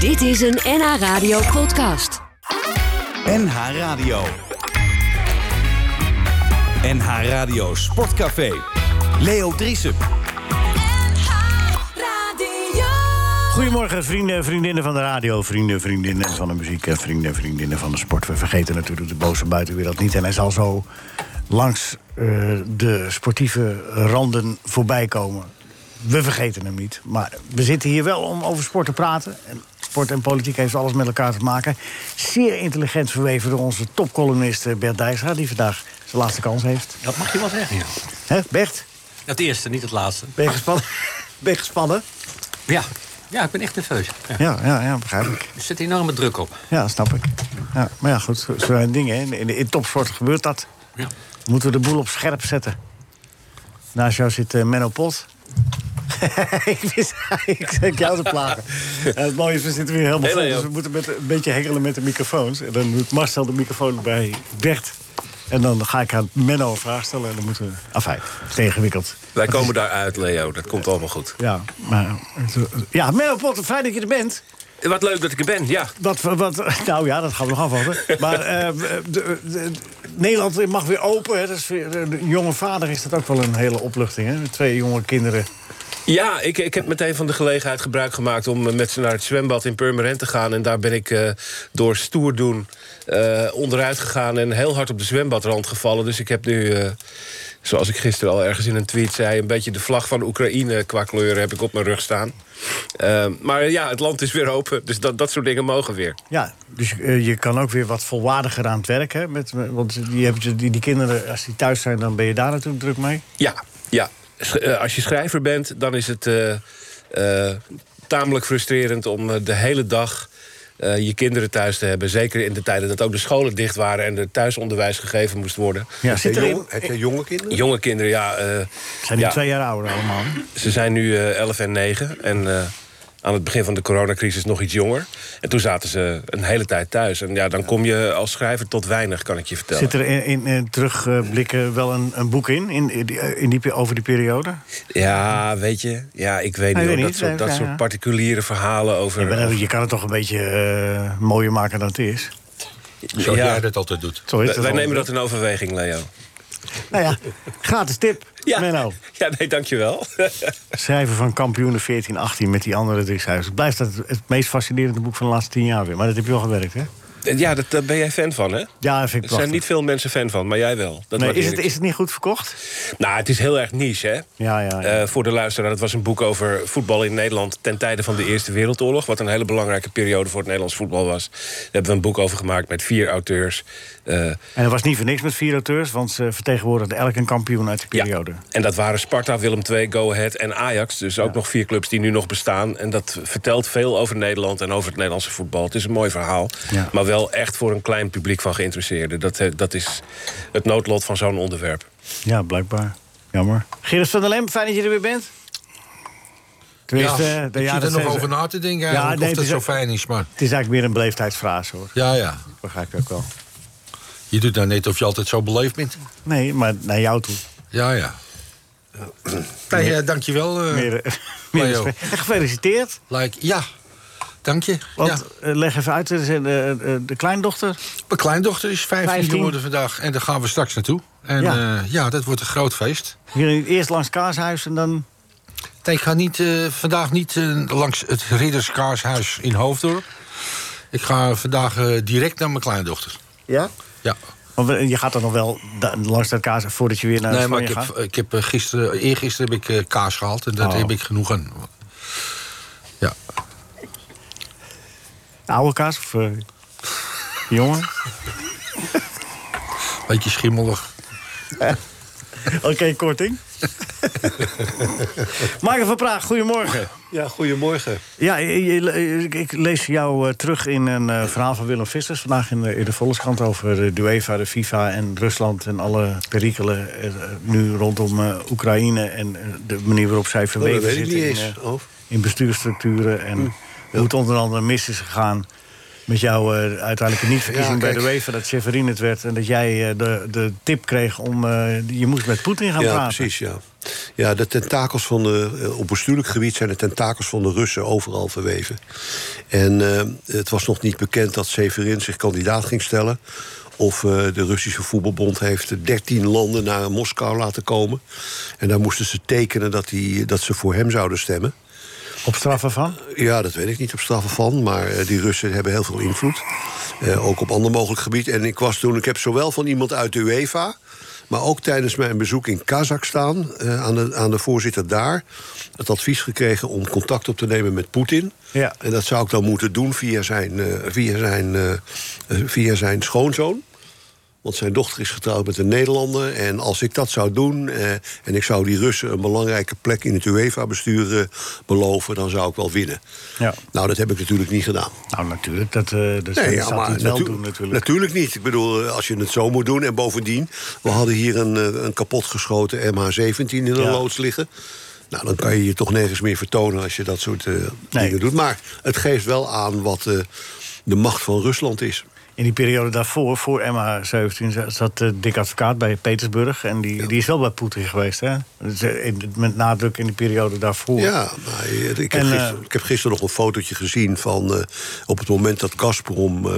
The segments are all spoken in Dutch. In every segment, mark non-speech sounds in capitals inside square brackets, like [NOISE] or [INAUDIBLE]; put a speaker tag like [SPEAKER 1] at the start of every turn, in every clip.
[SPEAKER 1] Dit is een NH Radio podcast.
[SPEAKER 2] NH Radio. NH Radio Sportcafé. Leo Driessen.
[SPEAKER 3] Goedemorgen, vrienden en vriendinnen van de radio, vrienden, vriendinnen van de muziek, en vrienden en vriendinnen van de sport. We vergeten natuurlijk de boze buitenwereld niet. En hij zal zo langs eh, de sportieve randen voorbij komen. We vergeten hem niet. Maar we zitten hier wel om over sport te praten. En sport en politiek heeft alles met elkaar te maken. Zeer intelligent verweven door onze topcolumnist eh, Bert Dijsra, die vandaag zijn laatste kans heeft.
[SPEAKER 4] Dat mag je wel zeggen, ja.
[SPEAKER 3] Hè, Bert?
[SPEAKER 4] Het eerste, niet het laatste.
[SPEAKER 3] Ben je
[SPEAKER 4] [LAUGHS]
[SPEAKER 3] gespannen? Ben je gespannen?
[SPEAKER 4] Ja, ja ik ben echt nerveus. Ja.
[SPEAKER 3] Ja, ja, ja, begrijp ik.
[SPEAKER 4] Er zit enorme druk op.
[SPEAKER 3] Ja, snap ik. Ja, maar ja, goed, zo zo zijn dingen. hè. In, in, in topsport gebeurt dat.
[SPEAKER 4] Ja.
[SPEAKER 3] Moeten we de boel op scherp zetten. Naast jou zit eh, Menno Pot. [LAUGHS] ik wist ik zit jou te plagen. Ja, het mooie is, we zitten weer helemaal
[SPEAKER 4] Hey,
[SPEAKER 3] vol.
[SPEAKER 4] Leo.
[SPEAKER 3] Dus we moeten met, een beetje hengelen met de microfoons. En dan doet Marcel de microfoon bij Bert. En dan ga ik aan Menno een vraag stellen. En dan moeten we... Afijn, het is ingewikkeld.
[SPEAKER 5] Wij komen daaruit, Leo. Dat komt allemaal goed.
[SPEAKER 3] Ja, maar... Ja, Menno Pot, fijn dat je er bent.
[SPEAKER 5] Wat leuk dat ik er ben, ja.
[SPEAKER 3] Wat, wat, [LAUGHS] nou ja, dat gaan we nog afwachten. Maar eh, de- de- de- Nederland mag weer open. Hè. Dat is weer, eh, de jonge vader is dat ook wel een hele opluchting. Hè? Met Twee jonge kinderen.
[SPEAKER 5] Ja, ik, ik heb meteen van de gelegenheid gebruik gemaakt... om eh, met ze naar het zwembad in Purmerend te gaan. En daar ben ik eh, door stoer doen eh, onderuit gegaan... en heel hard op de zwembadrand gevallen. Dus ik heb nu, eh, zoals ik gisteren al ergens in een tweet zei... een beetje de vlag van Oekraïne qua kleuren heb ik op mijn rug staan. Eh, maar ja, het land is weer open. Dus dat, dat soort dingen mogen weer.
[SPEAKER 3] Ja, dus eh, je kan ook weer wat volwaardiger aan het werk. Hè? Met, met- want die, heb je- die, die kinderen, als die thuis zijn, dan ben je daar natuurlijk druk mee.
[SPEAKER 5] Ja, ja. Sch- eh, als je schrijver bent, dan is het eh, eh, tamelijk frustrerend om eh, de hele dag eh, je kinderen thuis te hebben. Zeker in de tijden dat ook de scholen dicht waren en er thuisonderwijs gegeven moest worden.
[SPEAKER 3] Ja, zit erin.
[SPEAKER 6] heb je jonge kinderen?
[SPEAKER 5] Jonge kinderen, ja, eh,
[SPEAKER 3] Zijn die
[SPEAKER 5] Ja.
[SPEAKER 3] twee jaar ouder allemaal?
[SPEAKER 5] ze zijn nu eh 11 en 9 en eh, aan het begin van de coronacrisis nog iets jonger. En toen zaten ze een hele tijd thuis. En ja, dan kom je als schrijver tot weinig, kan ik je vertellen.
[SPEAKER 3] Zit er in, in, eh, terugblikken wel een, een boek in, in, in, die, eh, in die pe- over die periode?
[SPEAKER 5] Ja, weet je, ja, ik weet
[SPEAKER 3] Ah, je
[SPEAKER 5] niet, hoor.
[SPEAKER 3] weet
[SPEAKER 5] dat,
[SPEAKER 3] niet,
[SPEAKER 5] soort,
[SPEAKER 3] eh,
[SPEAKER 5] dat
[SPEAKER 3] ja, ja.
[SPEAKER 5] soort particuliere verhalen over...
[SPEAKER 3] Ja, maar dan- je kan het toch een beetje eh, mooier maken dan het is?
[SPEAKER 6] Zoals
[SPEAKER 5] Ja.
[SPEAKER 6] jij dat altijd doet.
[SPEAKER 3] Sorry,
[SPEAKER 5] Wij-
[SPEAKER 3] is
[SPEAKER 5] wij
[SPEAKER 3] al-
[SPEAKER 5] nemen dat in overweging, Leo.
[SPEAKER 3] Nou ja, gratis tip, Menno.
[SPEAKER 5] [LAUGHS] ja nee, dankjewel. [LAUGHS]
[SPEAKER 3] Schrijver van Kampioenen 14-18 met die andere drie cijfers. Het blijft het, het meest fascinerende boek van de laatste tien jaar weer. Maar dat heb je al gewerkt, hè?
[SPEAKER 5] ja, dat, daar ben jij fan van, hè? Er
[SPEAKER 3] Ja, dat vind ik
[SPEAKER 5] zijn
[SPEAKER 3] prachtig.
[SPEAKER 5] niet veel mensen fan van, maar jij wel.
[SPEAKER 3] nee,
[SPEAKER 5] Dat waardeer
[SPEAKER 3] is, het,
[SPEAKER 5] ik.
[SPEAKER 3] is het niet goed verkocht?
[SPEAKER 5] Nou, het is heel erg niche, hè?
[SPEAKER 3] Ja, ja, ja.
[SPEAKER 5] Eh, voor de luisteraar, het was een boek over voetbal in Nederland... ten tijde van de Eerste Wereldoorlog. Wat een hele belangrijke periode voor het Nederlands voetbal was. Daar hebben we een boek over gemaakt met vier auteurs. Eh,
[SPEAKER 3] En dat was niet voor niks met vier auteurs, want ze vertegenwoordigden elk een kampioen uit de periode.
[SPEAKER 5] Ja. En dat waren Sparta, Willem II, Go Ahead en Ajax. Dus ook nog vier clubs die nu nog bestaan. En dat vertelt veel over Nederland en over het Nederlandse voetbal. Het is een mooi verhaal.
[SPEAKER 3] Ja.
[SPEAKER 5] Maar wel echt voor een klein publiek van geïnteresseerden. Dat, eh, dat is het noodlot van zo'n onderwerp.
[SPEAKER 3] Ja, blijkbaar. Jammer. Gerrit van der Lem, fijn dat je er weer bent. Tenminste, eh,
[SPEAKER 6] ja, ik zit
[SPEAKER 3] dat
[SPEAKER 6] er nog
[SPEAKER 3] zijn ze-
[SPEAKER 6] over na te denken
[SPEAKER 3] Ja,
[SPEAKER 6] eigenlijk,
[SPEAKER 3] nee, het
[SPEAKER 6] of dat
[SPEAKER 3] is
[SPEAKER 6] zo
[SPEAKER 3] ook-
[SPEAKER 6] fijn is. Maar
[SPEAKER 3] Het is eigenlijk meer een beleefdheidsfrase, hoor.
[SPEAKER 6] ja, ja.
[SPEAKER 3] Begrijp ik ook wel.
[SPEAKER 6] Je doet nou net of je altijd zo beleefd bent.
[SPEAKER 3] Nee, maar naar jou toe.
[SPEAKER 6] Ja, ja. Nee, eh, dankjewel. eh,
[SPEAKER 3] Meer, eh, meer
[SPEAKER 6] Leo.
[SPEAKER 3] respect. En [LAUGHS] gefeliciteerd.
[SPEAKER 6] like, ja, dank je. Ja.
[SPEAKER 3] Want eh, leg even uit, de, de, eh, de kleindochter.
[SPEAKER 6] Mijn kleindochter is 15,
[SPEAKER 3] 15.
[SPEAKER 6] geworden vandaag en daar gaan we straks naartoe. En
[SPEAKER 3] Ja.
[SPEAKER 6] ja, ja dat wordt een groot feest.
[SPEAKER 3] Jullie eerst langs Kaashuis en dan...
[SPEAKER 6] Nee, ik ga niet, eh, vandaag niet eh, langs het Ridderskaarshuis in Hoofddorp. Ik ga vandaag eh, direct naar mijn kleindochter.
[SPEAKER 3] Ja?
[SPEAKER 6] Ja.
[SPEAKER 3] Want we- je gaat dan nog wel da- langs dat kaas Nou, voordat je weer naar
[SPEAKER 6] nee, maar
[SPEAKER 3] Spanje
[SPEAKER 6] ik heb,
[SPEAKER 3] gaat?
[SPEAKER 6] ik heb eh, gisteren, eergisteren heb ik eh, kaas gehaald en dat
[SPEAKER 3] Oh.
[SPEAKER 6] heb ik genoeg aan. Ja.
[SPEAKER 3] Oude kaas of eh, jongen?
[SPEAKER 6] Beetje schimmelig.
[SPEAKER 3] eh,
[SPEAKER 6] [LAUGHS]
[SPEAKER 3] [LAUGHS] Oké, korting. Marken van Praag, goedemorgen.
[SPEAKER 4] Ja, goedemorgen.
[SPEAKER 3] Ja, je- je- ik- ik lees jou eh, terug in een eh, verhaal van Willem Vissers... vandaag in de, in de Volkskrant over de UEFA, de FIFA en Rusland... en alle perikelen eh, nu rondom eh, Oekraïne... en eh, de manier waarop zij
[SPEAKER 4] Oh, dat
[SPEAKER 3] verweven
[SPEAKER 4] weet ik
[SPEAKER 3] zitten
[SPEAKER 4] niet
[SPEAKER 3] in,
[SPEAKER 4] eens.
[SPEAKER 3] eh,
[SPEAKER 4] Of? Hm.
[SPEAKER 3] in bestuursstructuren. En hoe het onder andere mis is gegaan met jouw eh, uiteindelijke niet-verkiezing
[SPEAKER 6] Ja,
[SPEAKER 3] bij
[SPEAKER 6] kijk.
[SPEAKER 3] de UEFA... dat Severin het werd en dat jij eh, de, de tip kreeg om... eh, je moest met Poetin gaan
[SPEAKER 4] Ja,
[SPEAKER 3] praten.
[SPEAKER 4] precies, ja.
[SPEAKER 7] Ja, de tentakels van de, eh, op bestuurlijk gebied zijn de tentakels van de Russen overal verweven. En eh, het was nog niet bekend dat Severin zich kandidaat ging stellen. Of eh, de Russische voetbalbond heeft 13 landen naar Moskou laten komen. En daar moesten ze tekenen dat, die, dat ze voor hem zouden stemmen.
[SPEAKER 3] Op straf ervan?
[SPEAKER 7] Ja, dat weet ik niet op straf van. Maar eh, die Russen hebben heel veel invloed. Eh, ook op ander mogelijk gebied. En ik was toen, ik heb zowel van iemand uit de UEFA. Maar ook tijdens mijn bezoek in Kazachstan eh, aan, de, aan de voorzitter daar. het advies gekregen om contact op te nemen met Poetin.
[SPEAKER 3] Ja.
[SPEAKER 7] En dat zou ik dan moeten doen via zijn, eh, via zijn, eh, eh, via zijn schoonzoon. Want zijn dochter is getrouwd met een Nederlander. En als ik dat zou doen eh, en ik zou die Russen een belangrijke plek in het UEFA-bestuur eh, beloven, dan zou ik wel winnen.
[SPEAKER 3] Ja.
[SPEAKER 7] Nou, dat heb ik natuurlijk niet gedaan.
[SPEAKER 3] Nou, natuurlijk. Dat, eh dat zou
[SPEAKER 7] ja,
[SPEAKER 3] hij het wel
[SPEAKER 7] natu-
[SPEAKER 3] doen, natuurlijk.
[SPEAKER 7] natuurlijk niet. Ik bedoel, eh, als je het zo moet doen. En bovendien, we hadden hier een, eh, een kapotgeschoten MH17 in de
[SPEAKER 3] Ja.
[SPEAKER 7] loods liggen. Nou, dan kan je je toch nergens meer vertonen als je dat soort eh,
[SPEAKER 3] Nee.
[SPEAKER 7] dingen doet. Maar het geeft wel aan wat eh, de macht van Rusland is.
[SPEAKER 3] In die periode daarvoor, voor MH17, za- zat eh, Dick Advocaat bij Petersburg. En die, die is wel bij Poetin geweest, hè? Dus, eh, in- Met nadruk in die periode daarvoor.
[SPEAKER 7] Ja, maar eh, ik, heb
[SPEAKER 3] En, eh,
[SPEAKER 7] gisteren, ik heb gisteren nog een fotootje gezien van eh, op het moment dat Gazprom. eh,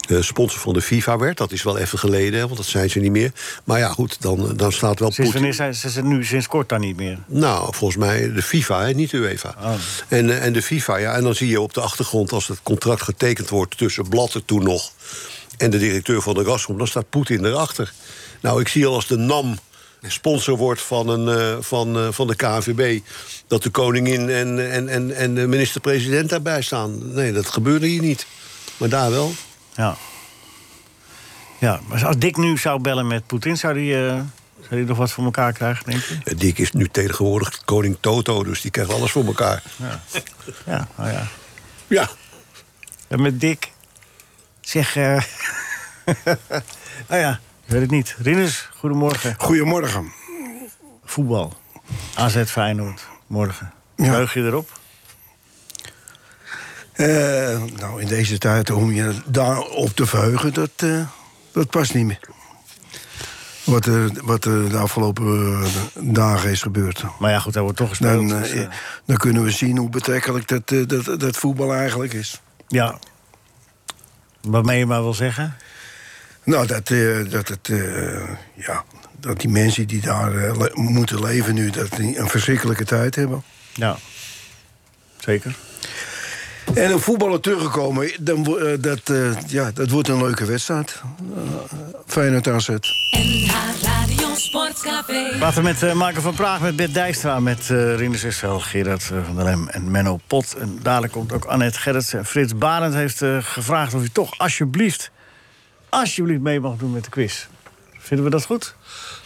[SPEAKER 7] eh, sponsor van de FIFA werd. Dat is wel even geleden, hè, want dat zijn ze niet meer. Maar ja, goed, dan, eh, dan staat wel
[SPEAKER 3] Sinds
[SPEAKER 7] Poetin...
[SPEAKER 3] wanneer zijn ze zijn nu sinds kort daar niet meer?
[SPEAKER 7] Nou, volgens mij de FIFA, hè, niet de UEFA. En, eh, en de FIFA, ja. En dan zie je op de achtergrond, als het contract getekend wordt tussen Blatter toen nog en de directeur van de Gazprom, dan staat Poetin erachter. Nou, ik zie al als de NAM sponsor wordt van, een, eh, van, eh, van de KNVB... dat de koningin en, en, en, en de minister-president daarbij staan. Nee, dat gebeurde hier niet. Maar daar wel.
[SPEAKER 3] Ja. Ja, maar als Dick nu zou bellen met Poetin, zou hij eh, zou die nog wat voor elkaar krijgen, denk je?
[SPEAKER 7] Eh, Dick is nu tegenwoordig koning Toto, dus die krijgt alles voor elkaar.
[SPEAKER 3] Ja, nou ja.
[SPEAKER 7] Ja,
[SPEAKER 3] En met Dick, zeg... eh [LAUGHS] nou ja, ik weet het niet. Rinus, goedemorgen.
[SPEAKER 8] Goedemorgen.
[SPEAKER 3] Voetbal. AZ Feyenoord, morgen.
[SPEAKER 8] Ja.
[SPEAKER 3] Heug je erop?
[SPEAKER 8] Eh, nou, in deze tijd om je daarop te verheugen, dat, eh, dat past niet meer. Wat er, wat er de afgelopen eh, dagen is gebeurd.
[SPEAKER 3] Maar ja, goed, hij wordt toch gespeeld.
[SPEAKER 8] Dan,
[SPEAKER 3] dus,
[SPEAKER 8] eh,
[SPEAKER 3] eh,
[SPEAKER 8] dan kunnen we zien hoe betrekkelijk dat, eh, dat, dat voetbal eigenlijk is.
[SPEAKER 3] ja. Waarmee je maar wil zeggen?
[SPEAKER 8] Nou, dat, eh, dat, het, eh, ja, dat die mensen die daar eh, le- moeten leven nu... dat die een verschrikkelijke tijd hebben.
[SPEAKER 3] Ja. Zeker.
[SPEAKER 8] En een voetballer teruggekomen, dan, wo- eh, dat, eh, ja, dat wordt een leuke wedstrijd. Fijn Feyenoord aanzet.
[SPEAKER 1] NH Radio Sportcafé.
[SPEAKER 3] Laten we met eh Marco van Praag, met Bert Dijkstra, met eh Rinus Israël, Gerard eh, van der Lem en Menno Pot. En dadelijk komt ook Annette Gerritsen. En Frits Barend heeft eh, gevraagd of hij toch alsjeblieft, alsjeblieft mee mag doen met de quiz. Vinden we dat goed?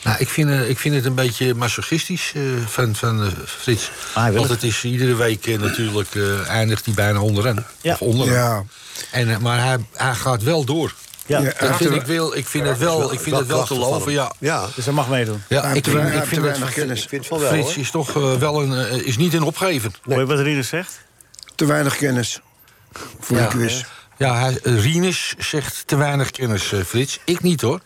[SPEAKER 6] Nou, ik vind, eh, ik vind het een beetje masochistisch eh, van, van eh, Frits.
[SPEAKER 3] Ah, hij wil
[SPEAKER 6] Want
[SPEAKER 3] het.
[SPEAKER 6] het is iedere week eh, natuurlijk eh, eindigt hij bijna onderaan.
[SPEAKER 3] Ja.
[SPEAKER 6] Of onderaan.
[SPEAKER 8] Ja,
[SPEAKER 6] En, eh, maar hij, hij gaat wel door.
[SPEAKER 3] Ja.
[SPEAKER 8] Ja.
[SPEAKER 6] Dat vind ik, wel, ik vind het wel, ik vind het wel te
[SPEAKER 7] krachtig van
[SPEAKER 6] loven,
[SPEAKER 7] hem.
[SPEAKER 6] ja.
[SPEAKER 7] Ja,
[SPEAKER 3] Dus hij mag meedoen.
[SPEAKER 6] ja
[SPEAKER 8] heeft
[SPEAKER 6] ik,
[SPEAKER 8] te
[SPEAKER 6] vind-
[SPEAKER 8] weinig- hij
[SPEAKER 6] ik
[SPEAKER 8] heeft
[SPEAKER 6] vind
[SPEAKER 8] te
[SPEAKER 6] dat
[SPEAKER 8] weinig kennis.
[SPEAKER 7] ik vind van wel, hoor.
[SPEAKER 6] Frits is toch eh, wel een, eh, is niet een opgever.
[SPEAKER 3] Hoor je wat Rinus zegt?
[SPEAKER 8] te weinig kennis voor de quiz.
[SPEAKER 6] Ja, hij, eh, Rinus zegt te weinig kennis, eh, Frits. Ik niet
[SPEAKER 7] [LAUGHS]
[SPEAKER 6] hoor.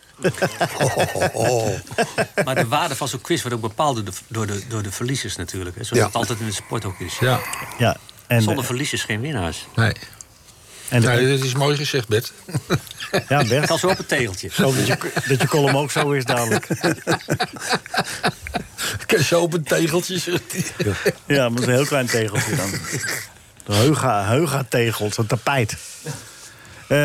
[SPEAKER 3] Oh,
[SPEAKER 4] [LAUGHS] Maar de waarde van zo'n quiz wordt ook bepaald door de, door de, door de verliezers natuurlijk. Hè. Zoals
[SPEAKER 7] Ja.
[SPEAKER 4] het altijd in de sport ook is.
[SPEAKER 6] Ja,
[SPEAKER 3] Ja. En,
[SPEAKER 4] Zonder verliezers geen winnaars.
[SPEAKER 6] nee.
[SPEAKER 3] en de-
[SPEAKER 6] nee dat is mooi gezegd, Bert.
[SPEAKER 3] ja, Bert.
[SPEAKER 4] Ik had zo op een tegeltje.
[SPEAKER 3] Ik hoop dat, je,
[SPEAKER 4] [LAUGHS]
[SPEAKER 3] dat je column ook zo is dadelijk.
[SPEAKER 6] Ik heb zo op een tegeltje zitten.
[SPEAKER 3] Ja, maar een heel klein tegeltje dan. De heuga, heuga-tegel, zo'n tapijt. Eh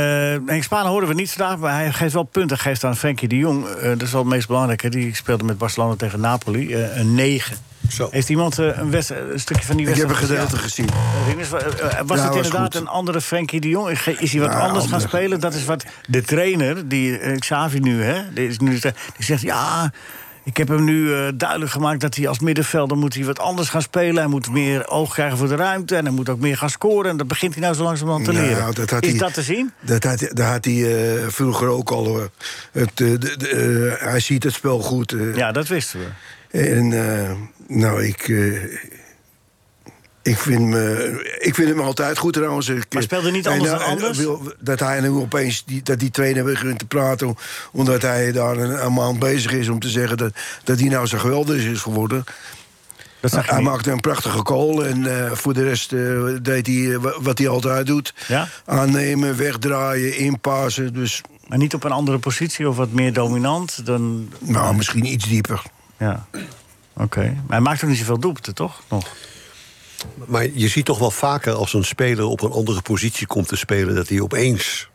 [SPEAKER 3] Henk Spaan hoorden we niet vandaag, maar hij geeft wel punten. Hij geeft aan Frenkie de Jong, Eh, dat is wel het meest belangrijke. Die speelde met Barcelona tegen Napoli, eh, een 9.
[SPEAKER 7] Zo.
[SPEAKER 3] Heeft iemand eh, een, wedst- een stukje van die
[SPEAKER 8] Ik heb een
[SPEAKER 3] wedstrijd
[SPEAKER 8] gedeelte gezien.
[SPEAKER 3] gezien? Rinus, wa- eh, Was
[SPEAKER 8] Ja,
[SPEAKER 3] het
[SPEAKER 8] was
[SPEAKER 3] inderdaad
[SPEAKER 8] goed.
[SPEAKER 3] een andere Frenkie de Jong? Is- Is hij wat
[SPEAKER 8] Ja,
[SPEAKER 3] anders gaan
[SPEAKER 8] ander.
[SPEAKER 3] spelen? Dat is wat de trainer, die eh, Xavi nu, hè, die, is nu die zegt... ja, ik heb hem nu eh, duidelijk gemaakt dat hij als middenvelder... moet hij wat anders gaan spelen. Hij moet meer oog krijgen voor de ruimte... en hij moet ook meer gaan scoren. En dat begint hij nou zo langzamerhand te
[SPEAKER 8] Nou,
[SPEAKER 3] leren.
[SPEAKER 8] dat had
[SPEAKER 3] is
[SPEAKER 8] hij-
[SPEAKER 3] dat te zien?
[SPEAKER 8] Dat had, dat had hij eh, vroeger ook al. hoor. Het, eh, de- de, eh, hij ziet het spel goed. eh,
[SPEAKER 3] Ja, dat wisten we.
[SPEAKER 8] En eh, nou, ik, eh, Ik vind, me, ik vind hem altijd goed trouwens. Ik-
[SPEAKER 3] Maar speelde niet anders
[SPEAKER 8] en,
[SPEAKER 3] dan
[SPEAKER 8] eh,
[SPEAKER 3] anders?
[SPEAKER 8] wil- dat hij nu opeens die, dat die twee hebben begint te praten... omdat hij daar een, een maand bezig is om te zeggen... dat, dat hij nou zo geweldig is geworden.
[SPEAKER 3] Dat zag je
[SPEAKER 8] hij
[SPEAKER 3] niet.
[SPEAKER 8] maakte een prachtige goal. En eh, voor de rest eh, deed hij eh, wa- wat hij altijd doet.
[SPEAKER 3] Ja?
[SPEAKER 8] Aannemen, wegdraaien, inpassen. Dus
[SPEAKER 3] Maar niet op een andere positie of wat meer dominant dan...
[SPEAKER 8] nou, misschien iets dieper.
[SPEAKER 3] Ja. Oké. Maar hij maakt ook niet zoveel doelpunten, toch? Nog.
[SPEAKER 7] Maar je ziet toch wel vaker als een speler op een andere positie komt te spelen... dat hij opeens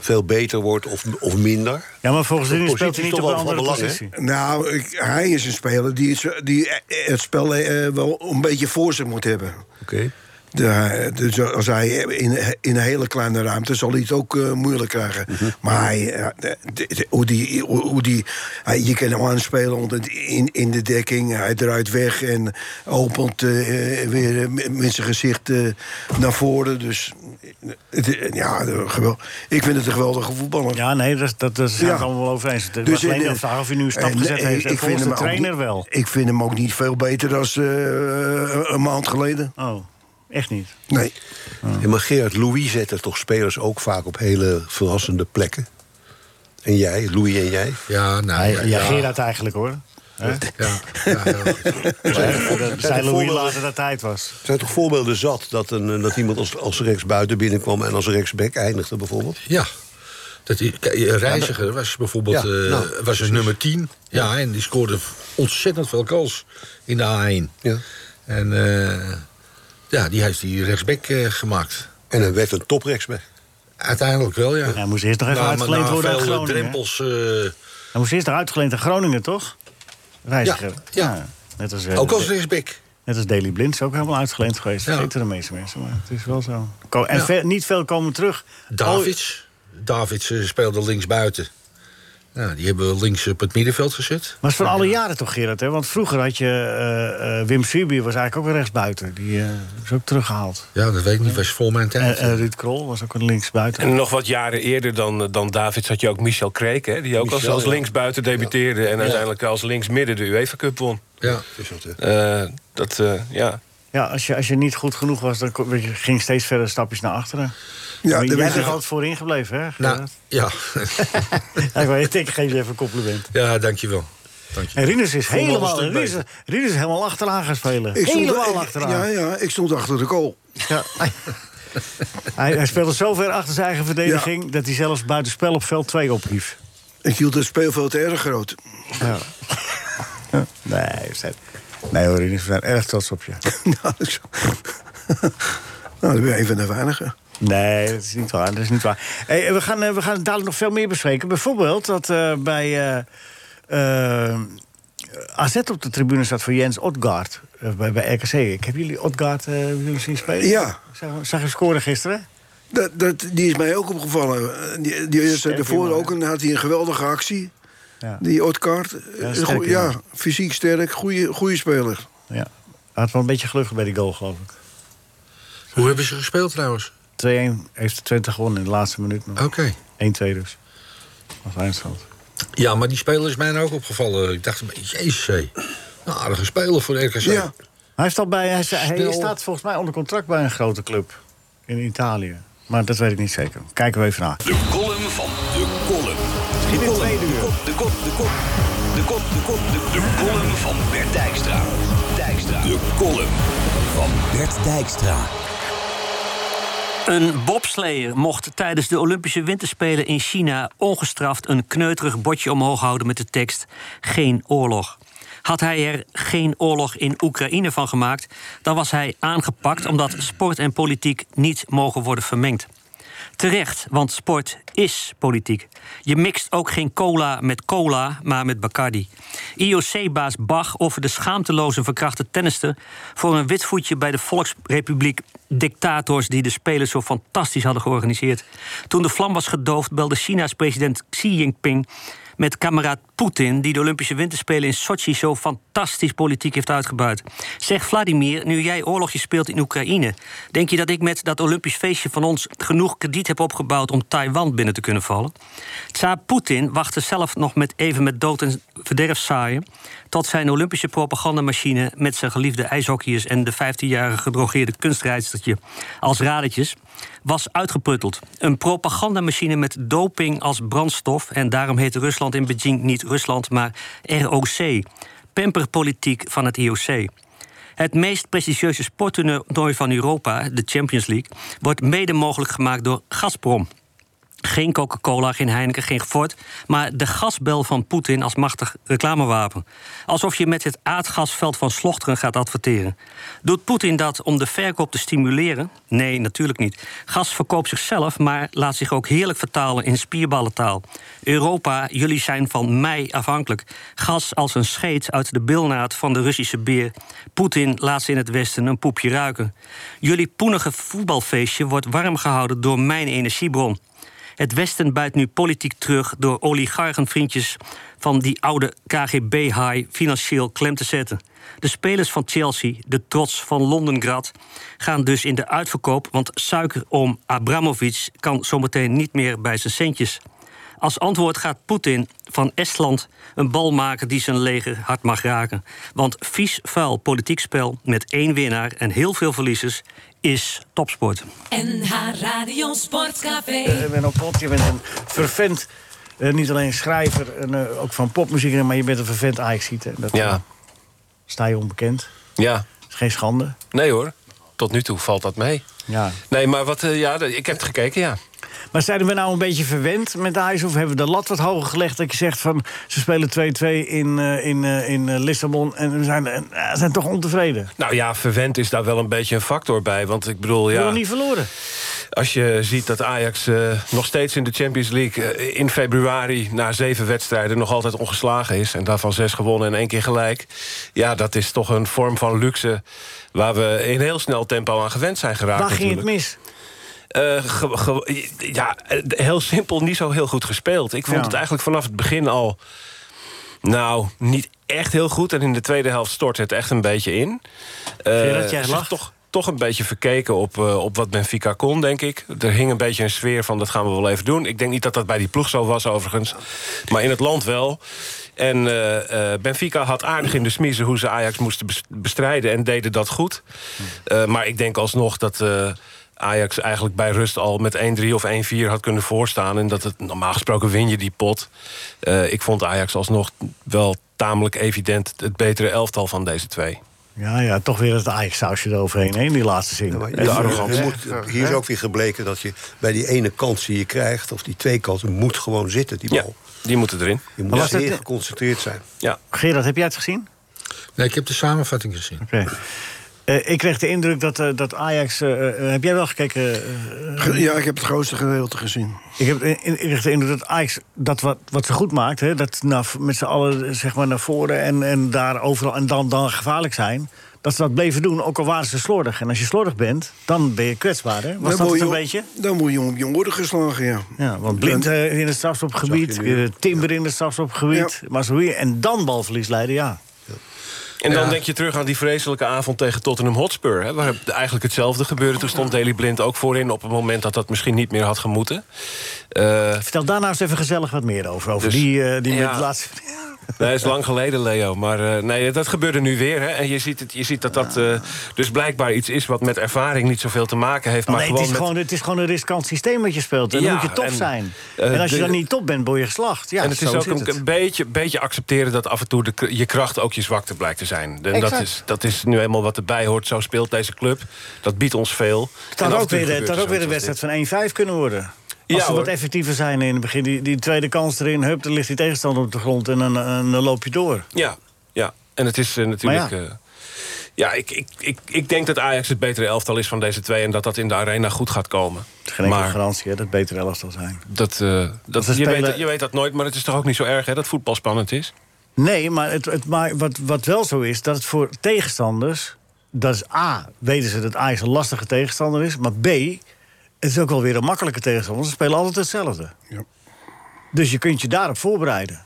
[SPEAKER 7] veel beter wordt of, of minder.
[SPEAKER 3] Ja, maar volgens jullie
[SPEAKER 7] positie
[SPEAKER 3] speelt hij
[SPEAKER 7] is
[SPEAKER 3] niet op
[SPEAKER 7] toch
[SPEAKER 3] een
[SPEAKER 7] wel van
[SPEAKER 3] andere
[SPEAKER 7] belang, hè?
[SPEAKER 3] positie.
[SPEAKER 8] Nou, ik- hij is een speler die het, zo- die eh, het spel eh, wel een beetje voor zich moet hebben.
[SPEAKER 7] Oké.
[SPEAKER 8] De- dus als hij in, in een hele kleine ruimte zal hij het ook eh, moeilijk krijgen. Maar hij, eh, de- de- hoe die, hoe, hoe die, hij- je kan hem aanspelen onder, in, in de dekking. Hij draait weg en opent eh, eh, weer eh, met- met zijn gezicht eh, naar voren. Dus eh, het- ja, geweldig. ik vind het een geweldige voetballer.
[SPEAKER 3] Ja, nee, dat, dat, dat zijn we
[SPEAKER 8] Ja.
[SPEAKER 3] het allemaal wel over eens. Het was Dus alleen
[SPEAKER 8] eh,
[SPEAKER 3] de vraag of hij nu een stap
[SPEAKER 8] eh,
[SPEAKER 3] gezet
[SPEAKER 8] nee,
[SPEAKER 3] heeft. En volgens de
[SPEAKER 8] ook
[SPEAKER 3] trainer
[SPEAKER 8] niet-
[SPEAKER 3] wel.
[SPEAKER 8] Ik vind hem ook niet veel beter dan eh, een maand geleden.
[SPEAKER 3] Oh, echt niet.
[SPEAKER 8] Nee.
[SPEAKER 7] Ja, maar Gerard, Louis zette toch spelers ook vaak op hele verrassende plekken? En jij, Louis en jij?
[SPEAKER 6] Ja, nou,
[SPEAKER 3] Hij
[SPEAKER 6] ja, ja, ja,
[SPEAKER 3] reageert eigenlijk, hoor.
[SPEAKER 6] ja, heel goed.
[SPEAKER 3] Zij Louis
[SPEAKER 7] voorbeelden?
[SPEAKER 3] later dat hij het was.
[SPEAKER 7] Er zijn toch voorbeelden zat dat, een, eh, dat iemand als, als rechtsbuiten binnenkwam... en als rechtsback eindigde bijvoorbeeld?
[SPEAKER 6] Ja. Dat die, kijk, Reiziger was bijvoorbeeld
[SPEAKER 7] Ja,
[SPEAKER 6] eh,
[SPEAKER 7] nou,
[SPEAKER 6] was dus nummer 10. Ja. en die scoorde ontzettend veel goals in de A1.
[SPEAKER 7] Ja.
[SPEAKER 6] En eh, ja, die heeft die rechtsback eh, gemaakt.
[SPEAKER 7] En hij werd een toprechtsback.
[SPEAKER 6] Uiteindelijk wel, ja.
[SPEAKER 3] Hij moest eerst nog even
[SPEAKER 6] Na-
[SPEAKER 3] uitgeleend
[SPEAKER 6] na
[SPEAKER 3] worden aan
[SPEAKER 6] veel
[SPEAKER 3] Groningen.
[SPEAKER 6] drempels. eh,
[SPEAKER 3] Hij moest eerst nog uitgeleend aan Groningen, toch? Reiziger.
[SPEAKER 6] Ja, ja.
[SPEAKER 3] Net als, eh,
[SPEAKER 6] ook als rechtsback.
[SPEAKER 3] Net als Daily Blind is ook helemaal uitgeleend geweest.
[SPEAKER 6] Ja.
[SPEAKER 3] Dat weten de meeste mensen, maar het is wel zo. Ko- en
[SPEAKER 6] Ja.
[SPEAKER 3] ve- niet veel komen terug. Oh,
[SPEAKER 6] Davids. Davids eh, speelde linksbuiten. Nou, die hebben we links op het middenveld gezet.
[SPEAKER 3] Maar het is van alle jaren toch, Gerard? Hè? Want vroeger had je... eh, eh, Wim Suurbier was eigenlijk ook een rechtsbuiten. Die eh, is ook teruggehaald.
[SPEAKER 6] Ja, dat weet ik niet. was voor mijn
[SPEAKER 3] En,
[SPEAKER 6] tijd.
[SPEAKER 3] en eh, Ruud Krol was ook een linksbuiten.
[SPEAKER 5] En nog wat jaren eerder dan, eh, dan Davids had je ook Michel Kreek... Hè, die ook als,
[SPEAKER 6] Michel,
[SPEAKER 5] als
[SPEAKER 6] ja.
[SPEAKER 5] linksbuiten debuteerde... en uiteindelijk als linksmidden de UEFA Cup won.
[SPEAKER 6] ja.
[SPEAKER 5] Eh, dat, eh, ja.
[SPEAKER 3] Ja, als je, als je niet goed genoeg was, dan kon- je ging steeds verder stapjes naar achteren.
[SPEAKER 8] Ja,
[SPEAKER 3] Ja,
[SPEAKER 8] dat
[SPEAKER 3] jij
[SPEAKER 8] weet
[SPEAKER 3] bent er
[SPEAKER 8] ik.
[SPEAKER 3] altijd voorin gebleven, hè?
[SPEAKER 6] Nou,
[SPEAKER 3] Gerard?
[SPEAKER 6] ja.
[SPEAKER 3] [LAUGHS] Ja, ik, weet, ik geef je even een compliment.
[SPEAKER 6] ja, dankjewel.
[SPEAKER 3] En Rinus is
[SPEAKER 6] Voel me
[SPEAKER 3] helemaal,
[SPEAKER 6] een stuk
[SPEAKER 3] Rinus, Rinus is helemaal achteraan gaan spelen.
[SPEAKER 8] Ik stond,
[SPEAKER 3] helemaal
[SPEAKER 8] ik-
[SPEAKER 3] achteraan.
[SPEAKER 8] Ja, ja, ik stond achter de goal. [LAUGHS]
[SPEAKER 3] Ja. hij, hij speelde zo ver achter zijn eigen verdediging... dat hij zelfs buitenspel op veld 2 ophief.
[SPEAKER 8] Ik hield het speelveld erg groot. [LAUGHS]
[SPEAKER 3] Nee, we zijn... Nee hoor, Rinus, we zijn erg trots op je.
[SPEAKER 8] nou, ik zo- [LAUGHS] nou, dat ben je een van de weinigen.
[SPEAKER 3] Nee, dat is niet waar. Dat is niet waar. Hey, we, gaan, eh, we gaan het dadelijk nog veel meer bespreken. Bijvoorbeeld dat eh, bij eh, eh, AZ op de tribune staat voor Jens Otgaard. eh, bij, bij RKC. Ik heb jullie Otgaard eh, willen zien spelen.
[SPEAKER 8] Ja.
[SPEAKER 3] Zag, zag je scoren gisteren?
[SPEAKER 8] Dat, dat, die is mij ook opgevallen. Eh, Die, die is
[SPEAKER 3] Sterk
[SPEAKER 8] daarvoor
[SPEAKER 3] jongen,
[SPEAKER 8] ook een, had hij een geweldige actie.
[SPEAKER 3] Ja.
[SPEAKER 8] Die Otkaart.
[SPEAKER 3] Ja,
[SPEAKER 8] Ja,
[SPEAKER 3] sterk
[SPEAKER 8] ja
[SPEAKER 3] jongen.
[SPEAKER 8] fysiek sterk, goede speler.
[SPEAKER 3] Ja. Hij had wel een beetje geluk bij die goal, geloof ik.
[SPEAKER 6] Hoe hebben ze gespeeld trouwens?
[SPEAKER 3] 2-1 heeft de Twente gewonnen in de laatste minuut nog.
[SPEAKER 6] Oké.
[SPEAKER 3] 1-2 dus. Als eindstand.
[SPEAKER 6] Ja, maar die speler is mij nou ook opgevallen. Ik dacht, jezus, hé. Een aardige speler voor RKC.
[SPEAKER 8] Ja.
[SPEAKER 3] Hij, heeft al bij, hij, sta- hij
[SPEAKER 6] Snel.
[SPEAKER 3] staat volgens mij onder contract bij een grote club in Italië. Maar dat weet ik niet zeker. Kijken we even naar.
[SPEAKER 2] De column van de column. De column, de kop, de kop, de kop. De kop, de kop, de kop. De column van Bert Dijkstra. Dijkstra. De column van Bert Dijkstra.
[SPEAKER 9] Een bobsleer mocht tijdens de Olympische Winterspelen in China ongestraft een kneuterig bordje omhoog houden met de tekst: Geen oorlog. Had hij er geen oorlog in Oekraïne van gemaakt, dan was hij aangepakt omdat sport en politiek niet mogen worden vermengd. Terecht, want sport is politiek. Je mixt ook geen cola met cola, maar met Bacardi. IOC-baas Bach offerde schaamteloos een verkrachte tennister... voor een witvoetje bij de Volksrepubliek dictators... die de Spelen zo fantastisch hadden georganiseerd. Toen de vlam was gedoofd, belde China's president Xi Jinping... met kameraad Poetin, die de Olympische Winterspelen in Sochi zo fantastisch politiek heeft uitgebuit. Zeg Vladimir, nu jij oorlogje speelt in Oekraïne, denk je dat ik met dat Olympisch feestje van ons genoeg krediet heb opgebouwd om Taiwan binnen te kunnen vallen? Tsaar Poetin wachtte zelf nog met even met dood en verderf zaaien, tot zijn Olympische propagandamachine met zijn geliefde ijshockeyers en de 15-jarige gedrogeerde kunstrijdstertje als radertjes was uitgeputteld. Een propagandamachine met doping als brandstof. En daarom heet Rusland in Beijing niet Rusland, maar ROC. Pemperpolitiek van het IOC. Het meest prestigieuze sporttoernooi van Europa, de Champions League, wordt mede mogelijk gemaakt door Gazprom. Geen Coca-Cola, geen Heineken, geen Ford, maar de gasbel van Poetin als machtig reclamewapen. Alsof je met het aardgasveld van Slochteren gaat adverteren. Doet Poetin dat om de verkoop te stimuleren? Nee, natuurlijk niet. Gas verkoopt zichzelf, maar laat zich ook heerlijk vertalen in spierballentaal. Europa, jullie zijn van mij afhankelijk. Gas als een scheet uit de bilnaad van de Russische beer. Poetin laat ze in het Westen een poepje ruiken. Jullie poenige voetbalfeestje wordt warm gehouden door mijn energiebron. Het Westen buit nu politiek terug door oligarchenvriendjes van die oude KGB-haai financieel klem te zetten. De spelers van Chelsea, de trots van Londengrad, gaan dus in de uitverkoop, want suikeroom Abramovic kan zometeen niet meer bij zijn centjes. Als antwoord gaat Poetin van Estland een bal maken die zijn leger hard mag raken. Want vies vuil politiek spel met één winnaar en heel veel verliezers is topsport.
[SPEAKER 1] NH Radio Sportcafé.
[SPEAKER 3] Eh, Ik ben op pot, je bent een vervent, eh, niet alleen schrijver, en, eh, ook van popmuziek, maar je bent een vervent Ajaxiet. hè. Dat
[SPEAKER 5] Ja.
[SPEAKER 3] sta je onbekend.
[SPEAKER 5] Ja,
[SPEAKER 3] is geen schande.
[SPEAKER 5] nee hoor. Tot nu toe valt dat mee.
[SPEAKER 3] Ja.
[SPEAKER 5] Nee, maar wat, eh, ja, ik heb het gekeken, ja.
[SPEAKER 3] Maar zijn we nou een beetje verwend met Ajax? Of hebben we de lat wat hoger gelegd dat je zegt van... ze spelen 2-2 in, eh, in, eh, in eh, Lissabon en we zijn, en, eh, zijn toch ontevreden? We
[SPEAKER 5] Nou ja, verwend is daar wel een beetje een factor bij. Want ik bedoel,
[SPEAKER 3] hebben
[SPEAKER 5] ja,
[SPEAKER 3] nog niet verloren.
[SPEAKER 5] als je ziet dat Ajax eh, nog steeds in de Champions League... eh, in februari na zeven wedstrijden nog altijd ongeslagen is... en daarvan zes gewonnen en één keer gelijk... ja, dat is toch een vorm van luxe waar we in heel snel tempo aan gewend zijn geraakt.
[SPEAKER 3] Waar ging het
[SPEAKER 5] natuurlijk.
[SPEAKER 3] mis?
[SPEAKER 5] Eh, ge- ge- ja, eh, heel simpel, niet zo heel goed gespeeld. Ik vond
[SPEAKER 3] Ja.
[SPEAKER 5] het eigenlijk vanaf het begin al... nou, niet echt heel goed. En in de tweede helft stort het echt een beetje in. Eh,
[SPEAKER 3] je dat jij
[SPEAKER 5] ze
[SPEAKER 3] lacht?
[SPEAKER 5] Toch, toch een beetje verkeken op, eh, op wat Benfica kon, denk ik. Er hing een beetje een sfeer van, dat gaan we wel even doen. Ik denk niet dat dat bij die ploeg zo was, overigens. Maar in het land wel. En eh, eh, Benfica had aardig in de smiezen hoe ze Ajax moesten bes- bestrijden... en deden dat goed.
[SPEAKER 3] Hm.
[SPEAKER 5] Eh, maar ik denk alsnog dat... eh, Ajax eigenlijk bij rust al met 1-3 of 1-4 had kunnen voorstaan. En dat het normaal gesproken win je die pot. Eh, ik vond Ajax alsnog wel tamelijk evident het betere elftal van deze twee.
[SPEAKER 3] Ja, ja, toch weer het Ajax-sausje eroverheen, hè, in die laatste zin.
[SPEAKER 7] Maar
[SPEAKER 3] Even-
[SPEAKER 7] je- je moet- hier is ook weer gebleken dat je bij die ene kans die je krijgt, of die twee kansen, moet gewoon zitten, die
[SPEAKER 5] Ja,
[SPEAKER 7] bal.
[SPEAKER 5] die moeten erin.
[SPEAKER 7] Je
[SPEAKER 3] Maar
[SPEAKER 7] moet
[SPEAKER 3] was dat-
[SPEAKER 7] zeer geconcentreerd zijn.
[SPEAKER 5] Ja.
[SPEAKER 3] Gerard, heb jij het gezien?
[SPEAKER 6] Nee, ik heb de samenvatting gezien.
[SPEAKER 3] Oké. Eh, ik kreeg de indruk dat, eh, dat Ajax... eh, eh, heb jij wel gekeken? eh,
[SPEAKER 8] Ge- Ja, ik heb het grootste gedeelte gezien.
[SPEAKER 3] Ik heb in- in- ik heb de indruk dat Ajax dat wat, wat ze goed maakt... Hè, dat naar, v- met z'n allen zeg maar, naar voren en, en daar overal en dan, dan gevaarlijk zijn... dat ze dat bleven doen, ook al waren ze slordig. En als je slordig bent, dan ben je kwetsbaar. Hè? Was
[SPEAKER 8] Dan
[SPEAKER 3] dat
[SPEAKER 8] word
[SPEAKER 3] het
[SPEAKER 8] je
[SPEAKER 3] een
[SPEAKER 8] op-
[SPEAKER 3] beetje?
[SPEAKER 8] Dan word je op je oren geslagen, ja.
[SPEAKER 3] Ja, want Blind eh, in het strafschopgebied,
[SPEAKER 7] Zag je nu.
[SPEAKER 3] eh, Timber in het strafschopgebied... maar zo weer en dan balverlies leiden, ja.
[SPEAKER 5] En dan denk je terug aan die vreselijke avond tegen Tottenham Hotspur. Hè, waar eigenlijk hetzelfde gebeurde. Toen stond Daley Blind ook voorin op het moment dat dat misschien niet meer had gemoeten. Eh,
[SPEAKER 3] Vertel daar nou eens even gezellig wat meer over. Over
[SPEAKER 5] Dus-
[SPEAKER 3] die, eh, die met
[SPEAKER 5] ja.
[SPEAKER 3] de laatste...
[SPEAKER 5] [LAUGHS] Nee, dat is lang geleden, Leo. Maar eh, nee, dat gebeurde nu weer. Hè. En je ziet, het, je ziet dat dat eh, dus blijkbaar iets is... wat met ervaring niet zoveel te maken heeft. Maar
[SPEAKER 3] Oh, nee,
[SPEAKER 5] gewoon
[SPEAKER 3] het, is
[SPEAKER 5] met-
[SPEAKER 3] gewoon, het is gewoon een riskant systeem wat je speelt. En dan
[SPEAKER 5] Ja,
[SPEAKER 3] moet je top
[SPEAKER 5] en,
[SPEAKER 3] zijn.
[SPEAKER 5] eh,
[SPEAKER 3] en als je
[SPEAKER 5] de-
[SPEAKER 3] dan niet top bent, word je geslacht. Ja,
[SPEAKER 5] en het
[SPEAKER 3] zo
[SPEAKER 5] is ook
[SPEAKER 3] zit
[SPEAKER 5] een,
[SPEAKER 3] het.
[SPEAKER 5] een beetje, beetje accepteren dat af en toe de, k- je kracht ook je zwakte blijkt te zijn. En dat
[SPEAKER 3] Exact.
[SPEAKER 5] is, dat is nu eenmaal wat erbij hoort. Zo speelt deze club. Dat biedt ons veel.
[SPEAKER 3] Het had ook weer, het had ook weer een wedstrijd van 1-5 kunnen worden. Als
[SPEAKER 5] Ja,
[SPEAKER 3] ze wat
[SPEAKER 5] hoor.
[SPEAKER 3] effectiever zijn in het begin, die, die tweede kans erin, hup, dan ligt die tegenstander op de grond en dan, en dan loop je door.
[SPEAKER 5] Ja, ja. En het is eh, natuurlijk...
[SPEAKER 3] Maar
[SPEAKER 5] eh,
[SPEAKER 3] ja.
[SPEAKER 5] ja. ik, ik, ik, ik denk dat Ajax het betere elftal is van deze twee... en dat dat in de arena goed gaat komen.
[SPEAKER 3] Het is geen enkele
[SPEAKER 5] Maar-
[SPEAKER 3] garantie hè, dat het beter elftal zijn.
[SPEAKER 5] Dat, eh, dat,
[SPEAKER 3] ze
[SPEAKER 5] je,
[SPEAKER 3] spelen-
[SPEAKER 5] weet, dat- je weet dat nooit, maar het is toch ook niet zo erg hè, dat voetbal spannend is?
[SPEAKER 3] Nee, maar, het, het, maar wat, wat wel zo is, dat het voor tegenstanders... dat is A, weten ze dat Ajax een lastige tegenstander is... maar B, het is ook wel weer een makkelijke tegenstander. want Ze spelen altijd hetzelfde.
[SPEAKER 8] Ja.
[SPEAKER 3] Dus je kunt je daarop voorbereiden.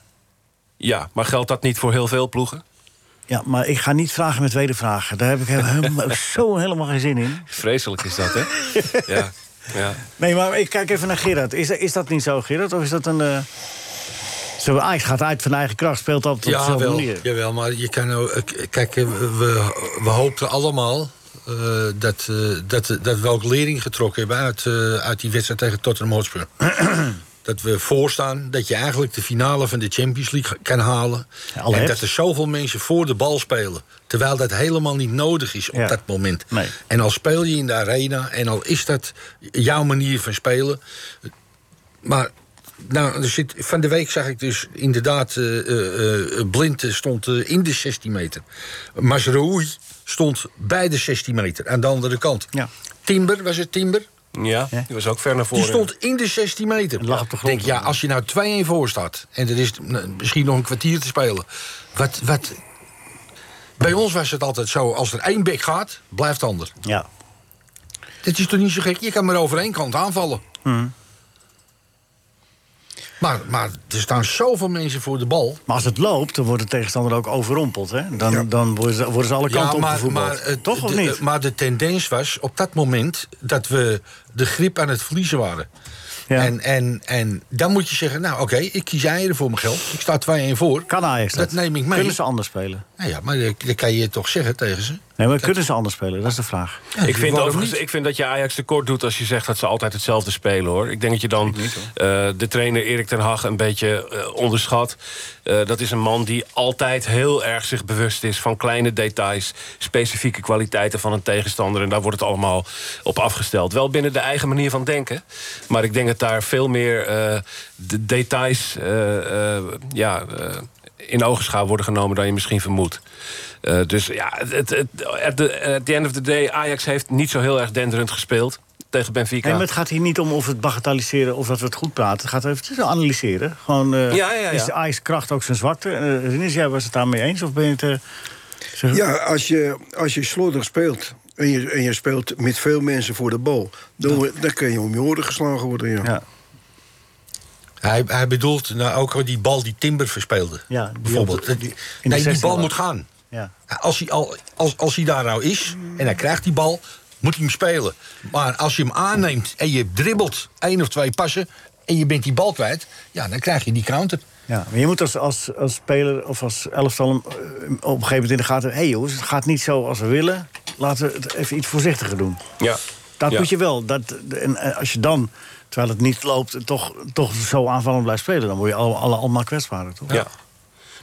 [SPEAKER 5] Ja, maar geldt dat niet voor heel veel ploegen?
[SPEAKER 3] Ja, maar ik ga niet vragen met wedervragen. Daar heb ik helemaal, zo helemaal geen zin in.
[SPEAKER 5] Vreselijk is
[SPEAKER 3] [LAUGHS]
[SPEAKER 5] dat, hè? ja. ja.
[SPEAKER 3] Nee, maar ik kijk even naar Gerard. Is, is dat niet zo, Gerard? Of is dat een... eh, Zo, Ajax gaat uit van eigen kracht, speelt altijd op
[SPEAKER 6] Ja,
[SPEAKER 3] dezelfde
[SPEAKER 6] wel,
[SPEAKER 3] manier.
[SPEAKER 6] jawel, maar je kan ook... eh, k- Kijk, eh, we, we hoopten allemaal eh, dat, eh, dat, dat we ook lering getrokken hebben... uit, eh, uit die wedstrijd tegen Tottenham Hotspur. [CLEARS THROAT] dat we voorstaan, dat je eigenlijk de finale van de Champions League kan halen...
[SPEAKER 3] al
[SPEAKER 6] en
[SPEAKER 3] hebt.
[SPEAKER 6] dat er zoveel mensen voor de bal spelen. Terwijl dat helemaal niet nodig is op
[SPEAKER 3] Ja.
[SPEAKER 6] dat moment.
[SPEAKER 3] Nee.
[SPEAKER 6] En al speel je in de arena en al is dat jouw manier van spelen... Maar nou, er zit, van de week zag ik dus inderdaad... eh, eh, eh, Blind eh, stond eh, in de 16 meter. Masraoui stond bij de 16 meter, aan de andere kant.
[SPEAKER 3] Ja.
[SPEAKER 6] Timber, was het Timber?
[SPEAKER 5] Ja, die was ook ver naar voren.
[SPEAKER 6] Die stond in de 16 meter.
[SPEAKER 3] En lag op de grond.
[SPEAKER 6] Denk, ja, als je nou 2-1 voor staat... en er is nou, misschien nog een kwartier te spelen... Wat, wat... Bij ons was het altijd zo, als er één bek gaat, blijft de ander.
[SPEAKER 3] Ja.
[SPEAKER 6] Dit is toch niet zo gek? Je kan maar over één kant aanvallen.
[SPEAKER 3] Mhm.
[SPEAKER 6] Maar, maar er staan zoveel mensen voor de bal.
[SPEAKER 3] Maar als het loopt, dan wordt de tegenstander ook overrompeld. Hè? Dan, dan worden, ze, worden ze alle kanten
[SPEAKER 6] maar,
[SPEAKER 3] opgevoetbald.
[SPEAKER 6] maar eh, het-
[SPEAKER 3] Toch of
[SPEAKER 6] de,
[SPEAKER 3] niet?
[SPEAKER 6] Maar de tendens was op dat moment dat we de grip aan het verliezen waren.
[SPEAKER 3] Ja.
[SPEAKER 6] En, en, en dan moet je zeggen, nou oké, ik kies eieren voor mijn geld. Ik sta 2-1 voor.
[SPEAKER 3] kan Ajax dat?
[SPEAKER 6] dat neem ik mee.
[SPEAKER 3] Kunnen ze anders spelen?
[SPEAKER 6] Nou ja, maar dat, dat kan je toch zeggen tegen ze.
[SPEAKER 3] Nee, maar kunnen ze anders spelen? Dat is de vraag.
[SPEAKER 5] Ik vind,
[SPEAKER 6] Waarom
[SPEAKER 5] overigens-
[SPEAKER 6] niet?
[SPEAKER 5] ik vind dat je Ajax tekort doet als je zegt dat ze altijd hetzelfde spelen hoor. Ik denk dat je dan eh, de trainer Erik ten Hag een beetje eh, onderschat. Eh, dat is een man die altijd heel erg zich bewust is van kleine details, specifieke kwaliteiten van een tegenstander. En daar wordt het allemaal op afgesteld. Wel binnen de eigen manier van denken. Maar ik denk dat daar veel meer eh, de details eh, eh, ja, eh, in ogenschouw worden genomen dan je misschien vermoedt. Eh, dus ja, het, het, het- at, the, at the end of the day, Ajax heeft niet zo heel erg denderend gespeeld tegen Benfica.
[SPEAKER 3] Nee, maar het gaat hier niet om of we het bagatelliseren of dat we het goed praten. Het gaat even tussen analyseren. Gewoon, eh,
[SPEAKER 5] Ja, ja, ja.
[SPEAKER 3] Is de Ajax kracht ook zijn zwakte? Eh, Rinus, jij was het daarmee eens? Of ben je het... eh, zeg-
[SPEAKER 8] Ja, als je, als je slordig speelt en je, en je speelt met veel mensen voor de bal... dan, dan kun je om je oren geslagen worden, ja.
[SPEAKER 3] ja.
[SPEAKER 6] Hij, hij bedoelt nou, ook al die bal die Timber verspeelde.
[SPEAKER 3] Ja, die
[SPEAKER 6] bijvoorbeeld.
[SPEAKER 3] ook.
[SPEAKER 6] Dat- die-
[SPEAKER 3] de
[SPEAKER 6] nee, die
[SPEAKER 3] 16
[SPEAKER 6] bal
[SPEAKER 3] al.
[SPEAKER 6] moet gaan.
[SPEAKER 3] Ja.
[SPEAKER 6] Als hij, al, als, als hij daar nou is en hij krijgt die bal, moet hij hem spelen. Maar als je hem aanneemt en je dribbelt één of twee passen en je bent die bal kwijt, ja, dan krijg je die counter.
[SPEAKER 3] Ja, maar je moet als, als, als speler of als elftal hem, eh, op een gegeven moment in de gaten... hé hey jongens, het gaat niet zo als we willen. Laten we het even iets voorzichtiger doen.
[SPEAKER 5] ja.
[SPEAKER 3] Dat
[SPEAKER 5] Ja.
[SPEAKER 3] moet je wel. Dat, en eh, als je dan, terwijl het niet loopt, toch, toch zo aanvallend blijft spelen... dan word je alle, alle, allemaal kwetsbaarder, toch?
[SPEAKER 5] Ja.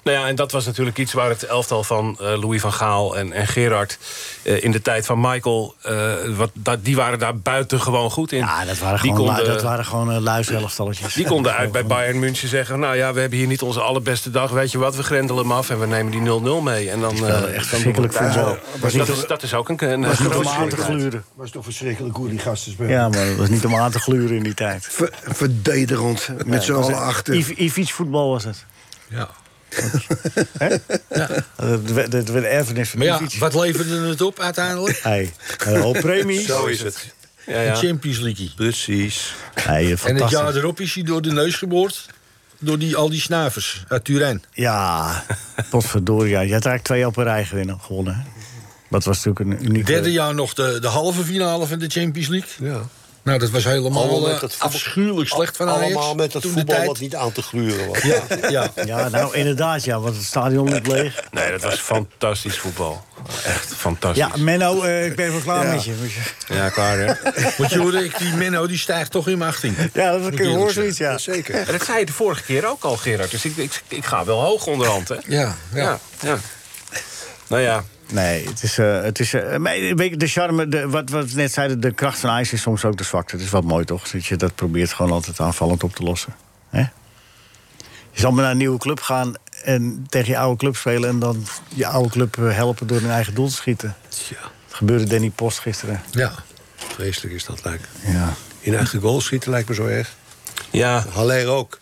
[SPEAKER 5] Nou ja, en dat was natuurlijk iets waar het elftal van eh, Louis van Gaal en, en Gerard... eh, in de tijd van Michael, eh, wat, dat, die waren daar buitengewoon goed in.
[SPEAKER 3] Ja, dat waren
[SPEAKER 5] die
[SPEAKER 3] gewoon,
[SPEAKER 5] konden,
[SPEAKER 3] lu- dat waren gewoon eh, luizelftalletjes.
[SPEAKER 5] die konden uit bij Bayern München zeggen... nou ja, we hebben hier niet onze allerbeste dag, weet je wat... we grendelen hem af en we nemen die 0-0 mee. En dan, eh,
[SPEAKER 3] speelden
[SPEAKER 5] dan
[SPEAKER 3] echt verschrikkelijk
[SPEAKER 5] doen we-
[SPEAKER 3] voetbal.
[SPEAKER 5] Dus dat, is, dat is ook een, een
[SPEAKER 3] Niet
[SPEAKER 5] grote
[SPEAKER 3] om aan te gluren.
[SPEAKER 8] was toch verschrikkelijk hoe die gasten spelen.
[SPEAKER 3] Ja, maar dat was niet om aan te gluren in die tijd.
[SPEAKER 8] Ver- verdedigend, met z'n allen achter.
[SPEAKER 3] Iv- Ivic voetbal was het.
[SPEAKER 6] Ja.
[SPEAKER 3] Dat werd dat werd de erfenis van
[SPEAKER 6] Maar ja,
[SPEAKER 3] Ivic.
[SPEAKER 6] wat leverde het op uiteindelijk?
[SPEAKER 3] [LAUGHS] Hey, een hoop premies.
[SPEAKER 7] [LAUGHS] Zo is het.
[SPEAKER 5] Ja,
[SPEAKER 6] De
[SPEAKER 5] ja.
[SPEAKER 6] Champions League.
[SPEAKER 7] Precies.
[SPEAKER 3] Hey, eh,
[SPEAKER 6] En het
[SPEAKER 3] fantastisch.
[SPEAKER 6] jaar erop is hij door de neus geboord. Door die, al die snavers uit Turijn.
[SPEAKER 3] Ja, potverdorie. Ja. Je had eigenlijk twee op een rij gewinnen, gewonnen. hè? Dat was natuurlijk een unieke...
[SPEAKER 6] Derde jaar nog de, de halve finale van de Champions League.
[SPEAKER 7] Ja.
[SPEAKER 6] Nou, dat was helemaal
[SPEAKER 7] Allemaal
[SPEAKER 6] eh,
[SPEAKER 7] met dat voetbal-
[SPEAKER 6] afschuwelijk slecht van Ajax.
[SPEAKER 7] Allemaal met dat
[SPEAKER 6] toen de
[SPEAKER 7] voetbal
[SPEAKER 6] tijd.
[SPEAKER 7] wat niet aan te gluren was.
[SPEAKER 6] Ja, ja.
[SPEAKER 3] Ja, nou inderdaad, ja, want het stadion liep leeg.
[SPEAKER 5] Nee, dat was fantastisch voetbal. Echt fantastisch.
[SPEAKER 3] Ja, Menno, eh, ik ben wel klaar met je. Moet je-
[SPEAKER 5] Ja, klaar hè.
[SPEAKER 6] Want je hoorde, ik- die Menno die stijgt toch in mijn 18.
[SPEAKER 3] Ja, dat
[SPEAKER 6] Moet
[SPEAKER 3] kun je
[SPEAKER 6] eerlijk
[SPEAKER 3] hoor
[SPEAKER 6] zeggen.
[SPEAKER 3] zoiets, ja.
[SPEAKER 7] Zeker.
[SPEAKER 5] En dat zei je de vorige keer ook al, Gerard. Dus ik, ik, ik ga wel hoog onderhand, hè?
[SPEAKER 6] Ja, ja.
[SPEAKER 5] ja. ja. Nou ja,
[SPEAKER 3] Nee, het is... eh, het is eh, maar weet je, de charme, de, wat, wat we net zeiden, de kracht van ijs is soms ook de zwakte. Het is wat mooi, toch? Dat je dat probeert gewoon altijd aanvallend op te lossen. Hè? Je zal maar naar een nieuwe club gaan en tegen je oude club spelen... en dan je oude club eh, helpen door hun eigen doel te schieten. Dat gebeurde Danny Post gisteren.
[SPEAKER 6] Ja.
[SPEAKER 7] Vreselijk is dat lijkt. me.
[SPEAKER 3] Ja.
[SPEAKER 7] In eigen goal schieten lijkt me zo erg.
[SPEAKER 5] ja.
[SPEAKER 7] Haller ook.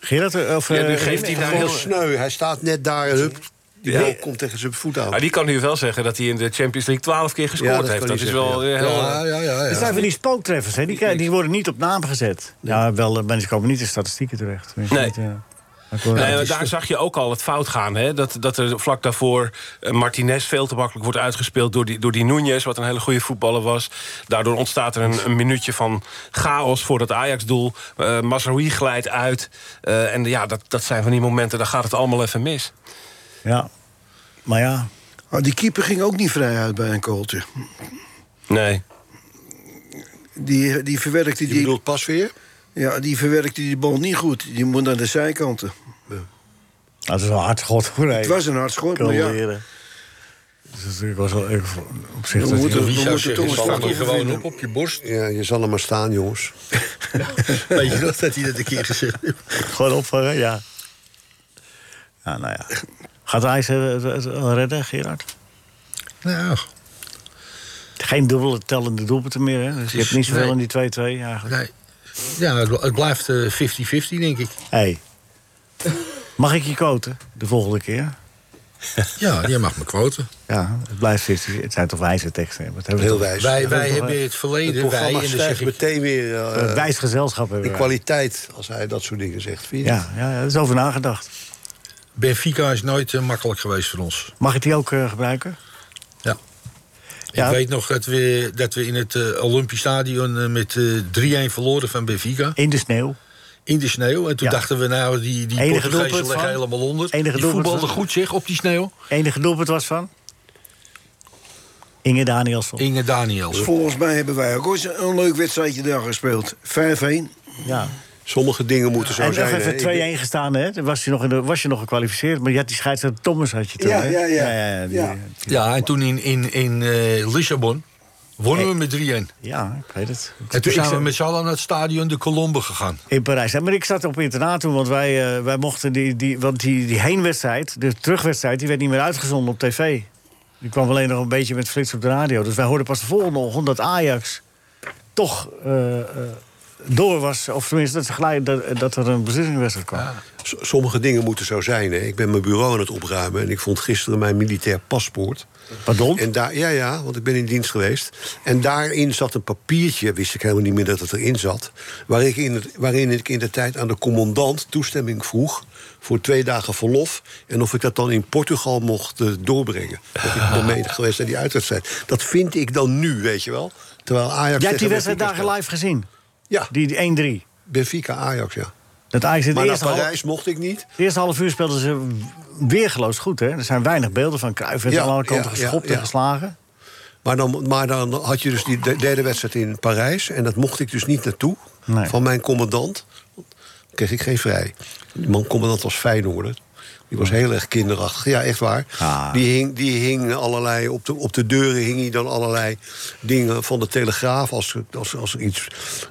[SPEAKER 3] Gerard, eh, of...
[SPEAKER 5] Ja, nu
[SPEAKER 3] eh,
[SPEAKER 5] geeft hij daar
[SPEAKER 7] Heel
[SPEAKER 5] heel...
[SPEAKER 7] sneu. Hij staat net daar en hup. Die
[SPEAKER 5] Ja.
[SPEAKER 7] bal komt tegen zijn voet aan.
[SPEAKER 5] Maar die kan nu wel zeggen dat hij in de Champions League twaalf keer
[SPEAKER 7] Ja,
[SPEAKER 5] gescoord
[SPEAKER 7] dat
[SPEAKER 5] heeft.
[SPEAKER 7] kan
[SPEAKER 5] Dat
[SPEAKER 7] hij
[SPEAKER 5] is
[SPEAKER 7] zeggen,
[SPEAKER 5] wel
[SPEAKER 7] ja.
[SPEAKER 5] eh, heel...
[SPEAKER 6] Ja, ja, ja,
[SPEAKER 3] Dat
[SPEAKER 6] ja.
[SPEAKER 3] zijn van die spooktreffers, hè? Die, krijgen- die worden niet op naam gezet. Ja, wel, eh, mensen komen niet in statistieken terecht. Tenminste,
[SPEAKER 5] Nee.
[SPEAKER 3] niet, eh.
[SPEAKER 5] Nee, maar
[SPEAKER 8] het is
[SPEAKER 5] daar zag je ook al het fout gaan. Hè? Dat, dat er vlak daarvoor eh, Martinez veel te makkelijk wordt uitgespeeld door die, door die Nunez, wat een hele goede voetballer was. Daardoor ontstaat er een, een minuutje van chaos voor dat Ajax-doel. Eh Masraoui glijdt uit. Eh, en ja, dat, dat zijn van die momenten, daar gaat het allemaal even mis.
[SPEAKER 3] Ja, maar ja.
[SPEAKER 8] Oh, die keeper ging ook niet vrij uit bij een kooltje.
[SPEAKER 5] Nee.
[SPEAKER 8] Die, die verwerkte
[SPEAKER 7] Je
[SPEAKER 8] die,
[SPEAKER 7] bedoelt pas weer?
[SPEAKER 8] ja, die verwerkte die bal niet goed. Die moet naar de zijkanten.
[SPEAKER 3] Ah, Dat is wel hard god voor
[SPEAKER 8] Het was een hard schot, maar ja.
[SPEAKER 3] leren. Dus natuurlijk was wel even op zich.
[SPEAKER 8] We
[SPEAKER 3] dat
[SPEAKER 8] moeten, we
[SPEAKER 3] hij-
[SPEAKER 8] moeten toch
[SPEAKER 6] zeggen,
[SPEAKER 8] een
[SPEAKER 6] zal
[SPEAKER 8] slag
[SPEAKER 6] er gewoon
[SPEAKER 8] overwinnen.
[SPEAKER 6] op op je borst.
[SPEAKER 7] Ja, je zal er maar staan, jongens.
[SPEAKER 6] Weet je nog dat hij dat een keer gezegd heeft?
[SPEAKER 3] [LAUGHS] Gewoon opvangen, ja. Ja, nou ja. Gaat eh, hij ze het- het wel redden, Gerard?
[SPEAKER 6] Nou,
[SPEAKER 3] Geen dubbele tellende doelpunten meer, hè? Dus je hebt niet zoveel
[SPEAKER 6] Nee.
[SPEAKER 3] in die 2-2 eigenlijk.
[SPEAKER 6] nee. Ja, het bl- het blijft eh, 50-50, denk ik.
[SPEAKER 3] Hey. Mag ik je quoten de volgende keer?
[SPEAKER 6] Ja, jij mag me quoten.
[SPEAKER 3] Ja, het blijft 50. Het zijn toch wijze teksten? hè? Wat hebben we
[SPEAKER 7] Heel
[SPEAKER 3] toch-
[SPEAKER 7] wijs.
[SPEAKER 6] Wij,
[SPEAKER 3] dat
[SPEAKER 6] wij
[SPEAKER 3] is nog
[SPEAKER 6] hebben
[SPEAKER 3] wel-
[SPEAKER 6] in het
[SPEAKER 7] Het
[SPEAKER 6] verleden... wij, en
[SPEAKER 7] programma
[SPEAKER 6] dan
[SPEAKER 7] stijgt
[SPEAKER 6] zeg ik,
[SPEAKER 7] meteen weer eh,
[SPEAKER 3] Een wijs gezelschap hebben
[SPEAKER 7] in
[SPEAKER 3] wij.
[SPEAKER 7] kwaliteit als hij dat soort dingen zegt. Vind je niet?
[SPEAKER 3] Ja, ja, er is over nagedacht.
[SPEAKER 6] Benfica is nooit eh, makkelijk geweest voor ons.
[SPEAKER 3] Mag ik die ook eh, gebruiken?
[SPEAKER 6] Ja.
[SPEAKER 3] Ja.
[SPEAKER 6] Ik weet nog dat we, dat we in het eh, Olympisch Stadion eh, met eh 3-1 verloren van Benfica.
[SPEAKER 3] In de sneeuw.
[SPEAKER 6] In de sneeuw. En toen
[SPEAKER 3] Ja.
[SPEAKER 6] dachten we, nou, die, die
[SPEAKER 3] Enige
[SPEAKER 6] Portugezen
[SPEAKER 3] doelpunt
[SPEAKER 6] leggen
[SPEAKER 3] van-
[SPEAKER 6] helemaal onder.
[SPEAKER 3] enige
[SPEAKER 6] die
[SPEAKER 3] doelpunt
[SPEAKER 6] voetbalden
[SPEAKER 3] van-
[SPEAKER 6] goed, zeg, op die sneeuw.
[SPEAKER 3] Enige doelpunt was van? Inge Danielsson.
[SPEAKER 6] Inge Daniels.
[SPEAKER 8] Dus Volgens mij hebben wij ook ooit een leuk wedstrijdje daar gespeeld. 5-1.
[SPEAKER 3] Ja.
[SPEAKER 7] Sommige dingen moeten zo
[SPEAKER 3] en nog
[SPEAKER 7] zijn. hè.
[SPEAKER 3] even
[SPEAKER 7] Ik
[SPEAKER 3] 2-1 gestaan, hè? Dan was je, nog in de, was je nog gekwalificeerd, maar je had die scheidsrechter Thomas had je toen,
[SPEAKER 8] Ja,
[SPEAKER 3] hè?
[SPEAKER 8] ja, ja.
[SPEAKER 3] ja, die-
[SPEAKER 8] Ja.
[SPEAKER 6] Ja, en toen in, in, in eh, Lissabon wonnen we met 3-1.
[SPEAKER 3] Eh, ja, ik weet het.
[SPEAKER 6] En
[SPEAKER 3] Ik
[SPEAKER 6] toen zijn we
[SPEAKER 3] zat-
[SPEAKER 6] met z'n allen naar het stadion de Colombe gegaan.
[SPEAKER 3] In Parijs. Ja, maar ik zat op internaat toen, want wij, eh, wij mochten die, die, want die, die heenwedstrijd, de terugwedstrijd, die werd niet meer uitgezonden op tv. Die kwam alleen nog een beetje met flits op de radio. Dus wij hoorden pas de volgende ochtend dat Ajax toch eh, eh, door was. Of tenminste, dat, ze gelijk, dat, dat er een beslissingswedstrijd kwam.
[SPEAKER 7] S- Sommige dingen moeten zo zijn. Hè. Ik ben mijn bureau aan het opruimen en ik vond gisteren mijn militair paspoort.
[SPEAKER 3] Pardon?
[SPEAKER 7] En daar, ja, ja, want ik ben in dienst geweest. En daarin zat een papiertje, wist ik helemaal niet meer dat het erin zat. Waar ik in het, waarin ik in de tijd aan de commandant toestemming vroeg voor twee dagen verlof. En of ik dat dan in Portugal mocht eh, doorbrengen. Dat ik
[SPEAKER 3] [LAUGHS]
[SPEAKER 7] ben mee geweest aan die uitwedstrijd. Dat vind ik dan nu, weet je wel. Terwijl Ajax.
[SPEAKER 3] Jij hebt die
[SPEAKER 7] tegen
[SPEAKER 3] wedstrijd
[SPEAKER 7] Benfica
[SPEAKER 3] dagen live gezien?
[SPEAKER 7] speelt. Ja,
[SPEAKER 3] Die, die 1-3.
[SPEAKER 7] Benfica Ajax, ja.
[SPEAKER 3] Dat Ajax in de
[SPEAKER 7] Maar naar
[SPEAKER 3] eerste half,
[SPEAKER 7] Parijs mocht ik niet.
[SPEAKER 3] de eerste half uur speelden ze weergeloos goed, hè? Er zijn weinig beelden van Cruijff. werd
[SPEAKER 7] Ja,
[SPEAKER 3] aan alle kanten
[SPEAKER 7] ja, ja,
[SPEAKER 3] geschopt en
[SPEAKER 7] ja.
[SPEAKER 3] geslagen.
[SPEAKER 7] Maar dan, maar dan had je dus die de- derde wedstrijd in Parijs. En dat mocht ik dus niet naartoe.
[SPEAKER 3] Nee.
[SPEAKER 7] Van mijn commandant kreeg ik geen vrij. Die man commandant was Feyenoorder. Die was heel erg kinderachtig. Ja, echt waar.
[SPEAKER 3] Ah.
[SPEAKER 7] Die, hing, die hing allerlei... Op de, op de deuren hing hij dan allerlei dingen van de Telegraaf. Als, er- als, als er iets,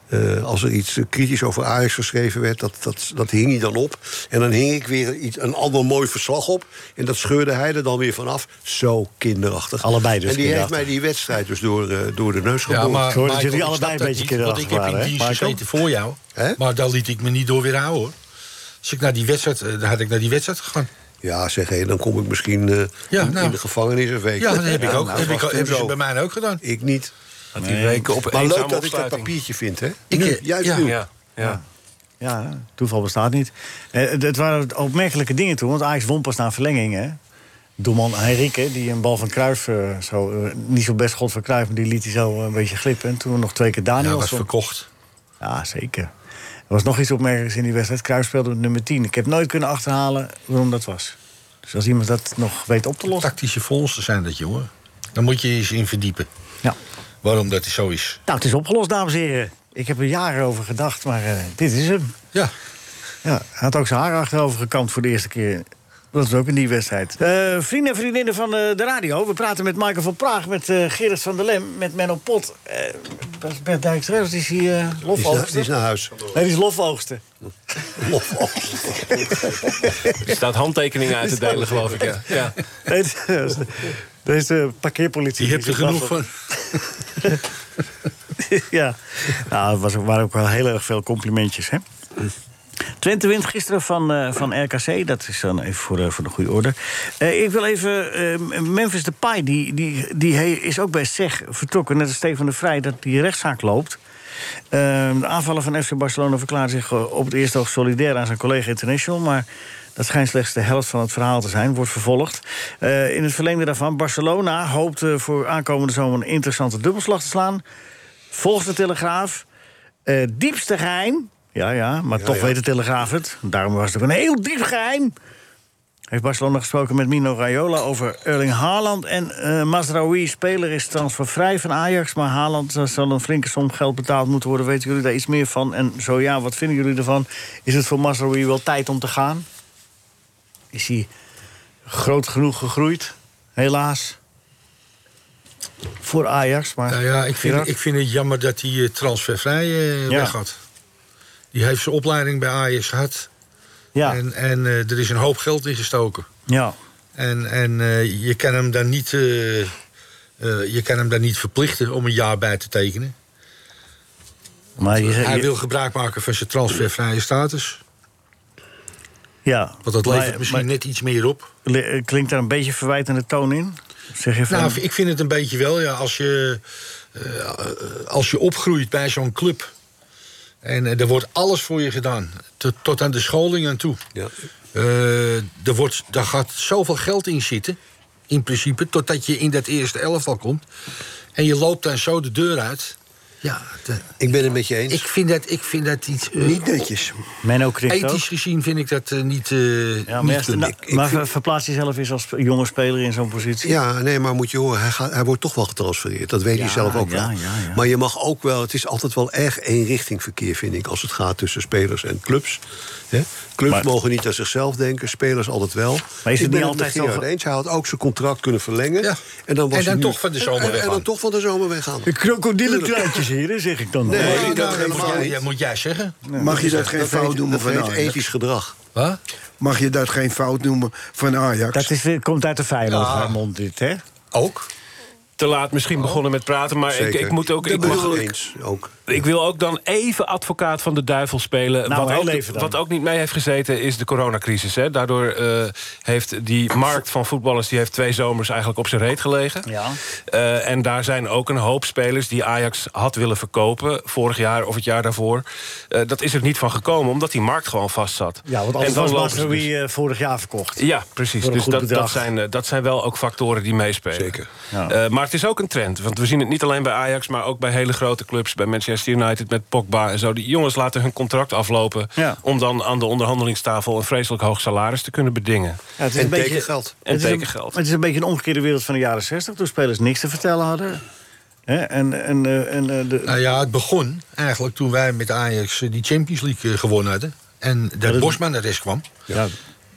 [SPEAKER 7] eh, als er iets kritisch over Ajax geschreven werd... Dat, dat, dat hing hij dan op. En dan hing ik weer iets, een ander mooi verslag op. En dat scheurde hij er dan weer vanaf. Zo kinderachtig.
[SPEAKER 3] Allebei dus
[SPEAKER 7] En die heeft
[SPEAKER 3] kinderachtig.
[SPEAKER 7] mij die wedstrijd dus door, eh, door de neus geboord.
[SPEAKER 3] hoor dat
[SPEAKER 6] Michael,
[SPEAKER 3] jullie
[SPEAKER 6] ik
[SPEAKER 3] allebei
[SPEAKER 6] snap
[SPEAKER 3] een beetje
[SPEAKER 6] dat niet, Want
[SPEAKER 3] kinderachtig
[SPEAKER 6] ik heb
[SPEAKER 3] waren,
[SPEAKER 6] in
[SPEAKER 3] hè,
[SPEAKER 6] dienst
[SPEAKER 3] Michael?
[SPEAKER 6] gezeten voor jou.
[SPEAKER 7] Hè?
[SPEAKER 6] Maar daar liet ik me niet door weer houden, hoor. Als ik naar die wedstrijd, eh, dan had ik naar die wedstrijd gegaan.
[SPEAKER 7] Ja, zeg, hé, dan kom ik misschien eh,
[SPEAKER 6] Ja,
[SPEAKER 7] in,
[SPEAKER 6] nou.
[SPEAKER 7] in de gevangenis een week.
[SPEAKER 6] Ja, dat heb ik ook.
[SPEAKER 7] nou,
[SPEAKER 6] heb ik,
[SPEAKER 7] wacht,
[SPEAKER 6] hebben
[SPEAKER 7] hoezo?
[SPEAKER 6] ze bij mij ook gedaan.
[SPEAKER 7] Ik niet.
[SPEAKER 4] Had die weken op
[SPEAKER 7] Maar
[SPEAKER 4] eenzame
[SPEAKER 7] leuk dat ik dat
[SPEAKER 4] opsluiting.
[SPEAKER 7] papiertje vind, hè?
[SPEAKER 6] Ik,
[SPEAKER 7] nu,
[SPEAKER 6] eh,
[SPEAKER 7] juist
[SPEAKER 6] ja.
[SPEAKER 7] nu.
[SPEAKER 4] Ja, ja.
[SPEAKER 3] Ja, toeval bestaat niet. Eh, het- het waren opmerkelijke dingen toen, want Ajax won pas na verlenging. Hè? Doelman Henrique, die een bal van Cruijff, eh, zo, eh, niet zo best god van Cruijff... maar die liet hij zo eh, een beetje glippen. En toen nog twee keer
[SPEAKER 6] Ja, was
[SPEAKER 3] Danielsson.
[SPEAKER 6] verkocht.
[SPEAKER 3] Ja, zeker. Er was nog iets opmerkelijks in die wedstrijd. Cruijff speelde met nummer 10. Ik heb nooit kunnen achterhalen waarom dat was. Dus als iemand dat nog weet op te lossen...
[SPEAKER 6] Tactische fondsen zijn dat, jongen. Daar moet je je eens in verdiepen.
[SPEAKER 3] Ja.
[SPEAKER 6] Waarom dat zo is.
[SPEAKER 3] Nou, het is opgelost, dames en heren. Ik heb er jaren over gedacht, maar eh, dit is hem.
[SPEAKER 6] Ja.
[SPEAKER 3] Ja, hij had ook zijn haar achterover gekant voor de eerste keer. Dat is ook een nieuwe wedstrijd. Eh, vrienden en vriendinnen van eh, de radio. We praten met Michael van Praag, met eh Gerrit van der Lem, met Menno Pot. Eh, Bert- Bert Dijkstra, die is hier eh,
[SPEAKER 7] Die is, naar,
[SPEAKER 3] lofoogsten.
[SPEAKER 7] die is naar huis.
[SPEAKER 3] Nee, die is lofoogsten.
[SPEAKER 4] Er staat handtekeningen uit te delen, geloof ik. Ja.
[SPEAKER 3] [LAUGHS]
[SPEAKER 4] Ja.
[SPEAKER 3] Nee, dat is- Deze parkeerpolitie.
[SPEAKER 6] Je hebt er
[SPEAKER 3] zit
[SPEAKER 6] genoeg
[SPEAKER 3] achter-
[SPEAKER 6] van.
[SPEAKER 3] [LAUGHS] ja, nou, er was, waren ook wel heel erg veel complimentjes, hè?
[SPEAKER 7] Hm.
[SPEAKER 3] Twente wint gisteren van, eh, van RKC. Dat is dan even voor, eh, voor de goede orde. Eh, ik wil even... eh, Memphis Depay E die, die, die he- is ook bij SEG vertrokken. Net als Steven de Vrij dat die rechtszaak loopt. Ehm, de aanvaller van FC Barcelona verklaart zich eh, op het eerste oog solidair aan zijn collega International. Maar dat schijnt slechts de helft van het verhaal te zijn, wordt vervolgd. Eh, in het verlengde daarvan, Barcelona hoopt eh, voor aankomende zomer een interessante dubbelslag te slaan. Volgens de Telegraaf, eh, diepste geheim. Ja, ja, maar toch weet de Telegraaf het. Daarom was het ook een heel diep geheim. Heeft Barcelona gesproken met Mino Raiola over Erling Haaland. En eh Mazraoui, speler, is transfervrij van Ajax. Maar Haaland eh, zal een flinke som geld betaald moeten worden. Weten jullie daar iets meer van? En zo ja, wat vinden jullie ervan? Is het voor Mazraoui wel tijd om te gaan? Is hij groot genoeg gegroeid? Helaas. Voor Ajax, maar...
[SPEAKER 6] Nou ja, ik vind,
[SPEAKER 3] Gerard?
[SPEAKER 6] ik vind het jammer dat hij eh, transfervrij eh,
[SPEAKER 3] Ja.
[SPEAKER 6] weg had. Die heeft zijn opleiding bij Ajax gehad.
[SPEAKER 3] Ja,
[SPEAKER 6] En, en eh, er is een hoop geld in gestoken.
[SPEAKER 3] ja.
[SPEAKER 6] En, en eh, je, kan hem dan niet, eh, eh, je kan hem dan niet verplichten om een jaar bij te tekenen. eh,
[SPEAKER 3] Maar je,
[SPEAKER 6] Hij
[SPEAKER 3] je-
[SPEAKER 6] wil gebruik maken van zijn transfervrije status.
[SPEAKER 3] ja.
[SPEAKER 6] Want dat
[SPEAKER 3] Maar-
[SPEAKER 6] levert misschien
[SPEAKER 3] maar-
[SPEAKER 6] net iets meer op.
[SPEAKER 3] li- klinkt daar een beetje verwijtende toon in? Zeg je van...
[SPEAKER 6] Nou, ik vind het een beetje wel, ja, als je, eh, als je opgroeit bij zo'n club. En eh, er wordt alles voor je gedaan, tot, tot aan de scholing aan toe.
[SPEAKER 7] Ja.
[SPEAKER 6] Eh, er wordt, daar gaat zoveel geld in zitten, in principe, totdat je in dat eerste elftal komt. En je loopt dan zo de deur uit. Ja, de-
[SPEAKER 7] Ik ben het met je eens.
[SPEAKER 6] ik, vind dat, ik vind dat iets. eh,
[SPEAKER 8] Niet netjes.
[SPEAKER 3] Menno knikt ook.
[SPEAKER 6] ethisch gezien vind ik dat eh, niet. eh,
[SPEAKER 3] Ja, maar,
[SPEAKER 6] niet
[SPEAKER 3] ja,
[SPEAKER 6] kunnen.
[SPEAKER 3] nou, maar ver- verplaats jezelf eens als sp- jonge speler in zo'n positie.
[SPEAKER 7] Ja, nee, maar moet je horen, hij, gaat, hij wordt toch wel getransfereerd. Dat weet
[SPEAKER 3] Ja,
[SPEAKER 7] hij zelf ook
[SPEAKER 3] ja,
[SPEAKER 7] wel.
[SPEAKER 3] ja, ja.
[SPEAKER 7] Maar je mag ook wel, het is altijd wel erg eenrichtingverkeer, vind ik, als het gaat tussen spelers en clubs. hè. Clubs
[SPEAKER 3] Maar-
[SPEAKER 7] mogen niet aan zichzelf denken, spelers altijd wel.
[SPEAKER 3] het
[SPEAKER 7] ik
[SPEAKER 3] niet
[SPEAKER 7] ben
[SPEAKER 3] altijd
[SPEAKER 7] het met
[SPEAKER 3] zo
[SPEAKER 7] Gerard
[SPEAKER 3] ge-
[SPEAKER 7] eens. Hij had ook zijn contract kunnen verlengen.
[SPEAKER 6] Ja.
[SPEAKER 7] En dan, was
[SPEAKER 6] En dan
[SPEAKER 7] hij nu-
[SPEAKER 6] toch van de zomer
[SPEAKER 7] en- en- En
[SPEAKER 6] weggaan.
[SPEAKER 7] dan toch van de zomer weggaan.
[SPEAKER 3] De krokodillentruitjes hier, zeg ik dan.
[SPEAKER 7] Nee.
[SPEAKER 6] Nou,
[SPEAKER 7] dat
[SPEAKER 6] nou,
[SPEAKER 7] helemaal
[SPEAKER 6] moet jij-
[SPEAKER 7] niet.
[SPEAKER 6] ja, moet jij zeggen.
[SPEAKER 8] Mag je dat geen
[SPEAKER 7] Dat heet-
[SPEAKER 8] fout noemen
[SPEAKER 7] dat
[SPEAKER 8] van
[SPEAKER 7] heet
[SPEAKER 8] Ajax?
[SPEAKER 7] ethisch gedrag.
[SPEAKER 6] Wat?
[SPEAKER 8] Mag je dat geen fout noemen van Ajax?
[SPEAKER 3] Dat is, weer- komt uit de Feyenoord, haar mond dit, hè?
[SPEAKER 6] Ook.
[SPEAKER 5] Te laat misschien begonnen met praten, maar ik,
[SPEAKER 7] Zeker.
[SPEAKER 5] ik moet ook.
[SPEAKER 7] Dat
[SPEAKER 5] Ik, mag-
[SPEAKER 7] bedoel ik eens ook.
[SPEAKER 5] ik wil ook dan even advocaat van de duivel spelen.
[SPEAKER 3] Nou, heel
[SPEAKER 5] wat,
[SPEAKER 3] even
[SPEAKER 5] ook,
[SPEAKER 3] dan.
[SPEAKER 5] wat ook niet mee heeft gezeten is de coronacrisis. Hè. Daardoor eh, heeft die markt van voetballers die heeft twee zomers eigenlijk op zijn reet gelegen.
[SPEAKER 3] Ja.
[SPEAKER 5] Eh, en daar zijn ook een hoop spelers die Ajax had willen verkopen vorig jaar of het jaar daarvoor. Eh, dat is er niet van gekomen, omdat die markt gewoon vast zat.
[SPEAKER 3] Ja, want
[SPEAKER 5] En
[SPEAKER 3] anders
[SPEAKER 5] dan
[SPEAKER 3] was
[SPEAKER 5] lopen ze
[SPEAKER 3] Mazraoui
[SPEAKER 5] dus-
[SPEAKER 3] eh, vorig jaar verkocht.
[SPEAKER 5] ja, precies.
[SPEAKER 3] Voor een
[SPEAKER 5] Dus
[SPEAKER 3] goed
[SPEAKER 5] dat, dat,
[SPEAKER 3] bedrag.
[SPEAKER 5] zijn, eh, dat zijn wel ook factoren die meespelen.
[SPEAKER 7] Zeker.
[SPEAKER 3] Ja.
[SPEAKER 5] Eh, maar het is ook een trend. Want we zien het niet alleen bij Ajax, maar ook bij hele grote clubs. Bij Manchester United met Pogba en zo. Die jongens laten hun contract aflopen.
[SPEAKER 3] Ja.
[SPEAKER 5] Om dan aan de onderhandelingstafel een vreselijk hoog salaris te kunnen bedingen.
[SPEAKER 3] Ja, het is
[SPEAKER 7] En
[SPEAKER 3] een beetje,
[SPEAKER 7] tekengeld.
[SPEAKER 5] En
[SPEAKER 3] het is een-
[SPEAKER 5] tekengeld.
[SPEAKER 3] Het is een beetje een omgekeerde wereld van de jaren 60, toen spelers niks te vertellen hadden. Hè? En, en, eh, en eh, de,
[SPEAKER 6] Nou ja, het begon eigenlijk toen wij met Ajax eh, die Champions League eh, gewonnen hadden. En dat
[SPEAKER 3] dat-
[SPEAKER 6] Bosman naar rest kwam.
[SPEAKER 3] ja,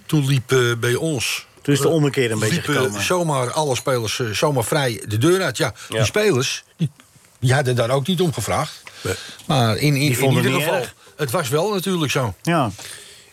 [SPEAKER 6] Toen liep eh, bij ons.
[SPEAKER 3] toen is de ommekeer een beetje
[SPEAKER 6] liepen
[SPEAKER 3] gekomen.
[SPEAKER 6] zomaar alle spelers eh, zomaar vrij de deur uit. Ja, die spelers die, die hadden daar ook niet om gevraagd. Maar in, in, in
[SPEAKER 3] vonden
[SPEAKER 6] ieder
[SPEAKER 3] het niet
[SPEAKER 6] geval,
[SPEAKER 3] erg.
[SPEAKER 6] het was wel natuurlijk zo.
[SPEAKER 3] Ja,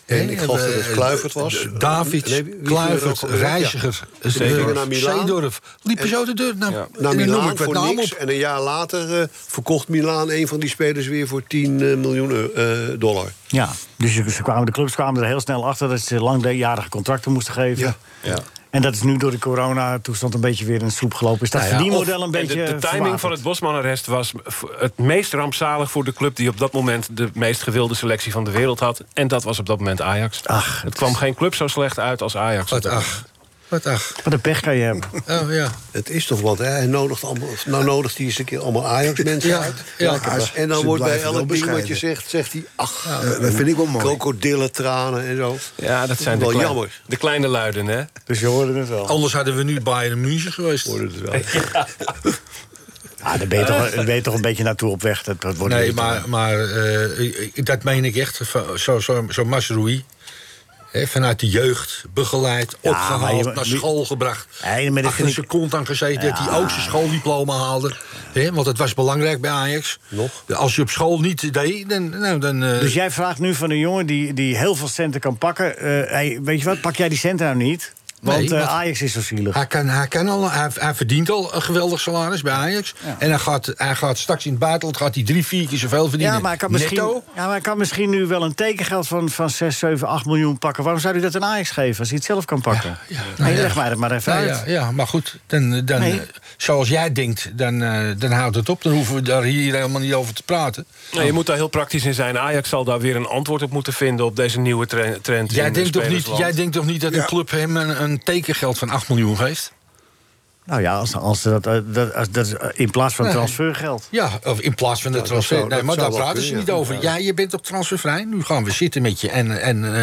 [SPEAKER 7] En ik geloof dat het
[SPEAKER 6] Eh,
[SPEAKER 7] Kluivert was.
[SPEAKER 6] Davids,
[SPEAKER 7] Nee, wie- wie ging er
[SPEAKER 6] Kluivert,
[SPEAKER 7] ook alweer? Ja.
[SPEAKER 6] Reiziger, eh,
[SPEAKER 7] Zeedorf. Naar Milaan.
[SPEAKER 6] Zeedorf. Liepen zo de deur naar,
[SPEAKER 7] Naar
[SPEAKER 6] en dan noem
[SPEAKER 7] Milaan
[SPEAKER 6] ik wat
[SPEAKER 7] voor
[SPEAKER 6] namen
[SPEAKER 7] niks.
[SPEAKER 6] op.
[SPEAKER 7] En een jaar later eh, verkocht Milaan een van die spelers weer voor 10 eh, miljoen eh, dollar.
[SPEAKER 3] ja. dus ze- ze kwamen, de clubs kwamen er heel snel achter... dat ze langjarige contracten moesten geven.
[SPEAKER 7] Ja, ja.
[SPEAKER 3] En dat is nu door de coronatoestand een beetje weer in de sloep gelopen. Is dat
[SPEAKER 5] Nou ja,
[SPEAKER 3] verdienmodel
[SPEAKER 5] of-
[SPEAKER 3] een
[SPEAKER 5] en de-
[SPEAKER 3] beetje
[SPEAKER 5] De, timing
[SPEAKER 3] verwaterd?
[SPEAKER 5] van het Bosmanarrest was v- het meest rampzalig voor de club... die op dat moment de meest gewilde selectie van de wereld had. En dat was op dat moment Ajax.
[SPEAKER 3] Ach,
[SPEAKER 5] het kwam geen club zo slecht uit als Ajax.
[SPEAKER 6] Wat ach, wat ach.
[SPEAKER 3] Wat een pech kan je hebben.
[SPEAKER 6] Oh ja.
[SPEAKER 7] Het is toch wat, hè? Hij nodigt allemaal, nou nodigt hij eens een keer allemaal
[SPEAKER 8] [LAUGHS]
[SPEAKER 7] Ajax-mensen
[SPEAKER 6] Ja,
[SPEAKER 7] uit.
[SPEAKER 6] ja.
[SPEAKER 7] en dan
[SPEAKER 8] Ze
[SPEAKER 7] wordt bij
[SPEAKER 8] blijven wel
[SPEAKER 7] elk ding wat je
[SPEAKER 8] bescheiden.
[SPEAKER 7] zegt, zegt hij... Ach,
[SPEAKER 8] Eh, dat vind ik wel mooi.
[SPEAKER 7] krokodillentranen en zo.
[SPEAKER 5] Ja, dat zijn de,
[SPEAKER 7] wel
[SPEAKER 5] klein-
[SPEAKER 7] jammer.
[SPEAKER 5] de kleine luiden, hè?
[SPEAKER 3] Dus je hoorde het wel.
[SPEAKER 6] Anders hadden we nu Bayern München geweest.
[SPEAKER 7] Worden het wel.
[SPEAKER 3] Ah, daar ben je, toch, daar ben je toch een beetje naartoe op weg. Dat, dat wordt
[SPEAKER 6] Nee,
[SPEAKER 3] niet-
[SPEAKER 6] maar, maar eh, ik- ik- dat meen ik echt. Van- Zo, zo, zo Masroui. hè, vanuit de jeugd, begeleid,
[SPEAKER 3] maar
[SPEAKER 6] opgehaald,
[SPEAKER 3] je-
[SPEAKER 6] naar
[SPEAKER 3] nu-
[SPEAKER 6] school gebracht.
[SPEAKER 3] Nee, maar dat
[SPEAKER 6] Achter
[SPEAKER 3] vind
[SPEAKER 6] zijn
[SPEAKER 3] ik...
[SPEAKER 6] kont aan gezeten dat hij ook zijn schooldiploma haalde. hè, want dat was belangrijk bij Ajax.
[SPEAKER 7] Nog?
[SPEAKER 6] Als je op school niet deed, dan... Nou, dan eh,
[SPEAKER 3] Dus jij vraagt nu van een jongen die, die heel veel centen kan pakken... eh, hey, weet je wat, pak jij die centen nou niet? Want
[SPEAKER 6] Nee,
[SPEAKER 3] eh,
[SPEAKER 6] want-
[SPEAKER 3] Ajax is zo zielig.
[SPEAKER 6] Hij, kan, hij, kan al, hij, hij verdient al een geweldig salaris bij Ajax. En hij gaat, hij gaat straks in het buitenland gaat hij drie, vier keer zoveel verdienen.
[SPEAKER 3] Ja maar, hij kan misschien,
[SPEAKER 6] Netto.
[SPEAKER 3] ja, maar hij kan misschien nu wel een tekengeld van, van 6, 7, 8 miljoen pakken. Waarom zou hij dat aan Ajax geven als hij het zelf kan pakken?
[SPEAKER 6] Nou
[SPEAKER 3] Hey,
[SPEAKER 6] ja.
[SPEAKER 3] Leg mij dat maar even
[SPEAKER 6] Nou
[SPEAKER 3] uit.
[SPEAKER 6] ja, ja, maar goed, dan, dan,
[SPEAKER 3] Nee.
[SPEAKER 6] eh, zoals jij denkt, dan, eh, dan houdt het op. Dan hoeven we daar hier helemaal niet over te praten.
[SPEAKER 10] Nou, je moet daar heel praktisch in zijn. Ajax zal daar weer een antwoord op moeten vinden op deze nieuwe tre- trend.
[SPEAKER 6] Jij
[SPEAKER 10] in de
[SPEAKER 6] denkt, toch niet,
[SPEAKER 10] spelersland.
[SPEAKER 6] jij denkt toch niet dat de
[SPEAKER 8] Ja.
[SPEAKER 6] club hem een, een tekengeld van 8 miljoen geeft?
[SPEAKER 3] Nou ja, als, als ze dat, eh, dat, als, dat is, eh, in plaats van
[SPEAKER 6] Nee.
[SPEAKER 3] transfergeld.
[SPEAKER 6] Ja, of in plaats van de
[SPEAKER 7] dat
[SPEAKER 6] transfer.
[SPEAKER 7] zou-
[SPEAKER 6] nee,
[SPEAKER 7] dat
[SPEAKER 6] maar daar
[SPEAKER 7] zou wel
[SPEAKER 6] praten ze
[SPEAKER 7] kunnen,
[SPEAKER 6] niet
[SPEAKER 7] ja.
[SPEAKER 6] over. Ja, je bent op transfervrij. Nu gaan we zitten met je. En, en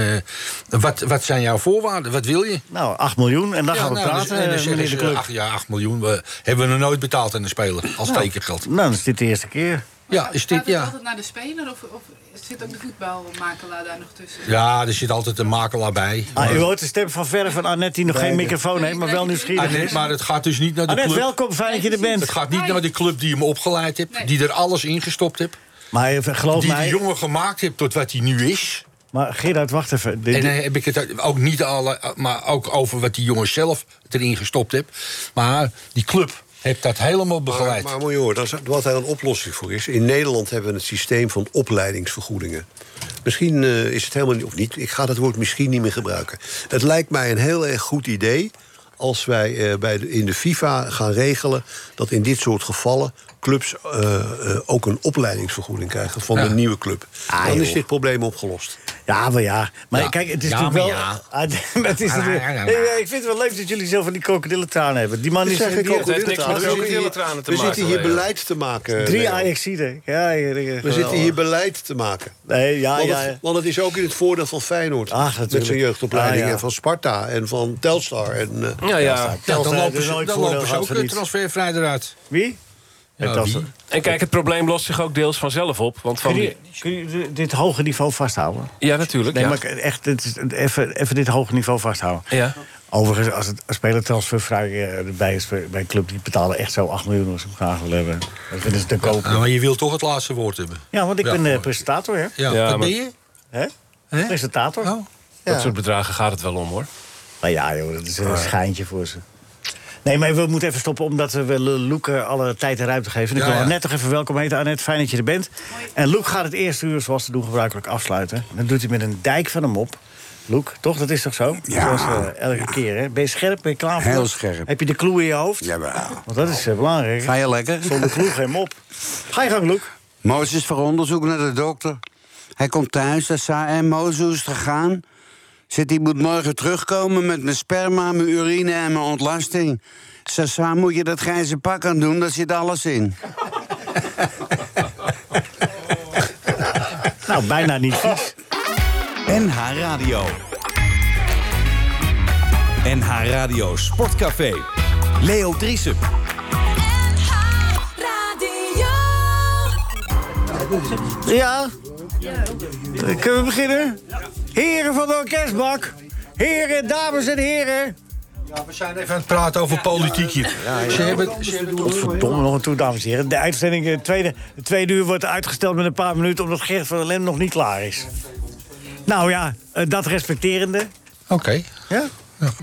[SPEAKER 6] eh, wat, wat zijn jouw voorwaarden? Wat wil je?
[SPEAKER 3] Nou, 8 miljoen en dan gaan we
[SPEAKER 6] nou,
[SPEAKER 3] praten,
[SPEAKER 6] dus- en dan
[SPEAKER 3] eh,
[SPEAKER 6] zeggen
[SPEAKER 3] meneer
[SPEAKER 6] ze,
[SPEAKER 3] de Kluk.
[SPEAKER 6] ach ja, 8 miljoen. We, hebben we nog nooit betaald aan de speler als
[SPEAKER 3] Nou.
[SPEAKER 6] tekengeld.
[SPEAKER 3] Nou, dan is dit de eerste keer.
[SPEAKER 6] Ja, is dit,
[SPEAKER 11] Gaat het
[SPEAKER 6] ja.
[SPEAKER 11] altijd naar de speler of, of zit ook de voetbalmakelaar daar nog tussen?
[SPEAKER 6] Ja, er zit altijd een makelaar bij.
[SPEAKER 3] Ah, u hoort de stem van verre van Annette die nog geen microfoon heeft, maar wel nieuwsgierig
[SPEAKER 6] Annette,
[SPEAKER 3] is.
[SPEAKER 6] maar het gaat dus niet naar de
[SPEAKER 3] Annette,
[SPEAKER 6] club.
[SPEAKER 3] welkom, fijn dat je er
[SPEAKER 6] Het
[SPEAKER 3] bent.
[SPEAKER 6] gaat niet naar de club die hem opgeleid heeft,
[SPEAKER 11] Nee.
[SPEAKER 6] die er alles in gestopt heeft.
[SPEAKER 3] Maar eh, geloof
[SPEAKER 6] Die de
[SPEAKER 3] mij,
[SPEAKER 6] jongen gemaakt heeft tot wat hij nu is.
[SPEAKER 3] maar Gerard, wacht even. Dit-
[SPEAKER 6] En dan heb ik het ook niet alle, maar ook over wat die jongen zelf erin gestopt heeft. Maar die club heeft dat helemaal
[SPEAKER 7] Maar,
[SPEAKER 6] begeleid.
[SPEAKER 7] maar moet je horen, dat is- wat daar een oplossing voor is. In Nederland hebben we het systeem van opleidingsvergoedingen. Misschien eh, is het helemaal niet, of niet, ik ga dat woord misschien niet meer gebruiken. Het lijkt mij een heel erg goed idee als wij eh, bij de, in de FIFA gaan regelen dat in dit soort gevallen clubs eh, eh, ook een opleidingsvergoeding krijgen van de nieuwe club. Dan is dit probleem opgelost.
[SPEAKER 3] Ah, Ja, maar ja. Maar
[SPEAKER 6] Ja.
[SPEAKER 3] kijk, het is
[SPEAKER 6] Ja,
[SPEAKER 3] natuurlijk wel...
[SPEAKER 6] maar ja.
[SPEAKER 3] Ah, maar [LAUGHS] het is
[SPEAKER 6] Ja,
[SPEAKER 3] natuurlijk-
[SPEAKER 6] ja, ja, ja.
[SPEAKER 3] Nee, nee, ik vind het wel leuk dat jullie zo van die krokodillentranen hebben. Die man is...
[SPEAKER 7] zeg
[SPEAKER 3] die-
[SPEAKER 7] ik ook,
[SPEAKER 10] het heeft niks met
[SPEAKER 7] we zitten hier-
[SPEAKER 10] krokodillentranen te
[SPEAKER 7] we
[SPEAKER 10] maken,
[SPEAKER 7] zitten hier
[SPEAKER 10] Leo.
[SPEAKER 7] beleid te maken.
[SPEAKER 3] Drie
[SPEAKER 7] Leo.
[SPEAKER 3] Ajaxiden. Ja, ja, ja,
[SPEAKER 7] We zitten hier beleid te maken.
[SPEAKER 3] Nee, ja,
[SPEAKER 7] Want,
[SPEAKER 3] ja.
[SPEAKER 7] het, want het is ook in het voordeel van Feyenoord.
[SPEAKER 3] Ach,
[SPEAKER 7] met
[SPEAKER 3] natuurlijk.
[SPEAKER 7] zijn jeugdopleiding
[SPEAKER 3] Ah, ja.
[SPEAKER 7] en van Sparta en van Telstar. En, eh,
[SPEAKER 10] Ja, ja.
[SPEAKER 6] Ja,
[SPEAKER 3] Telstra
[SPEAKER 6] dan
[SPEAKER 3] heeft er
[SPEAKER 6] lopen ze,
[SPEAKER 3] nooit
[SPEAKER 6] dan
[SPEAKER 3] voordeel
[SPEAKER 6] lopen ze
[SPEAKER 3] gehad
[SPEAKER 6] ook
[SPEAKER 3] van
[SPEAKER 6] eh,
[SPEAKER 3] iets.
[SPEAKER 6] transfervrij eruit.
[SPEAKER 3] Wie?
[SPEAKER 6] Ja,
[SPEAKER 3] dat
[SPEAKER 6] wie?
[SPEAKER 3] is-
[SPEAKER 10] En kijk, het probleem lost zich ook deels vanzelf op. Want van
[SPEAKER 3] Kun
[SPEAKER 10] die-
[SPEAKER 3] je, kun je de- dit hoge niveau vasthouden?
[SPEAKER 10] Ja, natuurlijk.
[SPEAKER 3] Nee,
[SPEAKER 10] ja.
[SPEAKER 3] maar echt, dit is- even, even dit hoge niveau vasthouden.
[SPEAKER 10] Ja.
[SPEAKER 3] Overigens, als het als spelertransfervrij eh, erbij is bij bij een club... die betalen echt zo 8 miljoen als ze hem graag willen hebben. Dat vinden ze te koop.
[SPEAKER 6] Ja, maar je wilt toch het laatste woord hebben.
[SPEAKER 3] Ja, want ik
[SPEAKER 6] Ja,
[SPEAKER 3] ben eh,
[SPEAKER 6] maar-
[SPEAKER 3] presentator, hè?
[SPEAKER 6] Ja,
[SPEAKER 10] Ja,
[SPEAKER 6] wat
[SPEAKER 10] maar-
[SPEAKER 6] ben je?
[SPEAKER 3] Hè?
[SPEAKER 6] Hè?
[SPEAKER 3] Presentator.
[SPEAKER 6] Oh.
[SPEAKER 10] Dat soort bedragen gaat het wel om, hoor.
[SPEAKER 3] Nou ja, joh, dat is een schijntje voor ze. Nee, maar we moeten even stoppen omdat we willen Loek eh, alle tijd en ruimte geven. En ik
[SPEAKER 6] Ja,
[SPEAKER 3] wil
[SPEAKER 6] ja.
[SPEAKER 3] Annette toch even welkom heten. Annette, fijn dat je er bent. En Loek gaat het eerste uur, zoals te doen gebruikelijk, afsluiten. En dat doet hij met een dijk van hem op. Loek, toch? Dat is toch zo?
[SPEAKER 12] Ja.
[SPEAKER 3] Zoals eh, elke keer, hè? Ben je scherp? Ben je klaar voor?
[SPEAKER 12] Heel
[SPEAKER 3] dat?
[SPEAKER 12] scherp.
[SPEAKER 3] Heb je de clue in je hoofd?
[SPEAKER 12] Jawel.
[SPEAKER 3] Want dat is eh, belangrijk.
[SPEAKER 12] Ga
[SPEAKER 3] hè?
[SPEAKER 12] je lekker?
[SPEAKER 3] Zonder clue geen mop. Ga je gang, Loek.
[SPEAKER 12] Mozes voor onderzoek naar de dokter. Hij komt thuis, daar staat en Mozes hoe is het gegaan. Zit, die moet morgen terugkomen met mijn sperma, mijn urine en mijn ontlasting. Sasa, moet je dat grijze pak aan doen, daar zit alles in.
[SPEAKER 3] Nou, bijna niet vies.
[SPEAKER 2] NH Radio. NH Radio Sportcafé. Leo Driessen.
[SPEAKER 1] Radio.
[SPEAKER 3] Ja? Kunnen we beginnen? Heren van de orkestbak. Heren, dames en heren.
[SPEAKER 6] Ja, we zijn even aan het praten over politiek hier. Ze hebben, ze hebben
[SPEAKER 3] Godverdomme, nog een toe, dames en heren. De uitzending, eh, tweede, het tweede uur wordt uitgesteld met een paar minuten... omdat Gert van der Lem nog niet klaar is. Nou ja, eh, dat respecterende.
[SPEAKER 6] Oké.
[SPEAKER 3] Ja?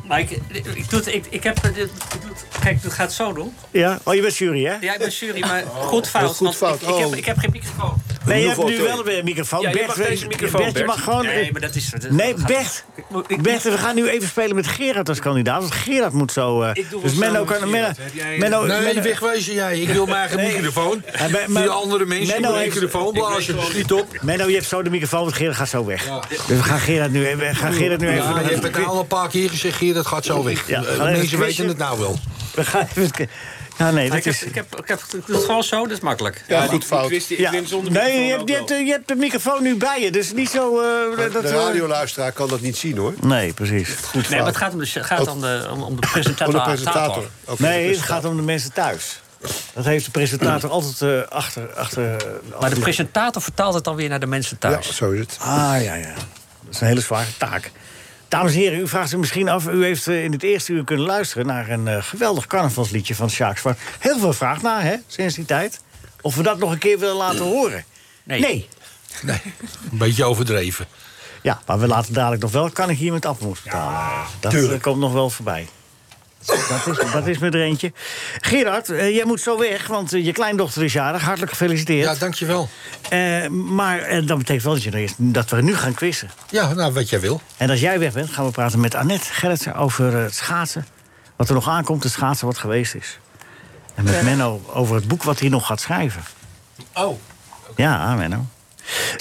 [SPEAKER 9] Maar ik, ik, doe het, ik, ik heb... dit- ik doe het- kijk, dit gaat zo doen.
[SPEAKER 3] Ja? Oh, je bent jury, hè? Oh.
[SPEAKER 9] Ja, ik ben jury, maar goed fout.
[SPEAKER 7] Oh, goed
[SPEAKER 9] want
[SPEAKER 7] fout.
[SPEAKER 9] Ik, ik, heb,
[SPEAKER 7] Oh.
[SPEAKER 9] ik heb geen microfoon.
[SPEAKER 3] Nee, je hebt
[SPEAKER 7] Hoeveel
[SPEAKER 3] nu wel een microfoon.
[SPEAKER 10] Ja, je
[SPEAKER 3] Bert,
[SPEAKER 10] mag
[SPEAKER 3] weet-
[SPEAKER 10] deze microfoon,
[SPEAKER 3] Bert, je
[SPEAKER 10] Bert.
[SPEAKER 3] mag gewoon...
[SPEAKER 9] Nee, maar dat is... dat-
[SPEAKER 3] Nee,
[SPEAKER 9] dat gaat-
[SPEAKER 3] Bert,
[SPEAKER 9] Ik moet- ik-
[SPEAKER 3] Bert, we gaan nu even spelen met Gerard als kandidaat. Want Gerard moet zo... eh,
[SPEAKER 9] Ik doe wel
[SPEAKER 3] dus Menno
[SPEAKER 9] samen met
[SPEAKER 3] kan...
[SPEAKER 9] Gerard.
[SPEAKER 3] Menno-
[SPEAKER 9] Heb jij-
[SPEAKER 3] Menno,
[SPEAKER 6] Nee,
[SPEAKER 3] Menno-
[SPEAKER 6] wegwezen jij. Ik wil mijn eigen
[SPEAKER 3] Nee.
[SPEAKER 6] microfoon.
[SPEAKER 3] Ja, maar-
[SPEAKER 6] Die
[SPEAKER 3] maar-
[SPEAKER 6] andere mensen
[SPEAKER 3] Menno
[SPEAKER 6] hebben een
[SPEAKER 3] heeft-
[SPEAKER 6] microfoon blazen. Schiet op.
[SPEAKER 3] Menno, je hebt zo de microfoon, want Gerard gaat zo weg. Dus we gaan Gerard nu, we gaan Gerard nu even...
[SPEAKER 6] Ja, je hebt het nou al een paar keer gezegd, Geer, dat gaat zo weg.
[SPEAKER 3] Ja,
[SPEAKER 6] Eh,
[SPEAKER 3] gaan we even
[SPEAKER 6] mensen
[SPEAKER 3] quizzen?
[SPEAKER 6] weten het nou wel.
[SPEAKER 3] We gaan even... Ja, nee,
[SPEAKER 9] Maar
[SPEAKER 3] dat
[SPEAKER 9] Ik heb,
[SPEAKER 3] is...
[SPEAKER 9] ik, heb, ik, heb, ik doe het gewoon zo, dat is makkelijk.
[SPEAKER 7] ja, goed fout.
[SPEAKER 3] Ja. Nee, je hebt, je, hebt, je hebt de microfoon nu bij je, dus niet zo... eh,
[SPEAKER 7] Maar
[SPEAKER 3] dat,
[SPEAKER 7] de
[SPEAKER 3] eh,
[SPEAKER 7] radioluisteraar kan dat niet zien hoor.
[SPEAKER 3] Nee, precies.
[SPEAKER 9] nee, maar het gaat om de, het gaat om de, om, om de presentator.
[SPEAKER 7] Van de presentator. Oké,
[SPEAKER 3] Nee,
[SPEAKER 7] dus
[SPEAKER 3] het gaat om de mensen thuis. Dat heeft de presentator altijd eh, achter... achter
[SPEAKER 9] Maar de presentator vertaalt het dan weer naar de mensen
[SPEAKER 7] Ja,
[SPEAKER 9] thuis.
[SPEAKER 7] zo is het.
[SPEAKER 3] Ah, ja, ja. Dat is een hele zware taak. Dames en heren, u vraagt zich misschien af... u heeft eh, in het eerste uur kunnen luisteren... naar een eh, geweldig carnavalsliedje van Sjaak Zwart. Heel veel vraag naar, hè, sinds die tijd. Of we dat nog een keer willen laten horen.
[SPEAKER 9] Nee.
[SPEAKER 3] nee.
[SPEAKER 6] Een beetje overdreven.
[SPEAKER 3] Ja, maar we laten dadelijk nog wel... kan ik hier met appelmoes betalen? dat eh, komt nog wel voorbij. Dat is, dat is met er eentje. Gerard, eh, jij moet zo weg, want eh, je kleindochter is jarig. Hartelijk gefeliciteerd. Ja,
[SPEAKER 6] dankjewel.
[SPEAKER 3] maar eh, dat betekent wel dat, je er is, dat we nu gaan quizzen.
[SPEAKER 6] Ja, nou, wat jij wil.
[SPEAKER 3] En als jij weg bent, gaan we praten met Annette Gerritsen over eh, het schaatsen. Wat er nog aankomt, het schaatsen wat geweest is. En
[SPEAKER 6] Eh.
[SPEAKER 3] met Menno over het boek wat hij nog gaat schrijven.
[SPEAKER 5] Oh.
[SPEAKER 3] Ja, Menno.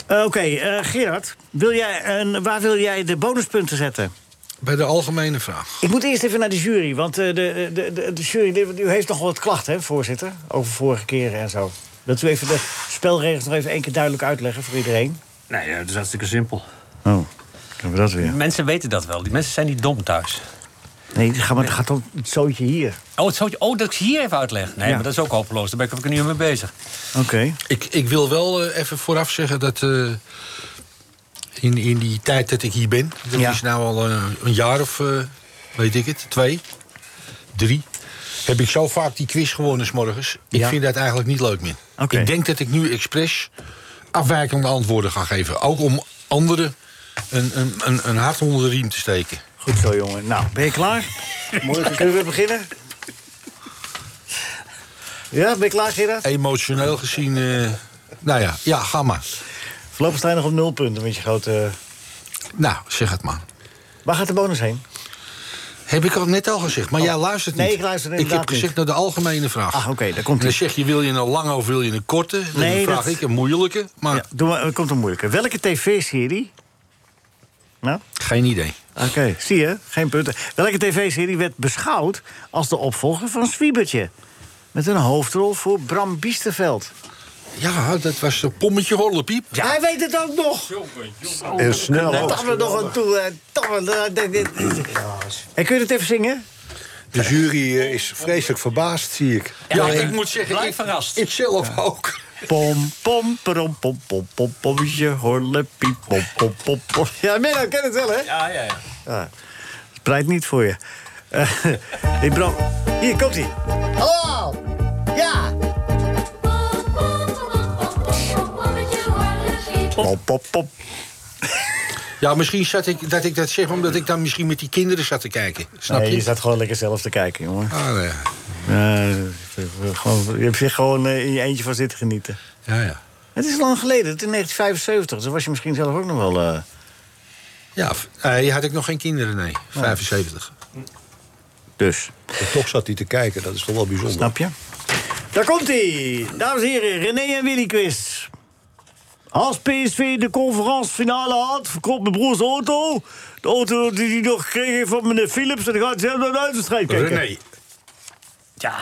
[SPEAKER 3] Eh, Oké, eh, Gerard, wil jij een, waar wil jij de bonuspunten zetten?
[SPEAKER 6] Bij de algemene vraag.
[SPEAKER 3] Ik moet eerst even naar de jury, want eh, de, de, de, de jury u heeft nog wel wat klachten, hè, voorzitter, over vorige keren en zo. Wilt u even de spelregels nog even één keer duidelijk uitleggen voor iedereen?
[SPEAKER 4] Nee, ja, dat is hartstikke simpel.
[SPEAKER 3] Oh, hebben we dat weer.
[SPEAKER 4] Mensen weten dat wel. Die mensen zijn niet dom thuis.
[SPEAKER 3] Nee, ga maar, het gaat om het zootje hier.
[SPEAKER 4] Oh, het zootje, oh dat ik ze hier even uitleg. Nee,
[SPEAKER 3] Ja.
[SPEAKER 4] maar dat is ook hopeloos. Daar ben ik ook een uur mee bezig.
[SPEAKER 3] Oké.
[SPEAKER 6] Ik, ik wil wel eh, even vooraf zeggen dat. eh, in, in die tijd dat ik hier ben. Dat
[SPEAKER 3] Ja.
[SPEAKER 6] is nou al eh, een jaar of. eh, weet ik het? Twee? Drie? Heb ik zo vaak die quiz gewonnen, s morgens. Ik
[SPEAKER 3] Ja.
[SPEAKER 6] vind dat eigenlijk niet leuk meer.
[SPEAKER 3] Oké.
[SPEAKER 6] Ik denk dat ik nu expres afwijkende antwoorden ga geven. Ook om anderen een, een, een, een hart onder de riem te steken.
[SPEAKER 3] Goed zo, jongen. Nou, ben je klaar? Morgen kunnen we beginnen. Ja, ben je klaar, Gerard?
[SPEAKER 6] Emotioneel gezien. eh, nou ja, ja, ga maar.
[SPEAKER 3] Voorlopig sta je nog op nul punten met je grote...
[SPEAKER 6] Nou, zeg het maar.
[SPEAKER 3] Waar gaat de bonus heen? Oh.
[SPEAKER 6] Heb ik al net al gezegd, maar jij luistert niet.
[SPEAKER 3] Nee, ik luister
[SPEAKER 6] Ik
[SPEAKER 3] inderdaad
[SPEAKER 6] heb gezegd naar de algemene vraag.
[SPEAKER 3] Ah, oké, daar komt
[SPEAKER 6] En dan zeg je, wil je een lange of wil je een korte? Nee,
[SPEAKER 3] Nee,
[SPEAKER 6] dan vraag
[SPEAKER 3] dat-
[SPEAKER 6] ik een moeilijke. Maar
[SPEAKER 3] Ja, doe maar, er komt een moeilijke. Welke tv-serie... Nou?
[SPEAKER 6] geen idee.
[SPEAKER 3] Oké, zie je? Geen punten. Welke tv-serie werd beschouwd als de opvolger van Zwiebertje? Met een hoofdrol voor Bram Biesterveld.
[SPEAKER 6] Ja, dat was een pommetje horlepiep.
[SPEAKER 3] Hij weet het ook nog!
[SPEAKER 7] En snel
[SPEAKER 3] Daar
[SPEAKER 7] ook.
[SPEAKER 3] tappen we nog aan toe. eh, tappen we- eh, dit- dit- dit. En kun je het even zingen?
[SPEAKER 7] De jury eh, is vreselijk verbaasd, zie ik.
[SPEAKER 6] Ja, ik moet zeggen, ik,
[SPEAKER 4] Blijf verrast.
[SPEAKER 6] ik zelf ook.
[SPEAKER 3] Pom, pom, pom, pom, pom, pom, pomje, horle, piep, pom, pom, pom, pom. Ja, Menno, ken het wel, hè?
[SPEAKER 4] Ja, ja, ja.
[SPEAKER 3] Spreidt Ah, niet voor je. Eh, [LAUGHS] ik bro... Hier, komt-ie. Hallo! Ja! Pop, pop, pop.
[SPEAKER 6] [LAUGHS] Ja, misschien zat ik, dat ik dat zeg omdat ik dan misschien met die kinderen zat te kijken. Snap
[SPEAKER 3] Nee, je
[SPEAKER 6] je?
[SPEAKER 3] staat gewoon lekker zelf te kijken, jongen.
[SPEAKER 6] Ah, nou ja.
[SPEAKER 3] Eh, gewoon, je hebt je gewoon eh, in je eentje van zitten genieten.
[SPEAKER 6] Ja, ja.
[SPEAKER 3] Het is lang geleden, het is 1975. Toen was je misschien zelf ook nog wel... eh,
[SPEAKER 6] Ja, v- eh, had ik nog geen kinderen, nee. 75.
[SPEAKER 3] Oh. Dus.
[SPEAKER 7] En toch zat hij te kijken, dat is toch wel bijzonder.
[SPEAKER 3] Snap je? Daar komt hij, dames en heren, René en Willy quiz. Als PSV de conferentiefinale had, verkoopt mijn broers auto. De auto die hij nog gekregen heeft van meneer Philips. En dan gaat hij zelf naar de uitwedstrijd kijken.
[SPEAKER 6] René.
[SPEAKER 4] Ja.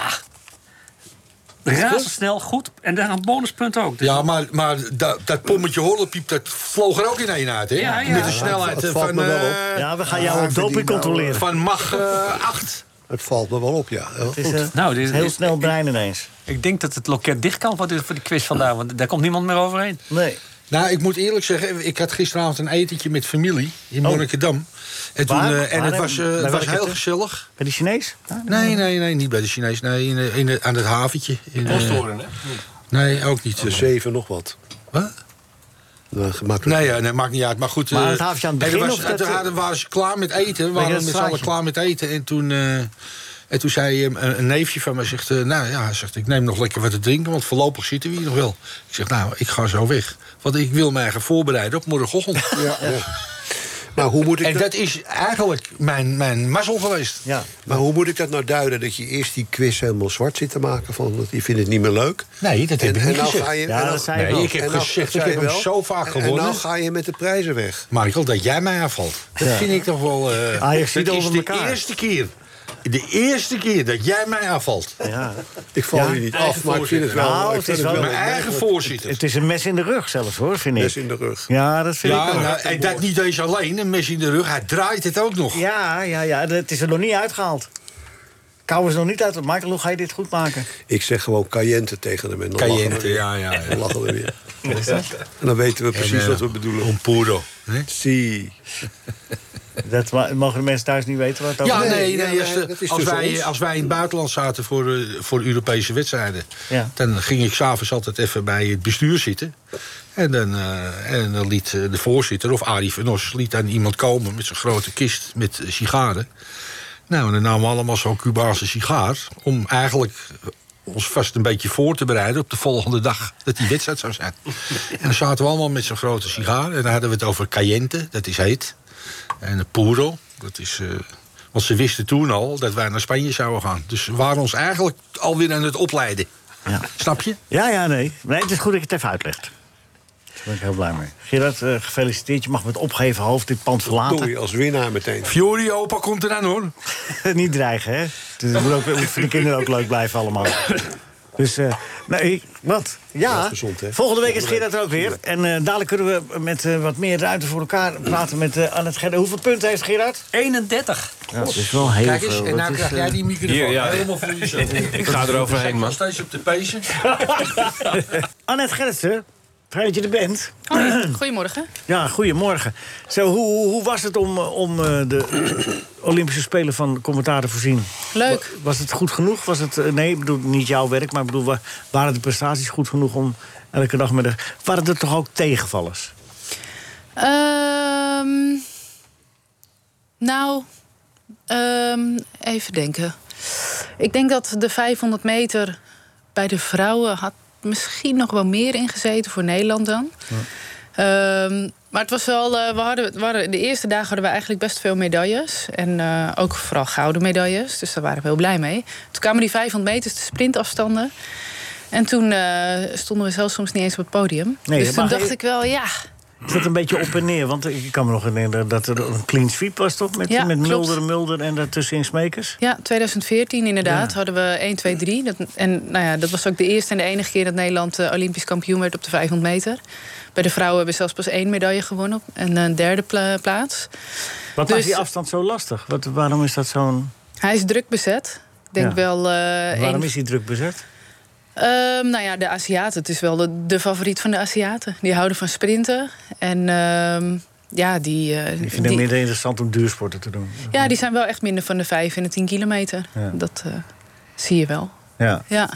[SPEAKER 4] Razendsnel, goed. En daar een bonuspunt ook. Dus
[SPEAKER 6] Ja, maar, maar dat, dat pommetje horlepiep, dat vloog er ook in één uit, hè?
[SPEAKER 4] Ja, ja.
[SPEAKER 6] Met de
[SPEAKER 4] Ja,
[SPEAKER 6] snelheid
[SPEAKER 7] het
[SPEAKER 6] eh,
[SPEAKER 7] valt
[SPEAKER 6] van,
[SPEAKER 7] me wel
[SPEAKER 6] eh,
[SPEAKER 7] op.
[SPEAKER 3] Ja, we gaan jou
[SPEAKER 7] Ah,
[SPEAKER 3] op doping
[SPEAKER 7] verdien nou,
[SPEAKER 3] controleren.
[SPEAKER 6] van mag eh 8.
[SPEAKER 7] Het valt me wel op, ja. Heel
[SPEAKER 3] Het is
[SPEAKER 7] goed.
[SPEAKER 3] eh,
[SPEAKER 4] Nou, dit is-
[SPEAKER 3] heel snel brein ineens.
[SPEAKER 4] Ik denk dat het loket dicht kan voor de, voor de quiz vandaag. Want daar komt niemand meer overheen.
[SPEAKER 3] Nee.
[SPEAKER 6] Nou, ik moet eerlijk zeggen, ik had gisteravond een etentje met familie in Monnikendam. En, toen,
[SPEAKER 3] Oh. Waar?
[SPEAKER 6] eh, en
[SPEAKER 3] Waar
[SPEAKER 6] het
[SPEAKER 3] en
[SPEAKER 6] was,
[SPEAKER 3] bij
[SPEAKER 6] eh, het was
[SPEAKER 3] welke
[SPEAKER 6] heel
[SPEAKER 3] tent?
[SPEAKER 6] gezellig.
[SPEAKER 3] Bij die Chinees?
[SPEAKER 6] Nee, nee, nee, niet bij de Chinees. Nee, in, eh, in, eh, aan het haventje. In, eh,
[SPEAKER 10] Posthoorn, hè?
[SPEAKER 6] nee, ook niet.
[SPEAKER 7] De
[SPEAKER 6] eh,
[SPEAKER 7] zeven nog wat.
[SPEAKER 6] wat?
[SPEAKER 7] Nou, gemakkelijk.
[SPEAKER 6] Nee, ja, nee, maakt niet uit. Maar goed,
[SPEAKER 3] Maar
[SPEAKER 6] eh,
[SPEAKER 3] het haventje aan het
[SPEAKER 6] en er
[SPEAKER 3] begin
[SPEAKER 6] was-
[SPEAKER 3] of dat-
[SPEAKER 6] toen hadden- waren ze klaar met eten. Waren
[SPEAKER 3] dat
[SPEAKER 6] we met z'n allen
[SPEAKER 3] straatje?
[SPEAKER 6] klaar met eten. En toen, eh, en toen zei eh, een, een neefje van mij, zegt, eh, nou ja, hij zegt, ik neem nog lekker wat te drinken, want voorlopig zitten we hier nog wel. Ik zeg, nou, ik ga zo weg. Want ik wil mij gaan voorbereiden op morgenochtend.
[SPEAKER 7] Maar hoe moet ik
[SPEAKER 6] En
[SPEAKER 7] dat...
[SPEAKER 6] dat is eigenlijk mijn, mijn mazzel geweest.
[SPEAKER 3] Ja.
[SPEAKER 7] Maar hoe moet ik dat nou duiden? Dat je eerst die quiz helemaal zwart zit te maken van... want je vindt het niet meer leuk.
[SPEAKER 6] Nee, dat heb ik
[SPEAKER 7] En, en
[SPEAKER 6] niet
[SPEAKER 7] nou
[SPEAKER 6] gezegd.
[SPEAKER 7] ga je...
[SPEAKER 3] Ja,
[SPEAKER 7] en nou-
[SPEAKER 3] dat zei je
[SPEAKER 6] Nee,
[SPEAKER 3] wel.
[SPEAKER 6] ik heb
[SPEAKER 7] en nou-
[SPEAKER 6] gezegd, ik
[SPEAKER 7] zei
[SPEAKER 6] heb hem
[SPEAKER 7] wel.
[SPEAKER 6] zo vaak
[SPEAKER 7] En-
[SPEAKER 6] gewonnen.
[SPEAKER 7] En nou ga je met de prijzen weg.
[SPEAKER 6] Michael, dat jij mij aanvalt. Dat vind ik toch wel...
[SPEAKER 7] [LAUGHS]
[SPEAKER 6] eh
[SPEAKER 3] Ajax ziet
[SPEAKER 6] dat is
[SPEAKER 3] over
[SPEAKER 6] de
[SPEAKER 3] elkaar.
[SPEAKER 6] eerste keer. De eerste keer dat jij mij aanvalt.
[SPEAKER 3] Ja.
[SPEAKER 7] Ik val
[SPEAKER 3] Ja,
[SPEAKER 7] je niet
[SPEAKER 6] eigen
[SPEAKER 7] af, maar ik vind het wel...
[SPEAKER 3] Nou,
[SPEAKER 7] ik
[SPEAKER 3] het
[SPEAKER 7] vind
[SPEAKER 3] is wel-
[SPEAKER 6] Mijn eigen voorzitter.
[SPEAKER 3] Het is een mes in de rug zelfs hoor, vind
[SPEAKER 7] mes
[SPEAKER 3] ik.
[SPEAKER 7] in de rug.
[SPEAKER 3] Ja, dat vind ik
[SPEAKER 6] Ja,
[SPEAKER 3] ook.
[SPEAKER 6] nou, en dat niet eens alleen, een mes in de rug. Hij draait het ook nog.
[SPEAKER 3] Ja, ja, ja, het is er nog niet uitgehaald. Kou is nog niet uit. Michael, hoe ga je dit goed maken?
[SPEAKER 7] Ik zeg gewoon Cayenne tegen hem en dan lachen we
[SPEAKER 6] Cayenne,
[SPEAKER 7] weer.
[SPEAKER 6] ja, ja.
[SPEAKER 7] Dan lachen we weer. En dan weten we
[SPEAKER 6] eh,
[SPEAKER 7] precies wat we bedoelen.
[SPEAKER 6] Een puro. hè?
[SPEAKER 7] Zie.
[SPEAKER 3] Dat ma- mogen de mensen thuis niet weten waar het over
[SPEAKER 6] Ja,
[SPEAKER 3] gaat.
[SPEAKER 6] nee,
[SPEAKER 7] ja,
[SPEAKER 6] nee, als,
[SPEAKER 7] nee,
[SPEAKER 6] de-
[SPEAKER 7] dat is
[SPEAKER 6] als,
[SPEAKER 3] dus
[SPEAKER 7] tussen
[SPEAKER 6] wij,
[SPEAKER 7] ons.
[SPEAKER 6] als wij in het buitenland zaten voor, eh, voor Europese wedstrijden...
[SPEAKER 3] Ja.
[SPEAKER 6] dan ging ik s'avonds altijd even bij het bestuur zitten. En dan, eh, en dan liet eh, de voorzitter, of Arie van Os, liet aan iemand komen met zijn grote kist met eh, sigaren. Nou, en dan namen we allemaal zo'n Cubaanse sigaar. Om eigenlijk eh, ons vast een beetje voor te bereiden op de volgende dag dat die wedstrijd zou zijn. en dan zaten we allemaal met zo'n grote sigaar. En dan hadden we het over Cayenne, dat is heet. En Puro, dat is. eh, want ze wisten toen al dat wij naar Spanje zouden gaan. Dus ze waren ons eigenlijk alweer aan het opleiden. Snap je?
[SPEAKER 3] Ja, ja, nee. Nee, het is goed dat je het even uitlegt. Daar ben ik heel blij mee. Gerard, eh, gefeliciteerd. Je mag met opgeheven hoofd dit pand verlaten.
[SPEAKER 7] Doei, als winnaar meteen.
[SPEAKER 6] Fiori opa komt eraan hoor.
[SPEAKER 3] [LAUGHS] Niet dreigen, hè? Dus het moet, ook, het moet voor de kinderen ook leuk blijven
[SPEAKER 6] [COUGHS]
[SPEAKER 3] allemaal. Dus, eh, nee, wat? Ja, volgende week is Gerard er ook weer. En eh, dadelijk kunnen we met eh, wat meer ruimte voor elkaar praten met eh Annette Gerda. Hoeveel punten heeft Gerard?
[SPEAKER 9] 31.
[SPEAKER 3] Ja, dat is wel heel
[SPEAKER 6] Kijk eens,
[SPEAKER 3] veel.
[SPEAKER 6] en
[SPEAKER 3] Dat
[SPEAKER 6] nou
[SPEAKER 3] is,
[SPEAKER 6] krijg jij
[SPEAKER 3] eh,
[SPEAKER 6] die microfoon
[SPEAKER 3] hier, ja.
[SPEAKER 6] helemaal voor
[SPEAKER 3] [LAUGHS]
[SPEAKER 6] jezelf.
[SPEAKER 3] Ik ga
[SPEAKER 6] Dat-
[SPEAKER 3] eroverheen,
[SPEAKER 6] dat-
[SPEAKER 3] man.
[SPEAKER 6] Nog steeds op de pezen.
[SPEAKER 3] Annette Gerritsen, fijn dat je er bent.
[SPEAKER 13] Oh,
[SPEAKER 3] [CLEARS THROAT]
[SPEAKER 13] Goedemorgen.
[SPEAKER 3] Ja, goedemorgen. Zo, hoe, hoe hoe was het om, eh, om eh, [CLEARS THROAT] de Olympische Spelen van commentaar te voorzien?
[SPEAKER 13] Leuk.
[SPEAKER 3] Wa- Was het goed genoeg? Was het, eh, nee, ik bedoel niet jouw werk, maar ik bedoel, wa- waren de prestaties goed genoeg om elke dag met de. Waren er toch ook tegenvallers?
[SPEAKER 13] Ehm, nou, ehm, even denken. Ik denk dat de 500 meter bij de vrouwen had misschien nog wel meer ingezeten voor Nederland dan. Ehm, maar het was wel, eh, we hadden, we hadden- de eerste dagen hadden we eigenlijk best veel medailles. En eh, ook vooral gouden medailles. Dus daar waren we heel blij mee. Toen kwamen die 500 meters, de sprintafstanden. En toen eh, stonden we zelfs soms niet eens op het podium.
[SPEAKER 3] Nee,
[SPEAKER 13] dus toen
[SPEAKER 3] maar-
[SPEAKER 13] dacht ik wel, ja,
[SPEAKER 3] Is dat een beetje op en neer? Want ik kan me nog herinneren dat er een clean sweep was, toch? Met,
[SPEAKER 13] Ja,
[SPEAKER 3] met
[SPEAKER 13] klopt.
[SPEAKER 3] Mulder, en Mulder en daartussenin Smekers.
[SPEAKER 13] Ja, 2014 inderdaad hadden we 1, 2, 3. Dat, en nou ja, dat was ook de eerste en de enige keer dat Nederland eh, Olympisch kampioen werd op de 500 meter. Bij de vrouwen hebben we zelfs pas één medaille gewonnen en een derde pla- plaats.
[SPEAKER 3] Wat
[SPEAKER 13] Dus
[SPEAKER 3] maakt die afstand zo lastig? Wat, waarom is dat zo'n.
[SPEAKER 13] Hij is druk bezet. Ik denk
[SPEAKER 3] Ja.
[SPEAKER 13] wel. eh,
[SPEAKER 3] waarom
[SPEAKER 13] een-
[SPEAKER 3] is hij druk bezet?
[SPEAKER 13] Ehm, nou ja, de Aziaten. Het is wel de, de favoriet van de Aziaten. Die houden van sprinten. En ehm, ja, die. eh,
[SPEAKER 3] Ik vind
[SPEAKER 13] die-
[SPEAKER 3] het minder interessant om duursporten te doen.
[SPEAKER 13] ja, die zijn wel echt minder van de 5 en de 10 kilometer.
[SPEAKER 3] Ja.
[SPEAKER 13] Dat eh, zie je wel.
[SPEAKER 3] Ja.
[SPEAKER 13] Ja.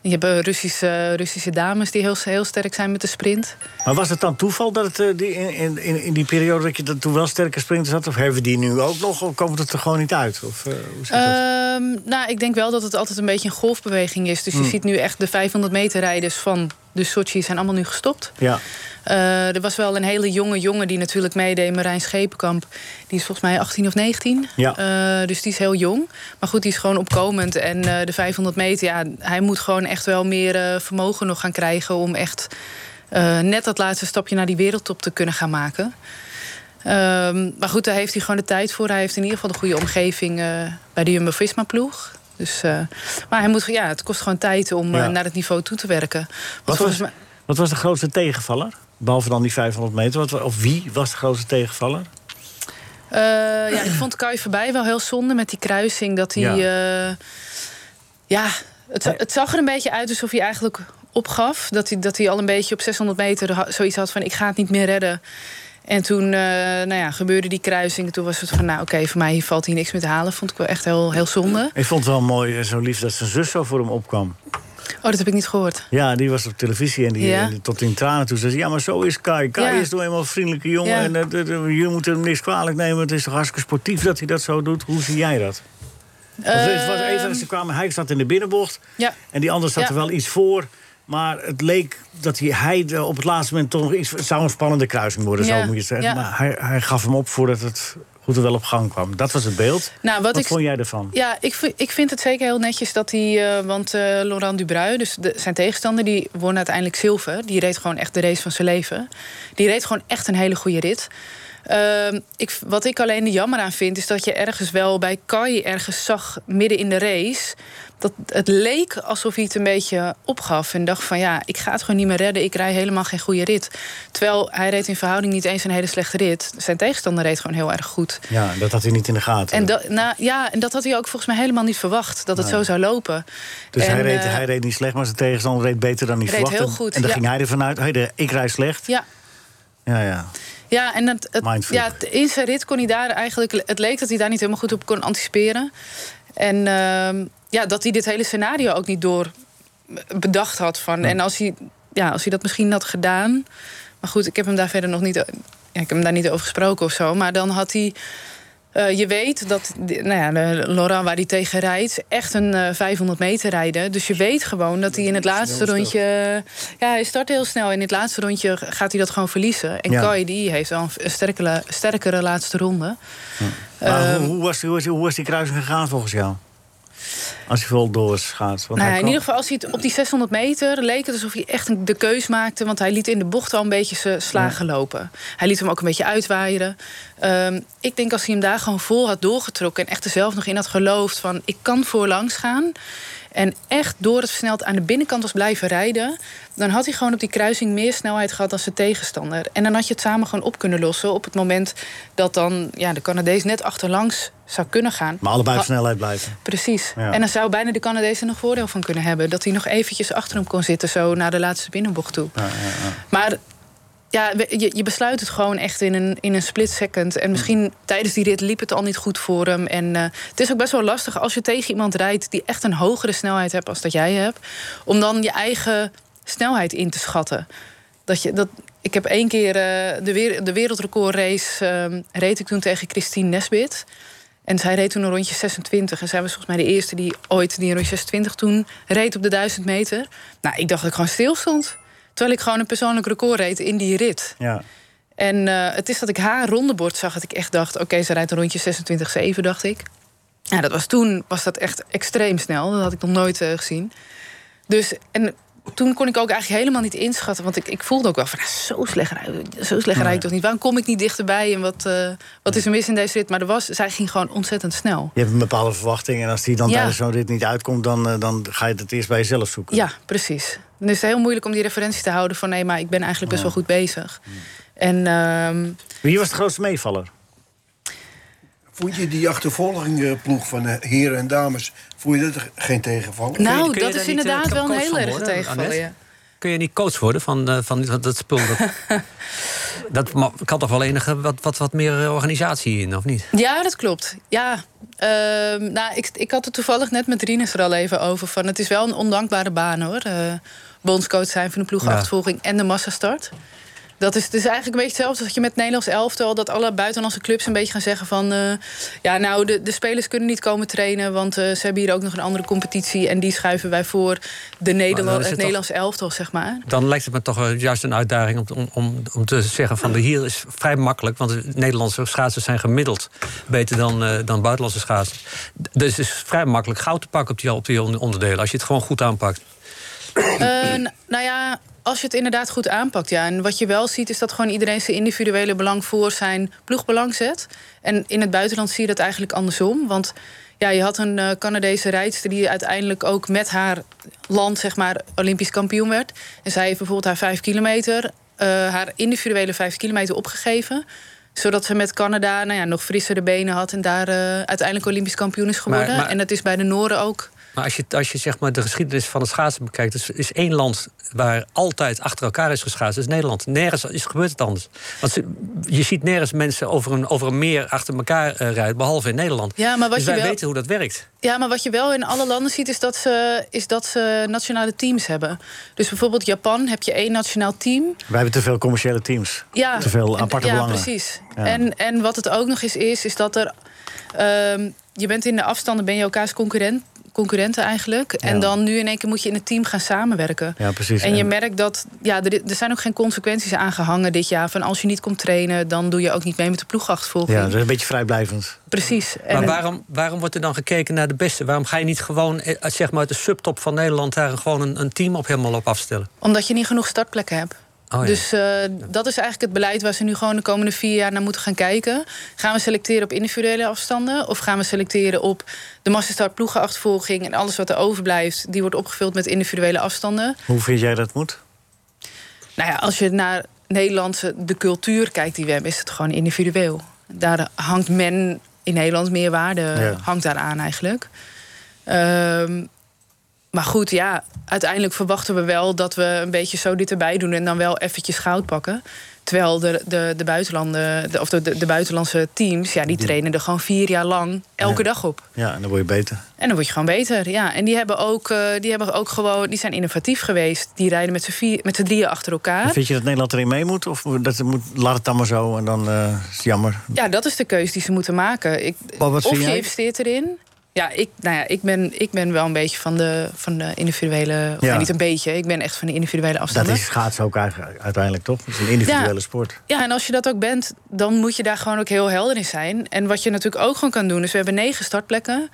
[SPEAKER 13] Je hebt eh, Russische, Russische dames die heel, heel sterk zijn met de sprint.
[SPEAKER 3] Maar was het dan toeval dat het eh, die, in, in, in die periode dat je dat toen wel sterke sprinters had? Of hebben die nu ook nog? Of komt het er gewoon niet uit? Of, eh, hoe zit dat?
[SPEAKER 13] Ehm, nou, ik denk wel dat het altijd een beetje een golfbeweging is. Dus je
[SPEAKER 3] Hmm.
[SPEAKER 13] ziet nu echt de 500 meter rijders van de Sochi zijn allemaal nu gestopt.
[SPEAKER 3] Ja.
[SPEAKER 13] Eh, er was wel een hele jonge jongen die natuurlijk meedeed, Marijn Schepenkamp. Die is volgens mij 18 of 19.
[SPEAKER 3] Ja.
[SPEAKER 13] Eh, dus die is heel jong. Maar goed, die is gewoon opkomend. En eh, de 500 meter, ja, hij moet gewoon echt wel meer eh, vermogen nog gaan krijgen... om echt eh, net dat laatste stapje naar die wereldtop te kunnen gaan maken. Ehm, maar goed, daar heeft hij gewoon de tijd voor. Hij heeft in ieder geval de goede omgeving eh, bij de Jumbo-Visma-ploeg. Dus, eh, maar hij moet, ja, het kost gewoon tijd om eh,
[SPEAKER 3] Ja.
[SPEAKER 13] naar het niveau toe te werken. Want
[SPEAKER 3] Wat
[SPEAKER 13] volgens
[SPEAKER 3] was,
[SPEAKER 13] mij-
[SPEAKER 3] wat was de grootste tegenvaller? Behalve dan die 500 meter. Wat, wa- of wie was de grootste tegenvaller?
[SPEAKER 13] Eh, ja, ik vond Kai voorbij wel heel zonde met die kruising. Dat hij.
[SPEAKER 3] Ja.
[SPEAKER 13] Ja, ja het, het zag er een beetje uit alsof hij eigenlijk opgaf. Dat hij, dat hij al een beetje op 600 meter ha- zoiets had van: ik ga het niet meer redden. En toen eh, nou ja, gebeurde die kruising. Toen was het van: nou oké, voor mij hier valt hier niks meer te halen. Vond ik wel echt heel, heel zonde.
[SPEAKER 3] Ik vond het wel mooi, eh, zo lief dat zijn zus zo voor hem opkwam.
[SPEAKER 13] Oh, dat heb ik niet gehoord.
[SPEAKER 3] Ja, die was op televisie en die,
[SPEAKER 13] Ja.
[SPEAKER 3] en die- tot in tranen toe zei ze... ja, maar zo is Kai. Kai
[SPEAKER 13] Ja.
[SPEAKER 3] is nou eenmaal een vriendelijke jongen...
[SPEAKER 13] Ja.
[SPEAKER 3] en eh, d- d- jullie moeten hem niks kwalijk nemen. Het is toch hartstikke sportief dat hij dat zo doet. Hoe zie jij dat? Want het was even, ze kwamen, hij zat in de binnenbocht...
[SPEAKER 13] Ehm. Ja.
[SPEAKER 3] En die ander zat
[SPEAKER 13] Ja.
[SPEAKER 3] er wel iets voor. Maar het leek dat hij, hij eh, op het laatste moment toch nog iets... Het zou een spannende kruising worden,
[SPEAKER 13] Ja,
[SPEAKER 3] zo moet je het zeggen.
[SPEAKER 13] ja.
[SPEAKER 3] Maar hij, hij gaf hem op voordat het goed en wel op gang kwam. Dat was het beeld.
[SPEAKER 13] Nou, wat ik-
[SPEAKER 3] vond jij ervan?
[SPEAKER 13] Ja, ik, vi- ik vind het zeker heel netjes dat hij. eh, want eh, Laurent Dubrui, dus de, zijn tegenstander, die won uiteindelijk zilver. Die reed gewoon echt de race van zijn leven. Die reed gewoon echt een hele goede rit. Ehm, ik, wat ik alleen er jammer aan vind, is dat je ergens wel bij Kai ergens zag midden in de race. Dat het leek alsof hij het een beetje opgaf. En dacht van ja, ik ga het gewoon niet meer redden. Ik rij helemaal geen goede rit. Terwijl hij reed in verhouding niet eens een hele slechte rit. Zijn tegenstander reed gewoon heel erg goed.
[SPEAKER 3] Ja, dat had hij niet in de gaten.
[SPEAKER 13] En dat, nou, ja, en dat had hij ook volgens mij helemaal niet verwacht, dat het
[SPEAKER 3] Nee.
[SPEAKER 13] zo zou lopen.
[SPEAKER 3] dus hij,
[SPEAKER 13] En,
[SPEAKER 3] reed,
[SPEAKER 13] eh,
[SPEAKER 3] hij reed niet slecht, maar zijn tegenstander reed beter dan hij
[SPEAKER 13] reed
[SPEAKER 3] verwachtte.
[SPEAKER 13] heel goed,
[SPEAKER 3] en dan
[SPEAKER 13] ja.
[SPEAKER 3] ging hij ervan uit, hey, de- ik rijd slecht.
[SPEAKER 13] Ja.
[SPEAKER 3] Ja, ja.
[SPEAKER 13] Ja, en dat, het,
[SPEAKER 3] Mindfuck.
[SPEAKER 13] ja, het- in zijn rit kon hij daar eigenlijk... Het leek dat hij daar niet helemaal goed op kon anticiperen. En ehm, ja, dat hij dit hele scenario ook niet door bedacht had. Van. En als hij ja, als hij dat misschien had gedaan. Maar goed, ik heb hem daar verder nog niet. o- Ja, ik heb hem daar niet over gesproken of zo. Maar dan had hij. eh, je weet dat die- nou ja, de Laurent waar hij tegen rijdt, echt een eh, 500 meter rijden. Dus je weet gewoon dat hij in het laatste rondje. Ja, hij start heel snel. In het laatste rondje gaat hij dat gewoon verliezen. En
[SPEAKER 3] Ja.
[SPEAKER 13] Kai, die heeft wel een sterkere, sterkere laatste ronde. Ehm,
[SPEAKER 3] Maar hoe, hoe, was, die- hoe, was die- hoe was die kruising gegaan volgens jou? Als hij vol door is gaat.
[SPEAKER 13] Nou
[SPEAKER 3] Want
[SPEAKER 13] ja,
[SPEAKER 3] hij
[SPEAKER 13] in
[SPEAKER 3] kwam-
[SPEAKER 13] ieder geval, als hij het op die 600 meter leek het alsof hij echt een- de keus maakte. Want hij liet in de bocht al een beetje zijn slagen lopen. Hij liet hem ook een beetje uitwaaien. Ehm, ik denk als hij hem daar gewoon vol had doorgetrokken. en echt er zelf nog in had geloofd van ik kan voorlangs gaan. en echt door het versneld aan de binnenkant was blijven rijden. dan had hij gewoon op die kruising meer snelheid gehad dan zijn tegenstander. En dan had je het samen gewoon op kunnen lossen. op het moment dat dan ja, de Canadees net achterlangs zou kunnen gaan.
[SPEAKER 3] Maar allebei op
[SPEAKER 13] Ha-
[SPEAKER 3] snelheid blijven.
[SPEAKER 13] Precies.
[SPEAKER 3] Ja.
[SPEAKER 13] En dan zou bijna de Canadees er nog voordeel van kunnen hebben. Dat hij nog eventjes achter hem kon zitten, zo naar de laatste binnenbocht toe.
[SPEAKER 3] Ja, ja, ja.
[SPEAKER 13] Maar ja, we- je, je besluit het gewoon echt in een, in een split second. En misschien tijdens die rit liep het al niet goed voor hem. En eh, het is ook best wel lastig als je tegen iemand rijdt die echt een hogere snelheid hebt als dat jij hebt. Om dan je eigen snelheid in te schatten. Dat je, dat, ik heb één keer eh, de, wer- de wereldrecordrace ehm, reed ik toen tegen Christine Nesbit. En zij reed toen een rondje 26. En zij was volgens mij de eerste die ooit die een rondje 26 toen reed op de 1000 meter. Nou, ik dacht dat ik gewoon stil stond. Terwijl ik gewoon een persoonlijk record reed in die rit.
[SPEAKER 3] Ja.
[SPEAKER 13] En eh, het is dat ik haar rondebord zag dat ik echt dacht... oké, ze rijdt een rondje 26-7, dacht ik. Ja, dat was toen was dat echt extreem snel. Dat had ik nog nooit eh, gezien. Dus, en toen kon ik ook eigenlijk helemaal niet inschatten. Want ik, ik voelde ook wel van, nou, zo slecht rijd, zo slecht rijd ik toch niet. Waarom kom ik niet dichterbij en wat, eh, wat is er mis in deze rit? Maar er was, zij ging gewoon ontzettend snel.
[SPEAKER 3] Je hebt een bepaalde verwachting en als die dan
[SPEAKER 13] Ja.
[SPEAKER 3] tijdens zo'n rit niet uitkomt, dan, eh, dan ga je het eerst bij jezelf zoeken.
[SPEAKER 13] Ja, precies. Dan is het heel moeilijk om die referentie te houden van... nee, maar ik ben eigenlijk best wel goed bezig. En ehm,
[SPEAKER 3] Wie was de grootste meevaller?
[SPEAKER 8] Vond je die achtervolgingploeg van eh, heren en dames... vond je dat geen tegenvaller?
[SPEAKER 13] nou,
[SPEAKER 4] kun je daar
[SPEAKER 13] dat
[SPEAKER 4] niet,
[SPEAKER 13] is
[SPEAKER 4] eh,
[SPEAKER 13] inderdaad wel een
[SPEAKER 4] coach
[SPEAKER 13] heel
[SPEAKER 4] van
[SPEAKER 13] erg
[SPEAKER 4] worden,
[SPEAKER 13] tegenvaller.
[SPEAKER 4] Annette?
[SPEAKER 13] ja.
[SPEAKER 4] Kun je niet coach worden van, eh, van, van dat spul? Dat, dat ma- kan toch wel enige wat, wat, wat meer eh, organisatie in, of niet?
[SPEAKER 13] Ja, dat klopt. Ja, ehm, nou, ik, ik had het toevallig net met Rinus er al even over. Van, het is wel een ondankbare baan hoor. Eh bondscoach zijn van de ploegachtervolging en de massastart. Dat is, het is eigenlijk een beetje hetzelfde als dat je met het Nederlands elftal... dat alle buitenlandse clubs een beetje gaan zeggen van... eh, ja, nou, de, de spelers kunnen niet komen trainen... want eh, ze hebben hier ook nog een andere competitie... en die schuiven wij voor de
[SPEAKER 4] dan is
[SPEAKER 13] Nederland,
[SPEAKER 4] het
[SPEAKER 13] het,
[SPEAKER 4] toch-
[SPEAKER 13] Nederlands elftal, zeg maar.
[SPEAKER 4] Dan lijkt het me toch eh, juist een uitdaging om, om, om, om te zeggen van... de hier is vrij makkelijk, want de Nederlandse schaatsers zijn gemiddeld... beter dan, eh, dan buitenlandse schaatsers. D- Dus het is vrij makkelijk goud te pakken op die, op die on- onderdelen... als je het gewoon goed aanpakt.
[SPEAKER 13] Eh, n- nou ja, als je het inderdaad goed aanpakt, ja. En wat je wel ziet is dat gewoon iedereen zijn individuele belang voor zijn ploegbelang zet. En in het buitenland zie je dat eigenlijk andersom. Want ja, je had een eh, Canadese rijdster die uiteindelijk ook met haar land, zeg maar, Olympisch kampioen werd. En zij heeft bijvoorbeeld haar vijf kilometer, eh, haar individuele vijf kilometer opgegeven zodat ze met Canada nou ja, nog frissere benen had en daar eh, uiteindelijk Olympisch kampioen is geworden.
[SPEAKER 4] maar-
[SPEAKER 13] En dat is bij de Noren ook.
[SPEAKER 4] Maar als je, als je zeg maar de geschiedenis van het schaatsen bekijkt, dus is één land waar altijd achter elkaar is geschaatst, is Nederland. Nergens is, gebeurt het anders. Want ze- je ziet nergens mensen over een, over een meer achter elkaar eh, rijden, behalve in Nederland.
[SPEAKER 13] Ja, maar wat
[SPEAKER 4] dus
[SPEAKER 13] je
[SPEAKER 4] wij
[SPEAKER 13] wel-
[SPEAKER 4] weten hoe dat werkt.
[SPEAKER 13] Ja, maar wat je wel in alle landen ziet, is dat ze, is dat ze nationale teams hebben. Dus bijvoorbeeld Japan heb je één nationaal team.
[SPEAKER 3] Wij hebben te veel commerciële teams.
[SPEAKER 13] Ja,
[SPEAKER 3] te veel
[SPEAKER 13] en-
[SPEAKER 3] aparte
[SPEAKER 13] ja,
[SPEAKER 3] belangen.
[SPEAKER 13] Precies.
[SPEAKER 3] Ja.
[SPEAKER 13] En, en wat het ook nog eens is, is dat er. ehm, je bent in de afstanden, ben je elkaars concurrent, concurrenten eigenlijk. En dan nu in één keer moet je in het team gaan samenwerken.
[SPEAKER 3] Ja, precies.
[SPEAKER 13] En je
[SPEAKER 3] En-
[SPEAKER 13] merkt dat. Ja, er, er zijn ook geen consequenties aangehangen dit jaar. Van als je niet komt trainen, dan doe je ook niet mee met de ploegachtervolging.
[SPEAKER 3] Ja, dus- dat is een beetje vrijblijvend.
[SPEAKER 13] Precies. En-
[SPEAKER 4] Maar waarom, waarom wordt er dan gekeken naar de beste? Waarom ga je niet gewoon eh, zeg maar uit de subtop van Nederland daar gewoon een, een team op helemaal op afstellen?
[SPEAKER 13] Omdat je niet genoeg startplekken hebt.
[SPEAKER 4] Oh ja.
[SPEAKER 13] Dus eh, dat is eigenlijk het beleid waar ze nu gewoon de komende vier jaar naar moeten gaan kijken. Gaan we selecteren op individuele afstanden? Of gaan we selecteren op de massastart ploegenachtervolging... en alles wat er overblijft, die wordt opgevuld met individuele afstanden?
[SPEAKER 3] Hoe vind jij dat moet?
[SPEAKER 13] Nou ja, als je naar Nederlandse de cultuur kijkt die we hebben... is het gewoon individueel. Daar hangt men in Nederland meer waarde
[SPEAKER 14] Ja.
[SPEAKER 13] hangt daar aan eigenlijk. Ehm, maar goed, ja, uiteindelijk verwachten we wel dat we een beetje zo dit erbij doen en dan wel eventjes goud pakken. Terwijl de, de, de, buitenlanden, de, of de, de, de buitenlandse teams, ja, die
[SPEAKER 3] Die-
[SPEAKER 13] trainen er gewoon vier jaar lang elke dag op.
[SPEAKER 3] Ja, en dan word je beter.
[SPEAKER 13] En dan word je gewoon beter. Ja. En die hebben ook, eh, die hebben ook gewoon, die zijn innovatief geweest. Die rijden met z'n vier- met z'n drieën achter elkaar.
[SPEAKER 3] En Vind je dat Nederland erin mee moet? Of dat het moet, laat het dan maar zo en dan eh, is het jammer.
[SPEAKER 13] Ja, dat is de keus die ze moeten maken. Ik,
[SPEAKER 3] Maar wat
[SPEAKER 13] of
[SPEAKER 3] vind
[SPEAKER 13] je
[SPEAKER 3] jij?
[SPEAKER 13] investeert erin. Ja, ik, nou ja, ik, ben, ik ben wel een beetje van de, van de individuele. Of
[SPEAKER 3] Ja.
[SPEAKER 13] niet een beetje, ik ben echt van de individuele
[SPEAKER 3] Dat
[SPEAKER 13] afstanden.
[SPEAKER 3] is schaatsen ook eigenlijk, uiteindelijk toch? Het is een individuele sport.
[SPEAKER 13] Ja, en als je dat ook bent, dan moet je daar gewoon ook heel helder in zijn. En wat je natuurlijk ook gewoon kan doen, is we hebben negen startplekken.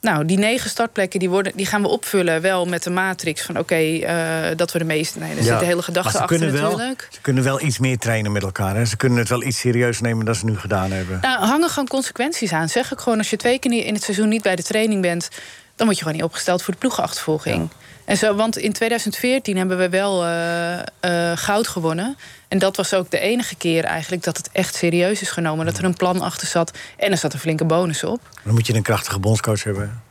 [SPEAKER 13] Nou, die negen startplekken die worden, die gaan we opvullen wel met de matrix van oké, eh, dat we de meeste. Nee, daar zit de hele gedachte
[SPEAKER 3] Maar ze
[SPEAKER 13] achter
[SPEAKER 3] kunnen wel,
[SPEAKER 13] natuurlijk.
[SPEAKER 3] Ze kunnen wel iets meer trainen met elkaar. Hè? Ze kunnen het wel iets serieus nemen dan ze nu gedaan hebben.
[SPEAKER 13] Nou, hangen gewoon consequenties aan. Zeg ik gewoon, als je twee keer niet- in het seizoen niet bij de training bent, dan word je gewoon niet opgesteld voor de ploegenachtervolging. En zo, want in 2014 hebben we wel eh, eh, goud gewonnen. En dat was ook de enige keer eigenlijk dat het echt serieus is genomen. Dat er een plan achter zat. En er zat een flinke bonus op.
[SPEAKER 3] Dan moet je een krachtige bondscoach hebben.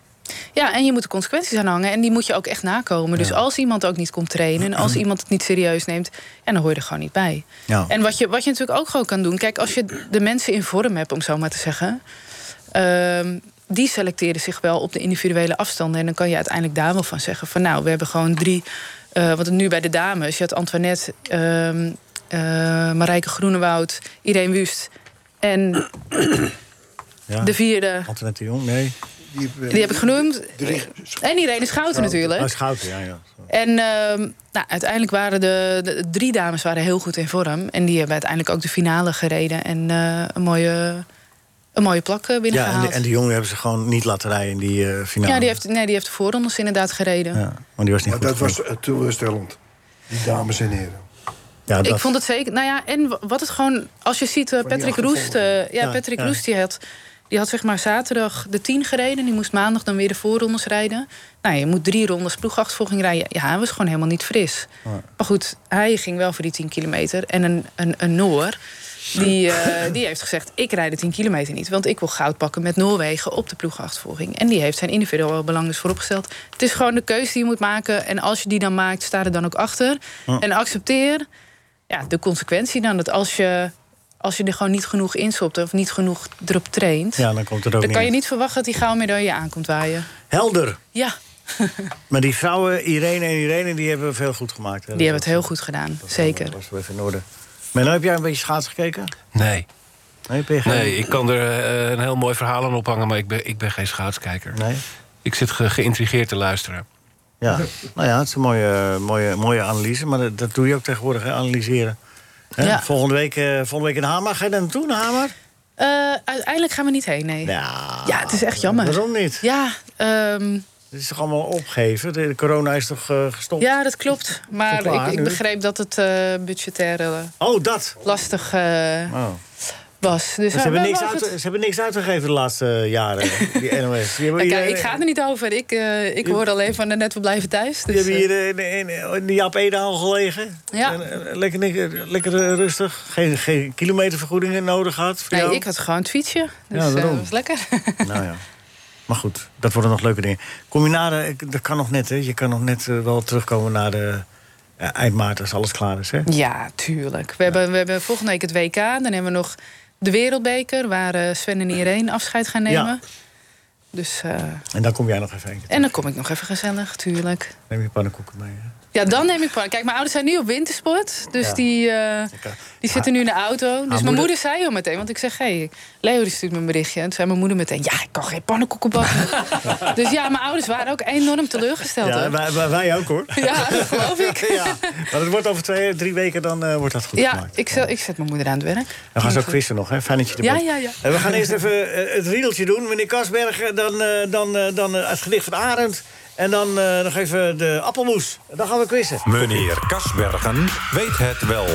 [SPEAKER 13] Ja, en je moet de consequenties aan hangen. En die moet je ook echt nakomen. Dus als iemand ook niet komt trainen. En als iemand het niet serieus neemt. En dan hoor je er gewoon niet bij.
[SPEAKER 3] Ja.
[SPEAKER 13] En wat je, wat je natuurlijk ook gewoon kan doen. Kijk, als je de mensen in vorm hebt, om zo maar te zeggen. ehm, die selecteren zich wel op de individuele afstanden. En dan kan je uiteindelijk daar wel van zeggen: van nou, we hebben gewoon drie. eh, want nu bij de dames, je had Antoinette, ehm eh, Marijke Groenewoud, Irene Wust. En
[SPEAKER 3] Ja.
[SPEAKER 13] de vierde.
[SPEAKER 3] Antoinette de Jong, nee.
[SPEAKER 13] Die heb ik genoemd. En Irene Schouten natuurlijk.
[SPEAKER 3] Oh, Schouten, ja, ja.
[SPEAKER 13] En ehm, nou, uiteindelijk waren de, de drie dames waren heel goed in vorm. En die hebben uiteindelijk ook de finale gereden. En eh, een, mooie, een mooie plak eh,
[SPEAKER 3] ja en,
[SPEAKER 13] binnengehaald.
[SPEAKER 3] de, en de jongen hebben ze gewoon niet laten rijden in die eh, finale.
[SPEAKER 13] Ja, die heeft, nee, die heeft de voorrondes inderdaad gereden.
[SPEAKER 3] Ja, want die was niet
[SPEAKER 8] Maar
[SPEAKER 3] goed
[SPEAKER 8] dat was eh, teleurstellend. Die dames en heren.
[SPEAKER 3] Ja,
[SPEAKER 13] Ik vond het zeker. Nou ja, en wa- wat het gewoon. Als je ziet, eh, Patrick Roest. eh, ja,
[SPEAKER 3] Ja,
[SPEAKER 13] Patrick
[SPEAKER 3] ja.
[SPEAKER 13] Roest die had, die had zeg maar zaterdag de 10 gereden. Die moest maandag dan weer de voorrondes rijden. Nou, je moet drie rondes ploegachtervolging rijden. Ja, hij was gewoon helemaal niet fris. Maar goed, hij ging wel voor die 10 kilometer. En een, een, een Noor. Die, eh, die heeft gezegd: Ik rijd de 10 kilometer niet, want ik wil goud pakken met Noorwegen op de ploegachtervolging. En die heeft zijn individueel belang dus vooropgesteld. Het is gewoon de keuze die je moet maken. En als je die dan maakt, sta er dan ook achter.
[SPEAKER 14] Ja.
[SPEAKER 13] En accepteer ja, de consequentie dan dat als je, als je er gewoon niet genoeg instopt of niet genoeg erop traint,
[SPEAKER 3] Ja, dan komt het ook
[SPEAKER 13] dan
[SPEAKER 3] niet.
[SPEAKER 13] kan je niet verwachten dat die gouden medaille aankomt waaien.
[SPEAKER 3] Helder.
[SPEAKER 13] Ja,
[SPEAKER 3] Maar die vrouwen, Irene en Irene, die hebben veel goed gemaakt. Hè?
[SPEAKER 13] die hebben het heel goed gedaan. Zeker.
[SPEAKER 3] Dat was wel even in orde. Maar nou heb jij een beetje schaats gekeken?
[SPEAKER 10] Nee.
[SPEAKER 3] Nee, PG?
[SPEAKER 10] Nee, ik kan er eh, een heel mooi verhaal aan ophangen, maar ik ben, ik ben geen schaatskijker.
[SPEAKER 3] Nee.
[SPEAKER 10] Ik zit ge- geïntrigeerd te luisteren.
[SPEAKER 3] Ja, nou ja, het is een mooie, mooie, mooie analyse. Maar dat, dat doe je ook tegenwoordig, hè, analyseren. Hè?
[SPEAKER 13] Ja.
[SPEAKER 3] Volgende, week, eh, volgende week in Hamer. Ga je daar naartoe, naar Hamer?
[SPEAKER 13] Eh, uiteindelijk gaan we niet heen, nee.
[SPEAKER 3] Ja,
[SPEAKER 13] Ja, het is echt jammer.
[SPEAKER 3] Waarom niet?
[SPEAKER 13] Ja, ehm,
[SPEAKER 3] Het is toch allemaal opgeven? De, de corona is toch eh, gestopt?
[SPEAKER 13] ja dat klopt. Maar
[SPEAKER 3] Klaar
[SPEAKER 13] ik, ik
[SPEAKER 3] nu?
[SPEAKER 13] begreep dat het eh, budgetair eh,
[SPEAKER 3] Oh, dat!
[SPEAKER 13] lastig eh,
[SPEAKER 3] Oh.
[SPEAKER 13] was. Dus
[SPEAKER 3] ze, hebben
[SPEAKER 13] we- we
[SPEAKER 3] niks
[SPEAKER 13] mogen
[SPEAKER 3] uit,
[SPEAKER 13] het-
[SPEAKER 3] ze hebben niks uitgegeven de laatste jaren,
[SPEAKER 13] [LAUGHS]
[SPEAKER 3] die NOS. Die hebben
[SPEAKER 13] Ja, kijk,
[SPEAKER 3] hier-
[SPEAKER 13] ik ga er niet over. Ik, eh, ik hoor alleen van eh, net we blijven thuis.
[SPEAKER 3] Die
[SPEAKER 13] Dus,
[SPEAKER 3] hebben
[SPEAKER 13] eh,
[SPEAKER 3] hier eh, in, in, in de Jaap Edaal gelegen.
[SPEAKER 13] Ja.
[SPEAKER 3] En, eh, lekker, lekker, lekker, eh, rustig. Geen, geen kilometervergoedingen nodig gehad voor
[SPEAKER 13] nee,
[SPEAKER 3] jou.
[SPEAKER 13] ik had gewoon het fietsje.
[SPEAKER 3] Ja,
[SPEAKER 13] Dus eh, dat
[SPEAKER 3] daarom.
[SPEAKER 13] was lekker.
[SPEAKER 3] Nou ja. Maar goed, dat worden nog leuke dingen. Kom je na de... ik- Dat kan nog net, hè? Je kan nog net eh, wel terugkomen naar de... eh, eind maart, als alles klaar is, hè?
[SPEAKER 13] [LAUGHS] Ja, tuurlijk. We, hebben, we hebben volgende week het WK. Dan hebben we nog de Wereldbeker, waar eh, Sven en Irene afscheid gaan nemen.
[SPEAKER 3] Ja.
[SPEAKER 13] Dus, eh,
[SPEAKER 3] En dan kom jij nog even heen.
[SPEAKER 13] en dan kom ik nog even gezellig, tuurlijk.
[SPEAKER 3] Neem je pannenkoeken mee, hè?
[SPEAKER 13] Ja, dan neem ik plan. Kijk, mijn ouders zijn nu op wintersport. Dus
[SPEAKER 3] Ja.
[SPEAKER 13] die, eh, die zitten nu in de auto. Dus mijn
[SPEAKER 3] moeder-
[SPEAKER 13] moeder zei al meteen, want ik zeg... Hey, Leo die stuurt me een berichtje. En toen zei mijn moeder meteen... Ja, ik kan geen pannenkoeken bakken.
[SPEAKER 3] [LAUGHS]
[SPEAKER 13] dus ja, mijn ouders waren ook enorm teleurgesteld.
[SPEAKER 3] Ja,
[SPEAKER 13] hoor.
[SPEAKER 3] wij, wij- wij ook, hoor.
[SPEAKER 13] Ja, dat geloof ik.
[SPEAKER 3] ja, [LAUGHS] maar het wordt over twee, drie weken, dan eh, wordt dat goed
[SPEAKER 13] ja
[SPEAKER 3] gemaakt.
[SPEAKER 13] ik, zel- ik zet mijn moeder aan het werk.
[SPEAKER 3] Dan gaan ze ook quizzen nog, hè? Fijn dat je er
[SPEAKER 13] Ja,
[SPEAKER 3] bent.
[SPEAKER 13] ja, ja.
[SPEAKER 3] Eh, we gaan eerst even eh, het riedeltje doen. Meneer Kasberg, eh, dan, eh, dan, eh, dan eh, het gedicht van Arend. En dan eh, nog even de appelmoes. Dan gaan we quizzen.
[SPEAKER 15] Meneer Kasbergen weet het wel.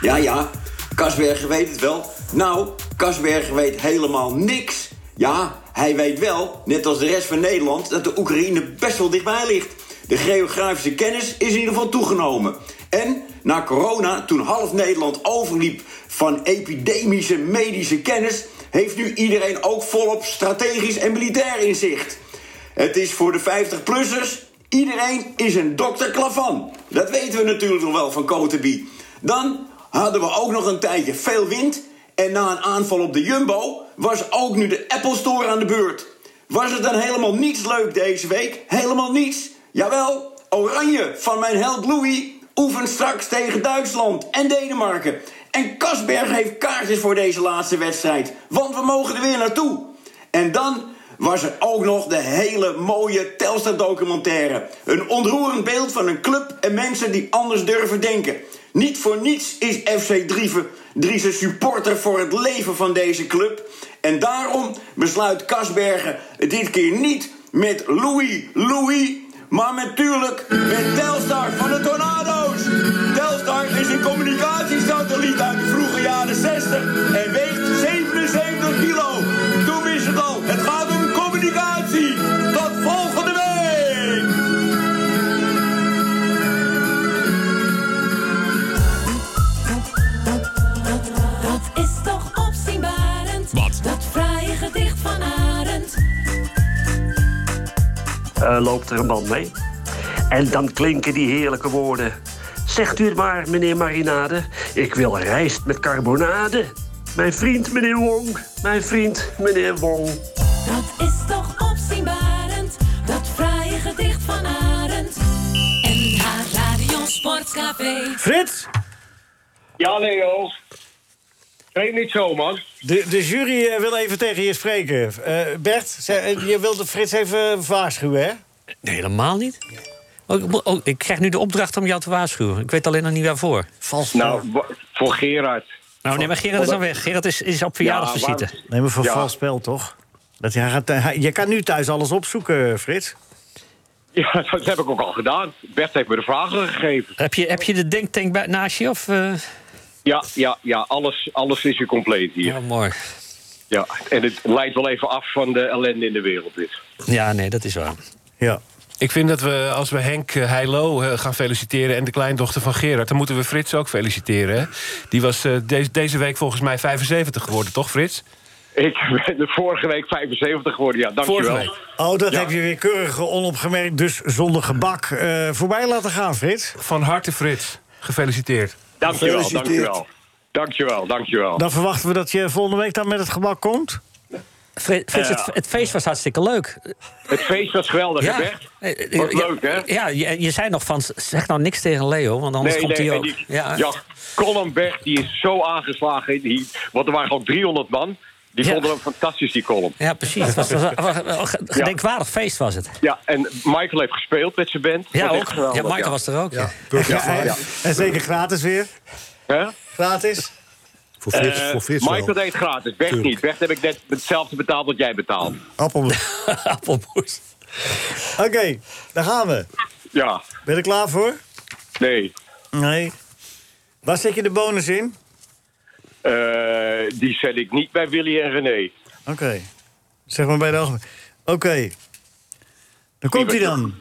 [SPEAKER 16] Ja, ja, Kasbergen weet het wel. Nou, Kasbergen weet helemaal niks. Ja, hij weet wel, net als de rest van Nederland, dat de Oekraïne best wel dichtbij ligt. De geografische kennis is in ieder geval toegenomen. En na corona, toen half Nederland overliep van epidemische medische kennis, heeft nu iedereen ook volop strategisch en militair inzicht. Het is voor de 50-plussers. Iedereen is een dokter Klavan. Dat weten we natuurlijk nog wel van Kotebie. Dan hadden we ook nog een tijdje veel wind. En na een aanval op de Jumbo was ook nu de Apple Store aan de beurt. Was het dan helemaal niets leuk deze week? Helemaal niets. Jawel, Oranje van mijn held Louis oefent straks tegen Duitsland en Denemarken. En Kasberg heeft kaartjes voor deze laatste wedstrijd. Want we mogen er weer naartoe. En dan was er ook nog de hele mooie Telstar-documentaire. Een ontroerend beeld van een club en mensen die anders durven denken. Niet voor niets is FC Drieven Driessen supporter voor het leven van deze club. En daarom besluit Kasbergen dit keer niet met Louis Louis... maar natuurlijk met Telstar van de Tornado's. Telstar is een communicatiesatelliet uit de vroege jaren 60... en weegt 77 kilo. Toen wist het al, het gaat om communicatie. Tot volgende week!
[SPEAKER 1] Dat is toch opzienbarend.
[SPEAKER 17] Wat?
[SPEAKER 1] Dat fraaie gedicht van Arend.
[SPEAKER 17] Eh, loopt er een man mee. En dan klinken die heerlijke woorden. Zegt u het maar, meneer Marinade. Ik wil rijst met carbonade. Mijn vriend, meneer Wong. Mijn vriend, meneer Wong.
[SPEAKER 1] Dat is toch opzienbarend. Dat fraaie gedicht van Arend. NH Radio Sportcafé.
[SPEAKER 3] Frits?
[SPEAKER 18] Ja, Leo. Nee, niet zo, man.
[SPEAKER 3] De, de jury eh, wil even tegen je spreken. Eh, Bert, ze- eh, je wilde Frits even waarschuwen, hè?
[SPEAKER 9] Nee, helemaal niet. Oh, ik mo- oh, ik krijg nu de opdracht om jou te waarschuwen. Ik weet alleen nog niet waarvoor. Vals
[SPEAKER 18] Nou, wa- voor Gerard.
[SPEAKER 9] Nou, nee, maar Gerard is dan weg. Gerard is, is op verjaardagsvisite.
[SPEAKER 3] Nee, maar voor
[SPEAKER 9] Ja.
[SPEAKER 3] vals spel, toch? Dat hij gaat, hij- je kan nu thuis alles opzoeken, Frits.
[SPEAKER 18] Ja, dat heb ik ook al gedaan. Bert heeft me de vragen gegeven.
[SPEAKER 9] Heb je, heb je de denktank bij, naast je? Of, eh?
[SPEAKER 18] Ja, ja, ja alles, alles is weer compleet hier.
[SPEAKER 9] Ja, mooi.
[SPEAKER 18] Ja, en het leidt wel even af van de ellende in de wereld, dit.
[SPEAKER 9] Ja, nee, dat is waar.
[SPEAKER 3] Ja.
[SPEAKER 5] Ik vind dat we, als we Henk eh, Heilo eh, gaan feliciteren... en de kleindochter van Gerard, dan moeten we Frits ook feliciteren. hè? Die was eh, deze- deze week volgens mij 75 geworden, toch, Frits?
[SPEAKER 18] Ik ben de vorige week 75 geworden, ja, dankjewel.
[SPEAKER 5] Vorige week.
[SPEAKER 3] Oh, dat heb je weer keurig onopgemerkt, dus zonder gebak eh, voorbij laten gaan, Frits.
[SPEAKER 5] Van harte, Frits. Gefeliciteerd.
[SPEAKER 18] Dankjewel,
[SPEAKER 3] Gefeliciteerd.
[SPEAKER 18] dankjewel. Dankjewel, dankjewel.
[SPEAKER 3] Dan verwachten we dat je volgende week dan met het gebak komt.
[SPEAKER 9] Fri- Frits,
[SPEAKER 18] Ja.
[SPEAKER 9] het, het feest was hartstikke leuk.
[SPEAKER 18] Het feest was geweldig,
[SPEAKER 9] Ja.
[SPEAKER 18] hè, Bert?
[SPEAKER 9] Eh, eh,
[SPEAKER 18] Was
[SPEAKER 9] ja,
[SPEAKER 18] leuk, hè?
[SPEAKER 9] Ja, je, je zei nog van, zeg nou niks tegen Leo, want anders komt hij
[SPEAKER 18] en
[SPEAKER 9] ook.
[SPEAKER 18] die-
[SPEAKER 9] ja.
[SPEAKER 18] ja. Columberg die is zo aangeslagen. Die, want er waren ook 300 man. Die
[SPEAKER 9] Ja.
[SPEAKER 18] vonden hem fantastisch, die column.
[SPEAKER 9] Ja, precies. Het was, was, was- was- een gedenkwaardig feest was het.
[SPEAKER 18] Ja, en Michael heeft gespeeld met zijn band.
[SPEAKER 9] Ja,
[SPEAKER 18] Dat was echt
[SPEAKER 9] ook.
[SPEAKER 18] geweldig,
[SPEAKER 9] Ja, Michael was er ook. Ja. [LAUGHS]
[SPEAKER 3] En zeker gratis weer.
[SPEAKER 18] Hè?
[SPEAKER 3] Gratis.
[SPEAKER 19] Voor
[SPEAKER 3] Frits-
[SPEAKER 18] Eh,
[SPEAKER 3] voor Frits
[SPEAKER 18] Michael
[SPEAKER 19] wel.
[SPEAKER 18] deed gratis, Bert
[SPEAKER 19] Tuurlijk.
[SPEAKER 18] niet. Bert heb ik net hetzelfde betaald wat jij betaalt.
[SPEAKER 3] Appelmoes.
[SPEAKER 9] [LAUGHS] Appelmoes.
[SPEAKER 3] Oké, daar gaan we.
[SPEAKER 18] Ja,
[SPEAKER 3] Ben je er klaar voor?
[SPEAKER 18] nee.
[SPEAKER 3] Nee. Waar zet je de bonus in?
[SPEAKER 18] Eh, die zet ik niet bij Willy en René.
[SPEAKER 3] Oké. Zeg maar bij de algemeen. Oké. Dan komt hij dan.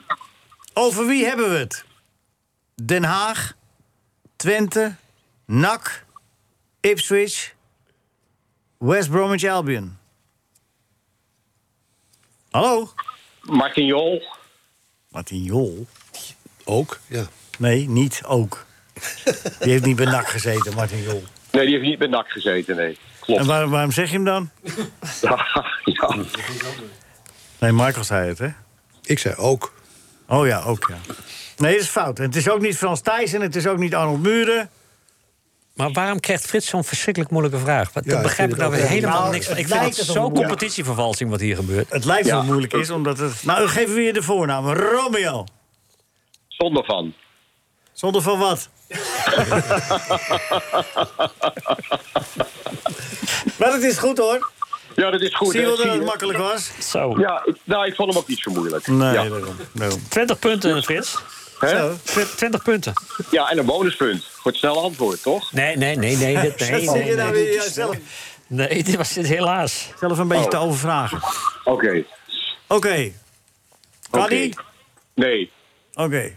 [SPEAKER 3] Over wie hebben we het? Den Haag, Twente, NAC, Ipswich, West Bromwich Albion. Hallo?
[SPEAKER 18] Martin Jol.
[SPEAKER 3] Martin Jol?
[SPEAKER 19] Ook, ja.
[SPEAKER 3] Nee, niet ook. Die heeft niet bij NAC gezeten, Martin Jol.
[SPEAKER 18] Nee, die heeft niet bij NAC gezeten, nee. [LAUGHS]
[SPEAKER 3] En waarom, waarom zeg je hem dan?
[SPEAKER 18] Ja, ja.
[SPEAKER 3] Nee, Michael zei het, hè?
[SPEAKER 19] Ik zei ook.
[SPEAKER 3] Oh ja, ook ja. Nee, dat is fout. En het is ook niet Frans Thijs en het is ook niet Arnold Muren.
[SPEAKER 9] Maar waarom krijgt Frits zo'n verschrikkelijk moeilijke vraag? Wat, daar begrijp ik nou weer helemaal niks van. Ik vind het zo competitievervalsing wat hier gebeurt.
[SPEAKER 3] Het lijkt wel moeilijk is, omdat het... Nou, geven we je de voornaam. Romeo.
[SPEAKER 18] Zonder van.
[SPEAKER 3] Zonder van wat? maar het is goed, hoor.
[SPEAKER 18] Ja, dat is goed.
[SPEAKER 3] Zie je
[SPEAKER 18] hè?
[SPEAKER 3] wel dat het
[SPEAKER 18] je?
[SPEAKER 3] makkelijk was?
[SPEAKER 9] Zo.
[SPEAKER 18] Ja, ik- nou, ik vond hem ook niet zo moeilijk.
[SPEAKER 3] Nee,
[SPEAKER 18] ja.
[SPEAKER 3] daarom.
[SPEAKER 9] 20 punten, Frits.
[SPEAKER 18] Hè?
[SPEAKER 9] Zo. Tw- 20 punten.
[SPEAKER 18] ja, en een bonuspunt. Voor het snelle antwoord, toch?
[SPEAKER 9] Nee, nee, nee,
[SPEAKER 3] [LAUGHS]
[SPEAKER 9] nee. dit- nee, nee, nee, dit is-
[SPEAKER 3] nou zelf?
[SPEAKER 9] Nee, dit was dit helaas.
[SPEAKER 3] Zelf een beetje
[SPEAKER 9] Oh.
[SPEAKER 3] te overvragen.
[SPEAKER 18] Oké.
[SPEAKER 3] Oké. Kan
[SPEAKER 18] Oké.
[SPEAKER 3] die?
[SPEAKER 18] Nee.
[SPEAKER 3] Oké.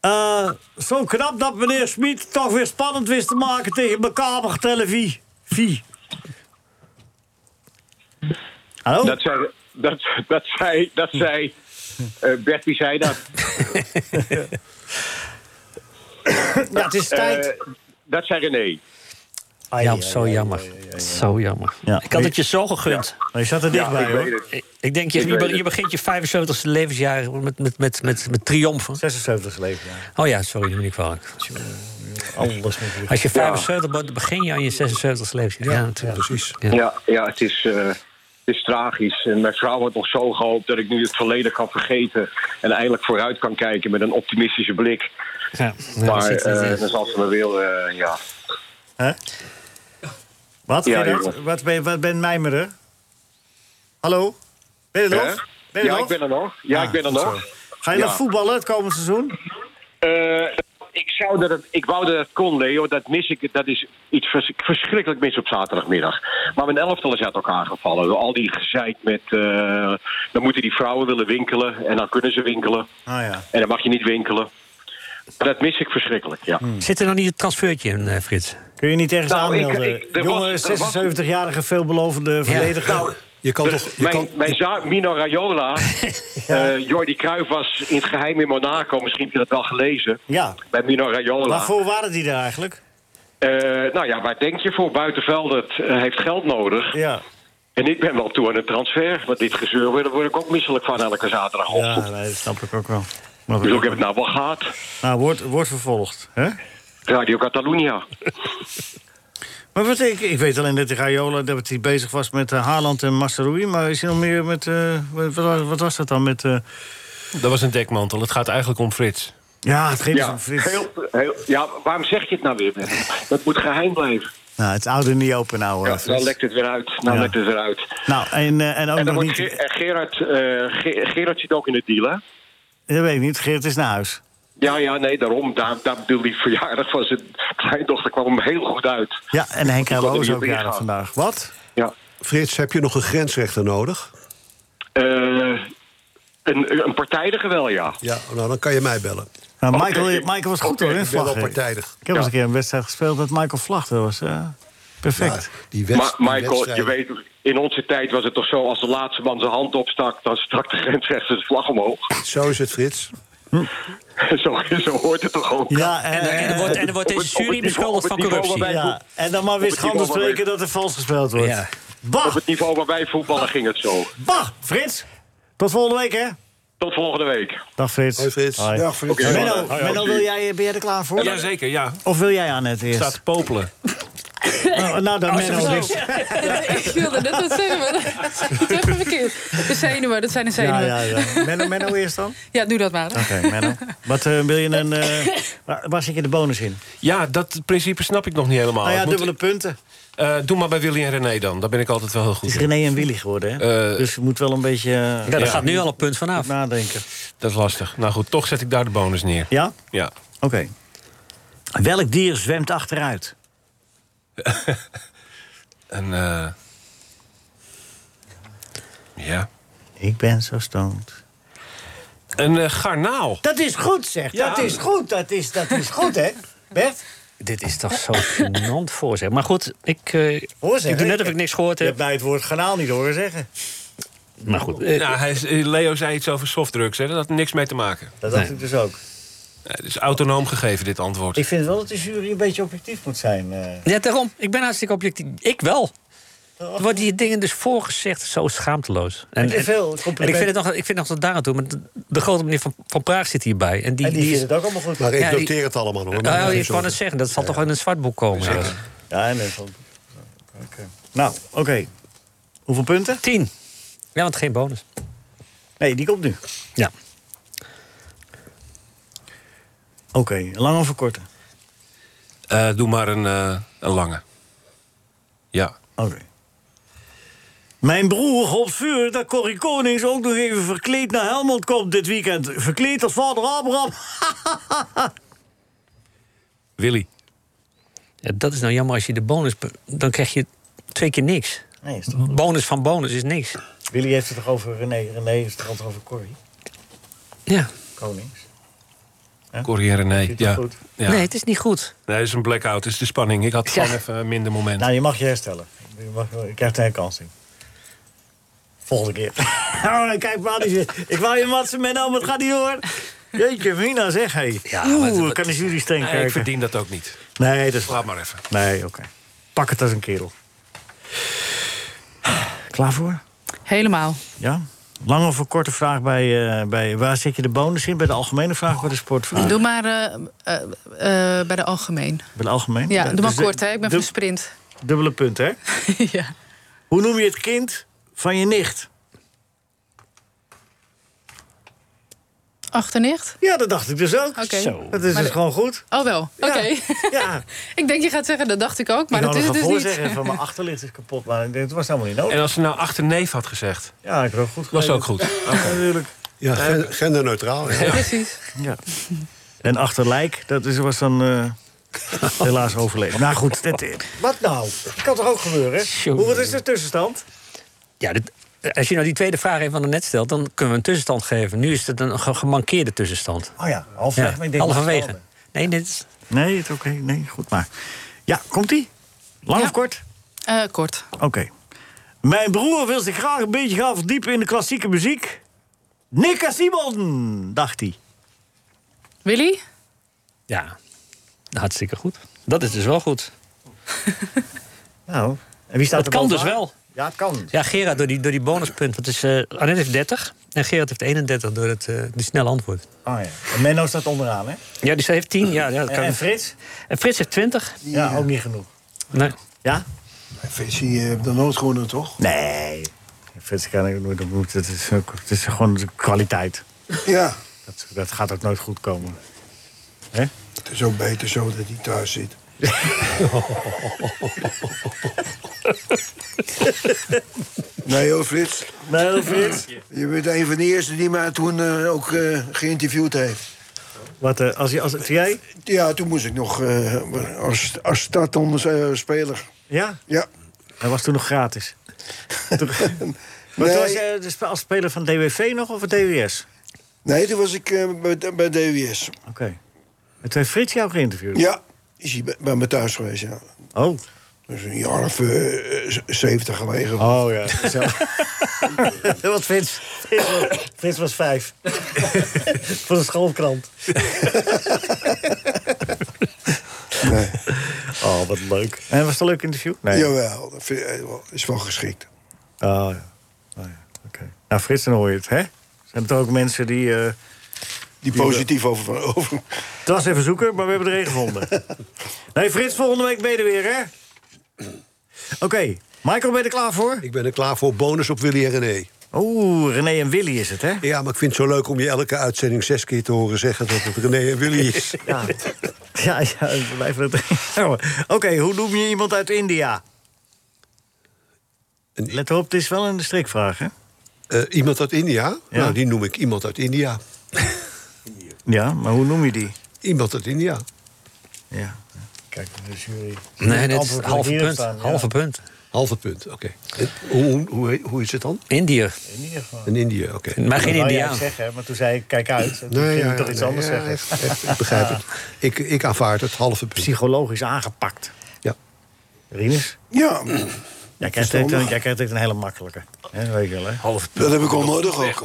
[SPEAKER 3] Eh, zo knap dat meneer Smit toch weer spannend wist te maken tegen bekamer televisie. Vie. Hallo?
[SPEAKER 18] Dat zei... Dat, dat zei... Dat zei eh, Bert, wie zei dat?
[SPEAKER 3] [LAUGHS] Ja, het is tijd.
[SPEAKER 18] Eh, dat zei René.
[SPEAKER 9] ja, zo jammer. Zo jammer. Ik had het je zo gegund.
[SPEAKER 3] Maar je zat er
[SPEAKER 18] Ja, dichtbij, ik hoor. weet het.
[SPEAKER 9] Ik, ik denk, je,
[SPEAKER 18] Ik
[SPEAKER 9] je
[SPEAKER 18] weet
[SPEAKER 9] be-
[SPEAKER 18] het.
[SPEAKER 9] je begint je 75ste levensjaar met, met, met, met, met triomfen.
[SPEAKER 3] 76 levensjaar. eh,
[SPEAKER 9] Oh ja, sorry, dat ben ik kwalijk.
[SPEAKER 3] Alles
[SPEAKER 9] Als je 75 bent, dan begin je aan je 76ste levensjaar. Ja, natuurlijk. precies.
[SPEAKER 18] Ja, ja, het, is, eh, het is tragisch. En mijn vrouw had nog zo gehoopt dat ik nu het verleden kan vergeten. En eindelijk vooruit kan kijken met een optimistische blik.
[SPEAKER 9] Ja,
[SPEAKER 18] maar
[SPEAKER 9] zit-
[SPEAKER 18] eh,
[SPEAKER 9] zit-
[SPEAKER 18] dan zal ze me wil, eh, ja.
[SPEAKER 3] Wat,
[SPEAKER 18] Ja,
[SPEAKER 3] Gerard?
[SPEAKER 18] jongen.
[SPEAKER 3] Wat ben, wat ben mijmeren? Hallo? Ben je er
[SPEAKER 18] Hè?
[SPEAKER 3] nog? Ben je
[SPEAKER 18] Ja,
[SPEAKER 3] nog?
[SPEAKER 18] ik ben er nog. Ja,
[SPEAKER 3] Ah,
[SPEAKER 18] ik ben er
[SPEAKER 3] goed
[SPEAKER 18] nog.
[SPEAKER 3] zo. Ga je
[SPEAKER 18] Ja.
[SPEAKER 3] nog voetballen het komend seizoen?
[SPEAKER 18] Eh, ik, zou dat het- ik wou dat het kon, Leo. Dat mis ik. Dat is iets vers- verschrikkelijk mis op zaterdagmiddag. Maar mijn elftal is uit elkaar gevallen. Door Al die gezeid met... eh, dan moeten die vrouwen willen winkelen. En dan kunnen ze winkelen.
[SPEAKER 3] Ah ja.
[SPEAKER 18] En dan mag je niet winkelen. Dat mis ik verschrikkelijk, ja.
[SPEAKER 9] Zit er nog niet een transfertje in, eh, Frits?
[SPEAKER 3] Kun je niet ergens
[SPEAKER 18] Nou, ik-
[SPEAKER 3] aanmelden?
[SPEAKER 18] ik- er
[SPEAKER 3] Jonge,
[SPEAKER 18] was- Nou, er was-
[SPEAKER 3] 76-jarige, veelbelovende verdediger.
[SPEAKER 18] je
[SPEAKER 3] kan toch- je
[SPEAKER 18] Dus mijn,
[SPEAKER 3] kan-
[SPEAKER 18] mijn zaak, Mino
[SPEAKER 3] [LAUGHS]
[SPEAKER 18] Raiola. eh, Jordi Cruijff was in het geheim in Monaco. Misschien heb je dat wel gelezen.
[SPEAKER 3] Ja.
[SPEAKER 18] Bij Mino Raiola.
[SPEAKER 3] Waarvoor waren die daar eigenlijk?
[SPEAKER 18] Eh, nou ja, waar denk je voor? Buitenveldert eh, heeft geld nodig.
[SPEAKER 3] Ja.
[SPEAKER 18] En ik ben wel toe aan een transfer. Want dit gezeur word, daar word ik ook misselijk van elke zaterdagochtend.
[SPEAKER 3] Ja, nee, dat snap ik ook wel.
[SPEAKER 18] ik bedoel, ik heb het nou wel gehad.
[SPEAKER 3] Nou, wordt, wordt vervolgd. Hè?
[SPEAKER 18] Radio Catalunya.
[SPEAKER 3] Maar wat, ik, ik weet alleen dat de Gaiola dat hij bezig was met eh, Haaland en Massaroui. Maar is hij nog meer met... eh, wat, wat- wat was dat dan met... eh,
[SPEAKER 5] Dat was een dekmantel. Het gaat eigenlijk om Frits.
[SPEAKER 3] ja, het ging dus
[SPEAKER 18] Ja,
[SPEAKER 3] om Frits.
[SPEAKER 18] heel, heel, ja, waarom zeg je het nou weer? Ben? Dat moet geheim blijven.
[SPEAKER 3] Nou, het oude niet open nou, eh,
[SPEAKER 18] Ja,
[SPEAKER 3] Frits.
[SPEAKER 18] dan lekt het weer uit. Nou
[SPEAKER 3] Ja.
[SPEAKER 18] lekt het weer uit.
[SPEAKER 3] Nou, en, eh, en ook
[SPEAKER 18] en dan
[SPEAKER 3] nog
[SPEAKER 18] wordt
[SPEAKER 3] niet...
[SPEAKER 18] Ge- eh, Gerard, eh, Ge- Gerard zit ook in het deal, hè?
[SPEAKER 3] Dat weet ik niet, Geert is naar huis.
[SPEAKER 18] Ja, ja, nee, daarom. Daar, daar bedoel die verjaardag van zijn kleindochter kwam hem heel goed uit.
[SPEAKER 3] Ja, en Henk
[SPEAKER 18] Ik
[SPEAKER 3] Houwe
[SPEAKER 18] wil er
[SPEAKER 3] is
[SPEAKER 18] niet
[SPEAKER 3] ook
[SPEAKER 18] op
[SPEAKER 3] jarig
[SPEAKER 18] ingaan.
[SPEAKER 3] vandaag. Wat?
[SPEAKER 18] Ja.
[SPEAKER 7] Frits, heb je nog een grensrechter nodig?
[SPEAKER 18] Eh, een, een partijdige wel, ja.
[SPEAKER 7] Ja, nou dan kan je mij bellen.
[SPEAKER 3] Nou,
[SPEAKER 18] Oh,
[SPEAKER 3] Michael, Michael was goed
[SPEAKER 7] Oké,
[SPEAKER 3] hoor, in
[SPEAKER 7] ik ben wel
[SPEAKER 3] vlaggen.
[SPEAKER 7] partijdig.
[SPEAKER 3] Ik heb eens een keer een wedstrijd gespeeld met Michael Vlag. Dat was eh, perfect.
[SPEAKER 7] die
[SPEAKER 18] maar Michael, je weet, in onze tijd was het toch zo... als de laatste man zijn hand opstak... dan stak de grensrechter de vlag omhoog. [LAUGHS]
[SPEAKER 7] Zo is het, Frits.
[SPEAKER 3] Hm.
[SPEAKER 18] zo, zo hoort het toch ook?
[SPEAKER 3] Ja,
[SPEAKER 18] en,
[SPEAKER 9] er wordt- en er wordt deze jury beschuldigd van corruptie.
[SPEAKER 3] Ja, en dan maar
[SPEAKER 18] Op
[SPEAKER 3] weer
[SPEAKER 18] het
[SPEAKER 3] schande
[SPEAKER 18] niveau waar
[SPEAKER 3] spreken dat er vals gespeeld wordt.
[SPEAKER 18] Ja.
[SPEAKER 3] Bah!
[SPEAKER 18] Op het niveau waar wij voetballen ging het zo.
[SPEAKER 3] Bah, Frits! Tot volgende week, hè?
[SPEAKER 18] Tot volgende week.
[SPEAKER 3] Dag Frits. Hoi
[SPEAKER 7] Frits.
[SPEAKER 5] Dag, Frits. Oké,
[SPEAKER 3] Menno,
[SPEAKER 5] hoi, hoi.
[SPEAKER 3] Menno, wil jij, eh, ben jij er klaar voor?
[SPEAKER 5] Jazeker, ja.
[SPEAKER 3] Of wil jij aan het eerst?
[SPEAKER 5] Staat te popelen.
[SPEAKER 3] Nou, nou dan
[SPEAKER 13] Oh,
[SPEAKER 3] Menno.
[SPEAKER 13] zo.
[SPEAKER 3] dus-
[SPEAKER 13] [LAUGHS] Ik wilde net wat zeggen, maar dat [LAUGHS] is niet even verkeerd. De zenuwen, dat zijn de
[SPEAKER 3] Ja,
[SPEAKER 13] zenuwen.
[SPEAKER 3] ja, ja. Menno, Menno eerst dan? Ah.
[SPEAKER 13] Ja, doe dat maar.
[SPEAKER 3] Oké, Menno. [LAUGHS] Wat eh, wil je een... eh, waar, waar zit je de bonus in?
[SPEAKER 5] Ja, dat principe snap ik nog niet helemaal.
[SPEAKER 3] Nou ja,
[SPEAKER 5] Het moet-
[SPEAKER 3] dubbele punten.
[SPEAKER 5] Eh, doe maar bij Willy en René dan. Daar ben ik altijd wel heel
[SPEAKER 3] Het
[SPEAKER 5] goed
[SPEAKER 3] is
[SPEAKER 5] in. Eh,
[SPEAKER 3] René en Willy geworden, hè? dus je moet wel een beetje... eh,
[SPEAKER 5] daar gaat nu al
[SPEAKER 9] een punt vanaf.
[SPEAKER 3] Nadenken.
[SPEAKER 5] Dat is lastig. Nou goed, toch zet ik daar de bonus neer.
[SPEAKER 3] Ja?
[SPEAKER 5] Ja.
[SPEAKER 3] Oké. Welk dier zwemt
[SPEAKER 5] [LAUGHS]
[SPEAKER 3] achteruit?
[SPEAKER 5] En, eh, ja.
[SPEAKER 3] Ik ben zo stoned.
[SPEAKER 5] Een eh, garnaal.
[SPEAKER 3] Dat is goed, zeg.
[SPEAKER 5] Ja.
[SPEAKER 3] Dat is goed. Dat is, dat is goed, hè? Bert?
[SPEAKER 9] Dit is toch zo gênant voor zich. Maar goed, ik, eh,
[SPEAKER 3] Hoor
[SPEAKER 9] ik
[SPEAKER 3] zeggen.
[SPEAKER 9] doe net of ik niks gehoord
[SPEAKER 3] Je hebt
[SPEAKER 9] heb.
[SPEAKER 3] mij het woord kanaal niet horen zeggen.
[SPEAKER 9] Maar goed. eh,
[SPEAKER 5] Nou, hij, is- eh, Leo zei iets over softdrugs. Hè? Dat had niks mee te maken.
[SPEAKER 3] Dat dacht
[SPEAKER 5] Nee.
[SPEAKER 3] ik dus ook.
[SPEAKER 5] Eh, Het is autonoom gegeven, dit antwoord.
[SPEAKER 3] Ik vind wel dat de jury een beetje objectief moet zijn. eh.
[SPEAKER 9] Ja, daarom. Ik ben hartstikke objectief. Ik wel. Er Worden die dingen dus voorgezegd zo schaamteloos.
[SPEAKER 3] Ik vind Oh. veel
[SPEAKER 9] en ik
[SPEAKER 3] complimenten.
[SPEAKER 9] vind het nog, ik vind het nog tot daar aan toe. Maar de, de grote meneer van, van Praag zit hierbij. En die,
[SPEAKER 3] en die,
[SPEAKER 9] die
[SPEAKER 3] vindt
[SPEAKER 9] is,
[SPEAKER 3] het ook allemaal goed.
[SPEAKER 7] Maar ik
[SPEAKER 9] Ja, die-
[SPEAKER 7] noteer het allemaal hoor.
[SPEAKER 9] nou,
[SPEAKER 7] Maar-
[SPEAKER 9] ik kan het zeggen, dat zal toch in een zwart boek komen. zelfs.
[SPEAKER 3] Ja, en dan- Oké. Nou, oké. Hoeveel punten?
[SPEAKER 9] Tien. Ja, want geen bonus.
[SPEAKER 3] Nee, die komt nu.
[SPEAKER 9] Ja.
[SPEAKER 3] Oké, lang of verkorten?
[SPEAKER 5] Eh, doe maar een, eh, een lange. Ja.
[SPEAKER 3] Oké. Mijn broer hoopt vuur dat Corrie Konings ook nog even verkleed naar Helmond komt dit weekend. Verkleed als vader Abraham. [LAUGHS]
[SPEAKER 5] Willy.
[SPEAKER 9] Ja, dat is nou jammer als je de bonus... be- Dan krijg je twee keer niks.
[SPEAKER 3] Nee, is
[SPEAKER 9] Bonus van bonus is niks.
[SPEAKER 3] Willy heeft het toch over René? René heeft het toch over Corrie
[SPEAKER 9] Ja.
[SPEAKER 3] Konings?
[SPEAKER 5] Corrie en René.
[SPEAKER 3] Ziet er
[SPEAKER 5] Ja.
[SPEAKER 3] goed.
[SPEAKER 5] ja.
[SPEAKER 9] Nee,
[SPEAKER 5] Nee,
[SPEAKER 9] het is niet goed.
[SPEAKER 5] het is een blackout. Het is de spanning. Ik had
[SPEAKER 9] Ja.
[SPEAKER 5] gewoon even minder momenten.
[SPEAKER 3] Nou, je mag je herstellen. Je, mag, je krijgt een herkansing. [LAUGHS] Volgende keer. Oh, Kijk maar, die- ik wou je matsen, Menno, maar het gaat niet door. Jeetje, Mina, zeg hé.
[SPEAKER 10] Ja,
[SPEAKER 3] Oeh,
[SPEAKER 10] maar het-
[SPEAKER 3] kan de jury steen
[SPEAKER 10] Nee,
[SPEAKER 3] kijken.
[SPEAKER 10] ik verdien dat ook niet.
[SPEAKER 3] Nee, dat is...
[SPEAKER 10] Laat maar even.
[SPEAKER 3] Nee, oké. Pak het als een kerel. Klaar voor?
[SPEAKER 13] Helemaal.
[SPEAKER 3] Ja? Lange of een korte vraag bij, eh, bij... Waar zet je de bonus in? Bij de algemene vraag of bij de sportvraag?
[SPEAKER 13] Doe maar eh, eh, eh, bij de algemeen.
[SPEAKER 3] Bij de algemeen?
[SPEAKER 13] Ja, doe maar
[SPEAKER 3] dus de-
[SPEAKER 13] kort, hè. Ik ben
[SPEAKER 3] dub-
[SPEAKER 13] van sprint.
[SPEAKER 3] Dubbele punt, hè?
[SPEAKER 13] ja.
[SPEAKER 3] Hoe noem je het kind van je nicht?
[SPEAKER 13] Achternicht?
[SPEAKER 3] Ja, dat dacht ik dus ook.
[SPEAKER 13] Oké.
[SPEAKER 3] Zo. Dat is
[SPEAKER 13] Maar
[SPEAKER 3] dus
[SPEAKER 13] de-
[SPEAKER 3] gewoon goed.
[SPEAKER 13] Oh wel, oké. [LAUGHS] ik denk je gaat zeggen, dat dacht ik ook, maar
[SPEAKER 3] ik
[SPEAKER 13] dat is
[SPEAKER 3] wou
[SPEAKER 13] het
[SPEAKER 3] nog
[SPEAKER 13] dus
[SPEAKER 3] een
[SPEAKER 13] niet.
[SPEAKER 3] voorzeggen van
[SPEAKER 13] [LAUGHS]
[SPEAKER 3] mijn achterlicht is kapot. Maar ik denk, het was helemaal niet nodig.
[SPEAKER 10] En als ze nou achterneef had gezegd?
[SPEAKER 3] Ja, ik ook goed.
[SPEAKER 10] Was ook goed.
[SPEAKER 3] geleden. [LAUGHS] Natuurlijk.
[SPEAKER 7] Ja, gen- genderneutraal. ja.
[SPEAKER 13] Precies.
[SPEAKER 3] Ja. En achterlijk, dat is, was dan eh,
[SPEAKER 7] [LAUGHS]
[SPEAKER 3] helaas overleden. Nou goed, dit, wat nou? Kan toch ook gebeuren? Hoe, wat is de tussenstand?
[SPEAKER 4] Ja, dit- als je nou die tweede vraag even aan de net stelt, dan kunnen we een tussenstand geven. Nu is het een ge- gemankeerde tussenstand.
[SPEAKER 3] Oh ja, halverwege.
[SPEAKER 4] Ja,
[SPEAKER 3] maar ik denk
[SPEAKER 4] halverwege.
[SPEAKER 3] dat het
[SPEAKER 4] Nee, dit is...
[SPEAKER 3] Nee, het is oké. Nee, goed maar. Ja, komt-ie? Lang of kort?
[SPEAKER 13] Eh, kort.
[SPEAKER 3] Oké. Mijn broer wil zich graag een beetje gaan verdiepen in de klassieke muziek. Nika Simon, dacht hij.
[SPEAKER 13] Willy?
[SPEAKER 4] Ja, hartstikke goed. Dat is dus wel goed.
[SPEAKER 3] [LAUGHS] nou, en wie staat
[SPEAKER 4] Het
[SPEAKER 3] er
[SPEAKER 4] kan dus
[SPEAKER 3] bovenaan?
[SPEAKER 4] wel.
[SPEAKER 3] Ja, het kan.
[SPEAKER 4] Ja, Gerard door die, door die bonuspunt. Dat is, eh Annette heeft 30 en Gerard heeft 31 door het, eh die snelle antwoord.
[SPEAKER 3] Oh ja. En Menno staat onderaan, hè?
[SPEAKER 4] Ja, die heeft 10. Ja, ja, dat kan.
[SPEAKER 3] En, en Frits?
[SPEAKER 4] En Frits heeft 20.
[SPEAKER 3] Ja, ook niet genoeg.
[SPEAKER 4] Nee.
[SPEAKER 3] Ja?
[SPEAKER 8] Visie heeft dan nooit gewonnen, toch?
[SPEAKER 3] Nee. Frits kan ik nooit ontmoeten. Het is, ook- het is gewoon de kwaliteit.
[SPEAKER 8] Ja.
[SPEAKER 3] Dat, dat gaat ook nooit goed komen.
[SPEAKER 8] Het is ook beter zo dat hij thuis zit. nee hoor, Frits.
[SPEAKER 3] Nee hoor, Frits.
[SPEAKER 8] Je bent een van de eerste die mij toen eh, ook eh, geïnterviewd heeft.
[SPEAKER 3] Wat, eh, als, je- als, als jij?
[SPEAKER 8] Ja, toen moest ik nog eh, als, als startonder eh, speler.
[SPEAKER 3] Ja?
[SPEAKER 8] Ja.
[SPEAKER 3] Hij was toen nog
[SPEAKER 8] [LAUGHS]
[SPEAKER 3] gratis. Toen- Maar toen was jij de spe- als speler van DWV nog of van DWS?
[SPEAKER 8] Nee, toen was ik eh, bij, bij DWS.
[SPEAKER 3] Oké. En toen heeft Frits jou geïnterviewd?
[SPEAKER 8] Ja, is hij bij, bij me thuis geweest, ja.
[SPEAKER 3] Oh.
[SPEAKER 8] Dus een jaar of eh, eh, 70 gelegen.
[SPEAKER 3] Oh ja. [LAUGHS] Wat Frits? Frits was, Frits was vijf. [LAUGHS] Voor de
[SPEAKER 8] [LAUGHS]
[SPEAKER 3] schoolkrant. Oh, wat leuk. En was het een leuk interview?
[SPEAKER 8] Jawel, dat vind ik, eh, wel- is wel geschikt.
[SPEAKER 3] Oh ja. Oh, ja. Oké. Nou, Frits, dan hoor je het, hè? Zijn er toch ook mensen die... eh,
[SPEAKER 8] Die positief over... over.
[SPEAKER 3] Het was even zoeken, maar we hebben er één
[SPEAKER 8] [LAUGHS]
[SPEAKER 3] gevonden. Nee, Frits, volgende week ben je er weer,
[SPEAKER 8] [CLEARS THROAT]
[SPEAKER 3] hè? Oké, Michael, ben je er klaar voor?
[SPEAKER 7] Ik ben er klaar voor. Bonus op Willy en René.
[SPEAKER 3] Oeh, René en Willy is het, hè?
[SPEAKER 7] Ja, maar ik vind het zo leuk om je elke uitzending zes keer te horen zeggen dat het René en Willy
[SPEAKER 3] [LAUGHS]
[SPEAKER 7] is.
[SPEAKER 3] Ja, ja, ja we blijven het. Ja, maar. [LAUGHS] Oké, hoe noem je iemand uit India? Let op, het is wel een strikvraag, hè?
[SPEAKER 7] Eh, iemand uit India?
[SPEAKER 3] Ja.
[SPEAKER 7] Nou, die noem ik iemand uit India.
[SPEAKER 3] Ja, maar hoe noem je die?
[SPEAKER 7] Iemand uit India.
[SPEAKER 3] Ja. Kijk, de jury.
[SPEAKER 4] Nee, dit is
[SPEAKER 3] Antwoord
[SPEAKER 4] halve
[SPEAKER 3] hierop
[SPEAKER 4] punt.
[SPEAKER 3] staan, ja.
[SPEAKER 4] Halve punt.
[SPEAKER 7] Halve punt, oké. En Hoe, hoe, hoe is het dan?
[SPEAKER 4] Indiër.
[SPEAKER 3] In ieder geval.
[SPEAKER 7] Een Indië, oké.
[SPEAKER 4] Maar geen
[SPEAKER 3] Dat wou jij
[SPEAKER 4] Indiaan.
[SPEAKER 3] zeggen, hè, maar toen zei ik, kijk uit. En Toen
[SPEAKER 7] Nee,
[SPEAKER 3] ging
[SPEAKER 7] ja,
[SPEAKER 3] ik toch
[SPEAKER 7] ja,
[SPEAKER 3] iets
[SPEAKER 7] nee,
[SPEAKER 3] anders
[SPEAKER 7] ja,
[SPEAKER 3] zeggen.
[SPEAKER 7] echt, echt,
[SPEAKER 3] [LAUGHS]
[SPEAKER 7] ik begrijp het. Ik, ik aanvaard het, halve punt.
[SPEAKER 3] Psychologisch aangepakt.
[SPEAKER 7] Ja.
[SPEAKER 3] Rinus?
[SPEAKER 8] Ja,
[SPEAKER 3] Jij krijgt, dit, eh,
[SPEAKER 8] Verstandig.
[SPEAKER 3] jij krijgt dit een hele makkelijke. Hè, dat weet je wel, hè?
[SPEAKER 10] Halve
[SPEAKER 8] dat heb ik onnodig ook.
[SPEAKER 3] [LAUGHS]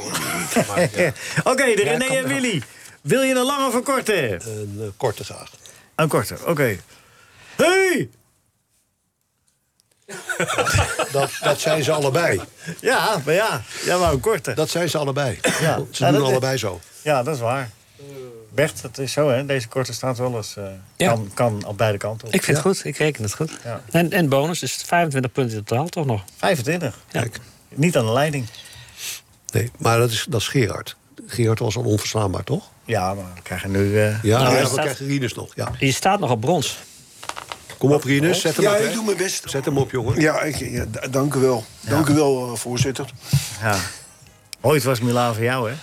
[SPEAKER 3] Oké, de René en Willy. Wil je een lange of een korte?
[SPEAKER 7] Een eh, korte graag.
[SPEAKER 3] Een korte, oké. Hey!
[SPEAKER 7] [LAUGHS] Dat, dat zijn ze allebei.
[SPEAKER 3] Ja, maar ja. Ja, maar een korte.
[SPEAKER 7] Dat zijn ze allebei.
[SPEAKER 3] Ja.
[SPEAKER 7] Ze
[SPEAKER 3] Ja,
[SPEAKER 7] doen
[SPEAKER 3] dat-
[SPEAKER 7] allebei zo.
[SPEAKER 3] Ja, dat is waar. Bert, dat is zo, hè? Deze korte staat wel eens... eh,
[SPEAKER 4] Ja.
[SPEAKER 3] kan, kan op beide kanten op.
[SPEAKER 4] Ik vind het goed. Ik reken het goed.
[SPEAKER 3] Ja.
[SPEAKER 4] En, en bonus, dus 25 punten in totaal toch nog.
[SPEAKER 3] 25.
[SPEAKER 4] Ja.
[SPEAKER 3] Niet aan de leiding.
[SPEAKER 7] Nee, maar dat is, dat is Gerard. Gerard was al onverslaanbaar, toch?
[SPEAKER 3] Ja, maar we krijgen nu...
[SPEAKER 4] Nou,
[SPEAKER 3] eh,
[SPEAKER 7] Ja, ja,
[SPEAKER 4] ja,
[SPEAKER 7] dan
[SPEAKER 4] staat-
[SPEAKER 7] krijgt Rinus nog. Ja.
[SPEAKER 4] Je staat nog op brons.
[SPEAKER 7] Kom op, Rinus, zet hem
[SPEAKER 8] Ja,
[SPEAKER 7] op.
[SPEAKER 8] ik
[SPEAKER 7] hè.
[SPEAKER 8] doe mijn best.
[SPEAKER 7] Zet hem op, jongen.
[SPEAKER 8] Ja, ik, ja, d- dank u wel. Dank u wel, eh, voorzitter.
[SPEAKER 3] ja. Ooit was Milaan voor jou, hè?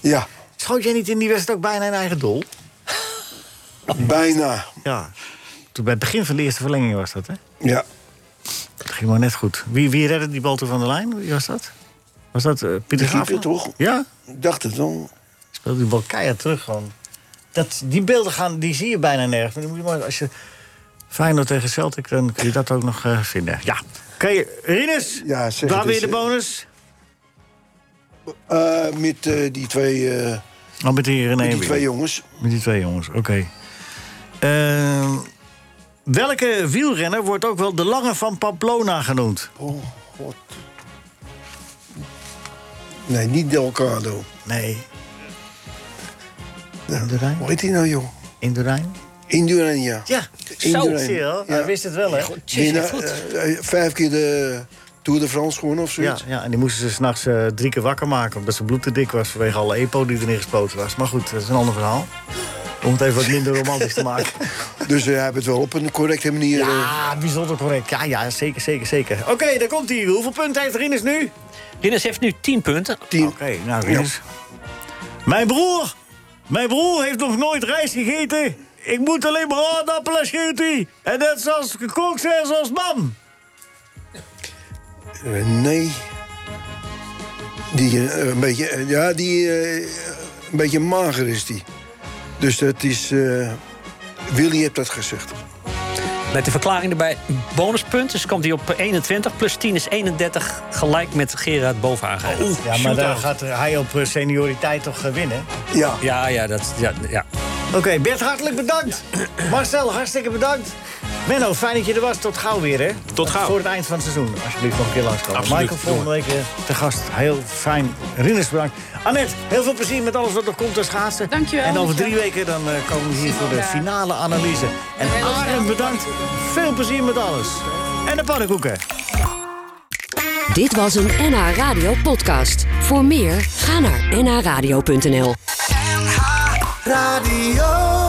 [SPEAKER 8] Ja,
[SPEAKER 3] Schoot jij niet in die wedstrijd ook bijna een eigen doel?
[SPEAKER 8] bijna.
[SPEAKER 3] Ja. Toen bij het begin van de eerste verlenging was dat, hè?
[SPEAKER 8] Ja.
[SPEAKER 3] Het ging maar net goed. Wie, wie redde die bal toen van de lijn? Wie was dat? Was dat eh, Pieter
[SPEAKER 8] De keeper,
[SPEAKER 3] Graaf?
[SPEAKER 8] toch?
[SPEAKER 3] Ja,
[SPEAKER 8] Ik dacht het dan.
[SPEAKER 3] speelde die bal keihard terug gewoon. Dat, die beelden gaan, die zie je bijna nergens. Maar dan moet je maar, als je Feyenoord tegen Celtic, dan kun je dat ook nog eh, vinden. Ja. Oké, Rinus,
[SPEAKER 8] Ja, zeg het eh,
[SPEAKER 3] waar ben je
[SPEAKER 8] eens,
[SPEAKER 3] de
[SPEAKER 8] hè.
[SPEAKER 3] bonus?
[SPEAKER 8] Eh, met eh, die twee eh,
[SPEAKER 3] Oh, met die René
[SPEAKER 8] Met die
[SPEAKER 3] weer.
[SPEAKER 8] twee jongens.
[SPEAKER 3] Met die twee jongens, oké. Ehm, welke wielrenner wordt ook wel de Lange van Pamplona genoemd?
[SPEAKER 8] Oh, god. Nee, niet Delcado.
[SPEAKER 3] Nee.
[SPEAKER 8] Indurain? Hoe heet die nou, joh?
[SPEAKER 3] Indurain?
[SPEAKER 8] Indurain, ja.
[SPEAKER 3] Ja,
[SPEAKER 8] Indurain.
[SPEAKER 3] zo, zie je wel.
[SPEAKER 8] Ja.
[SPEAKER 3] Hij wist het wel, hè?
[SPEAKER 8] Winnaar, eh, eh, vijf keer de Tour de France gewonnen of
[SPEAKER 3] Ja,
[SPEAKER 8] zoiets.
[SPEAKER 3] ja, en die moesten ze s'nachts eh drie keer wakker maken... omdat zijn bloed te dik was vanwege alle EPO die erin gespoten was. Maar goed, dat is een ander verhaal. Om het even wat minder romantisch te maken.
[SPEAKER 8] [LAUGHS] Dus eh, hij heeft het wel op een correcte manier...
[SPEAKER 3] [LAUGHS]
[SPEAKER 8] eh,
[SPEAKER 3] Ja, bijzonder correct. Ja, ja, zeker, zeker, zeker. Oké, daar komt hij. Hoeveel punten heeft Rinus nu?
[SPEAKER 9] Rinus heeft nu 10 punten.
[SPEAKER 3] Oké, nou Rinus. Mijn broer, mijn broer heeft nog nooit rijst gegeten. Ik moet alleen maar aardappelen schuurtie. En net zoals gekookt zijn zoals mam.
[SPEAKER 8] eh, nee. Die eh, een beetje... eh, ja, die... eh, een beetje mager is die. Dus dat is... eh, Willy heeft dat gezegd.
[SPEAKER 9] Met de verklaring erbij, bonuspunt. Dus komt hij op 21, plus 10 is 31, gelijk met Gerard
[SPEAKER 7] Oh,
[SPEAKER 9] Bovenhagen.
[SPEAKER 3] ja, maar daar gaat hij op eh, senioriteit toch eh, winnen.
[SPEAKER 8] Ja.
[SPEAKER 9] Ja, ja, dat... Ja, ja.
[SPEAKER 3] Oké, Bert, hartelijk bedankt. Marcel, hartstikke bedankt. Menno, fijn dat je er was. Tot gauw weer, hè?
[SPEAKER 10] Tot gauw.
[SPEAKER 3] Voor het eind van het seizoen. Alsjeblieft nog een keer langskomen.
[SPEAKER 10] Absoluut,
[SPEAKER 3] Michael, volgende week eh, te gast. Heel fijn. Rinus, bedankt. Annette, heel veel plezier met alles wat er komt te schaatsen.
[SPEAKER 13] Dankjewel,
[SPEAKER 3] En over drie
[SPEAKER 13] dankjewel.
[SPEAKER 3] weken dan eh, komen we hier voor de finale analyse. En Arend, bedankt. Veel plezier met alles. En de pannenkoeken.
[SPEAKER 20] Dit was een NH Radio podcast. Voor meer, ga naar nhradio.nl.
[SPEAKER 2] Radio.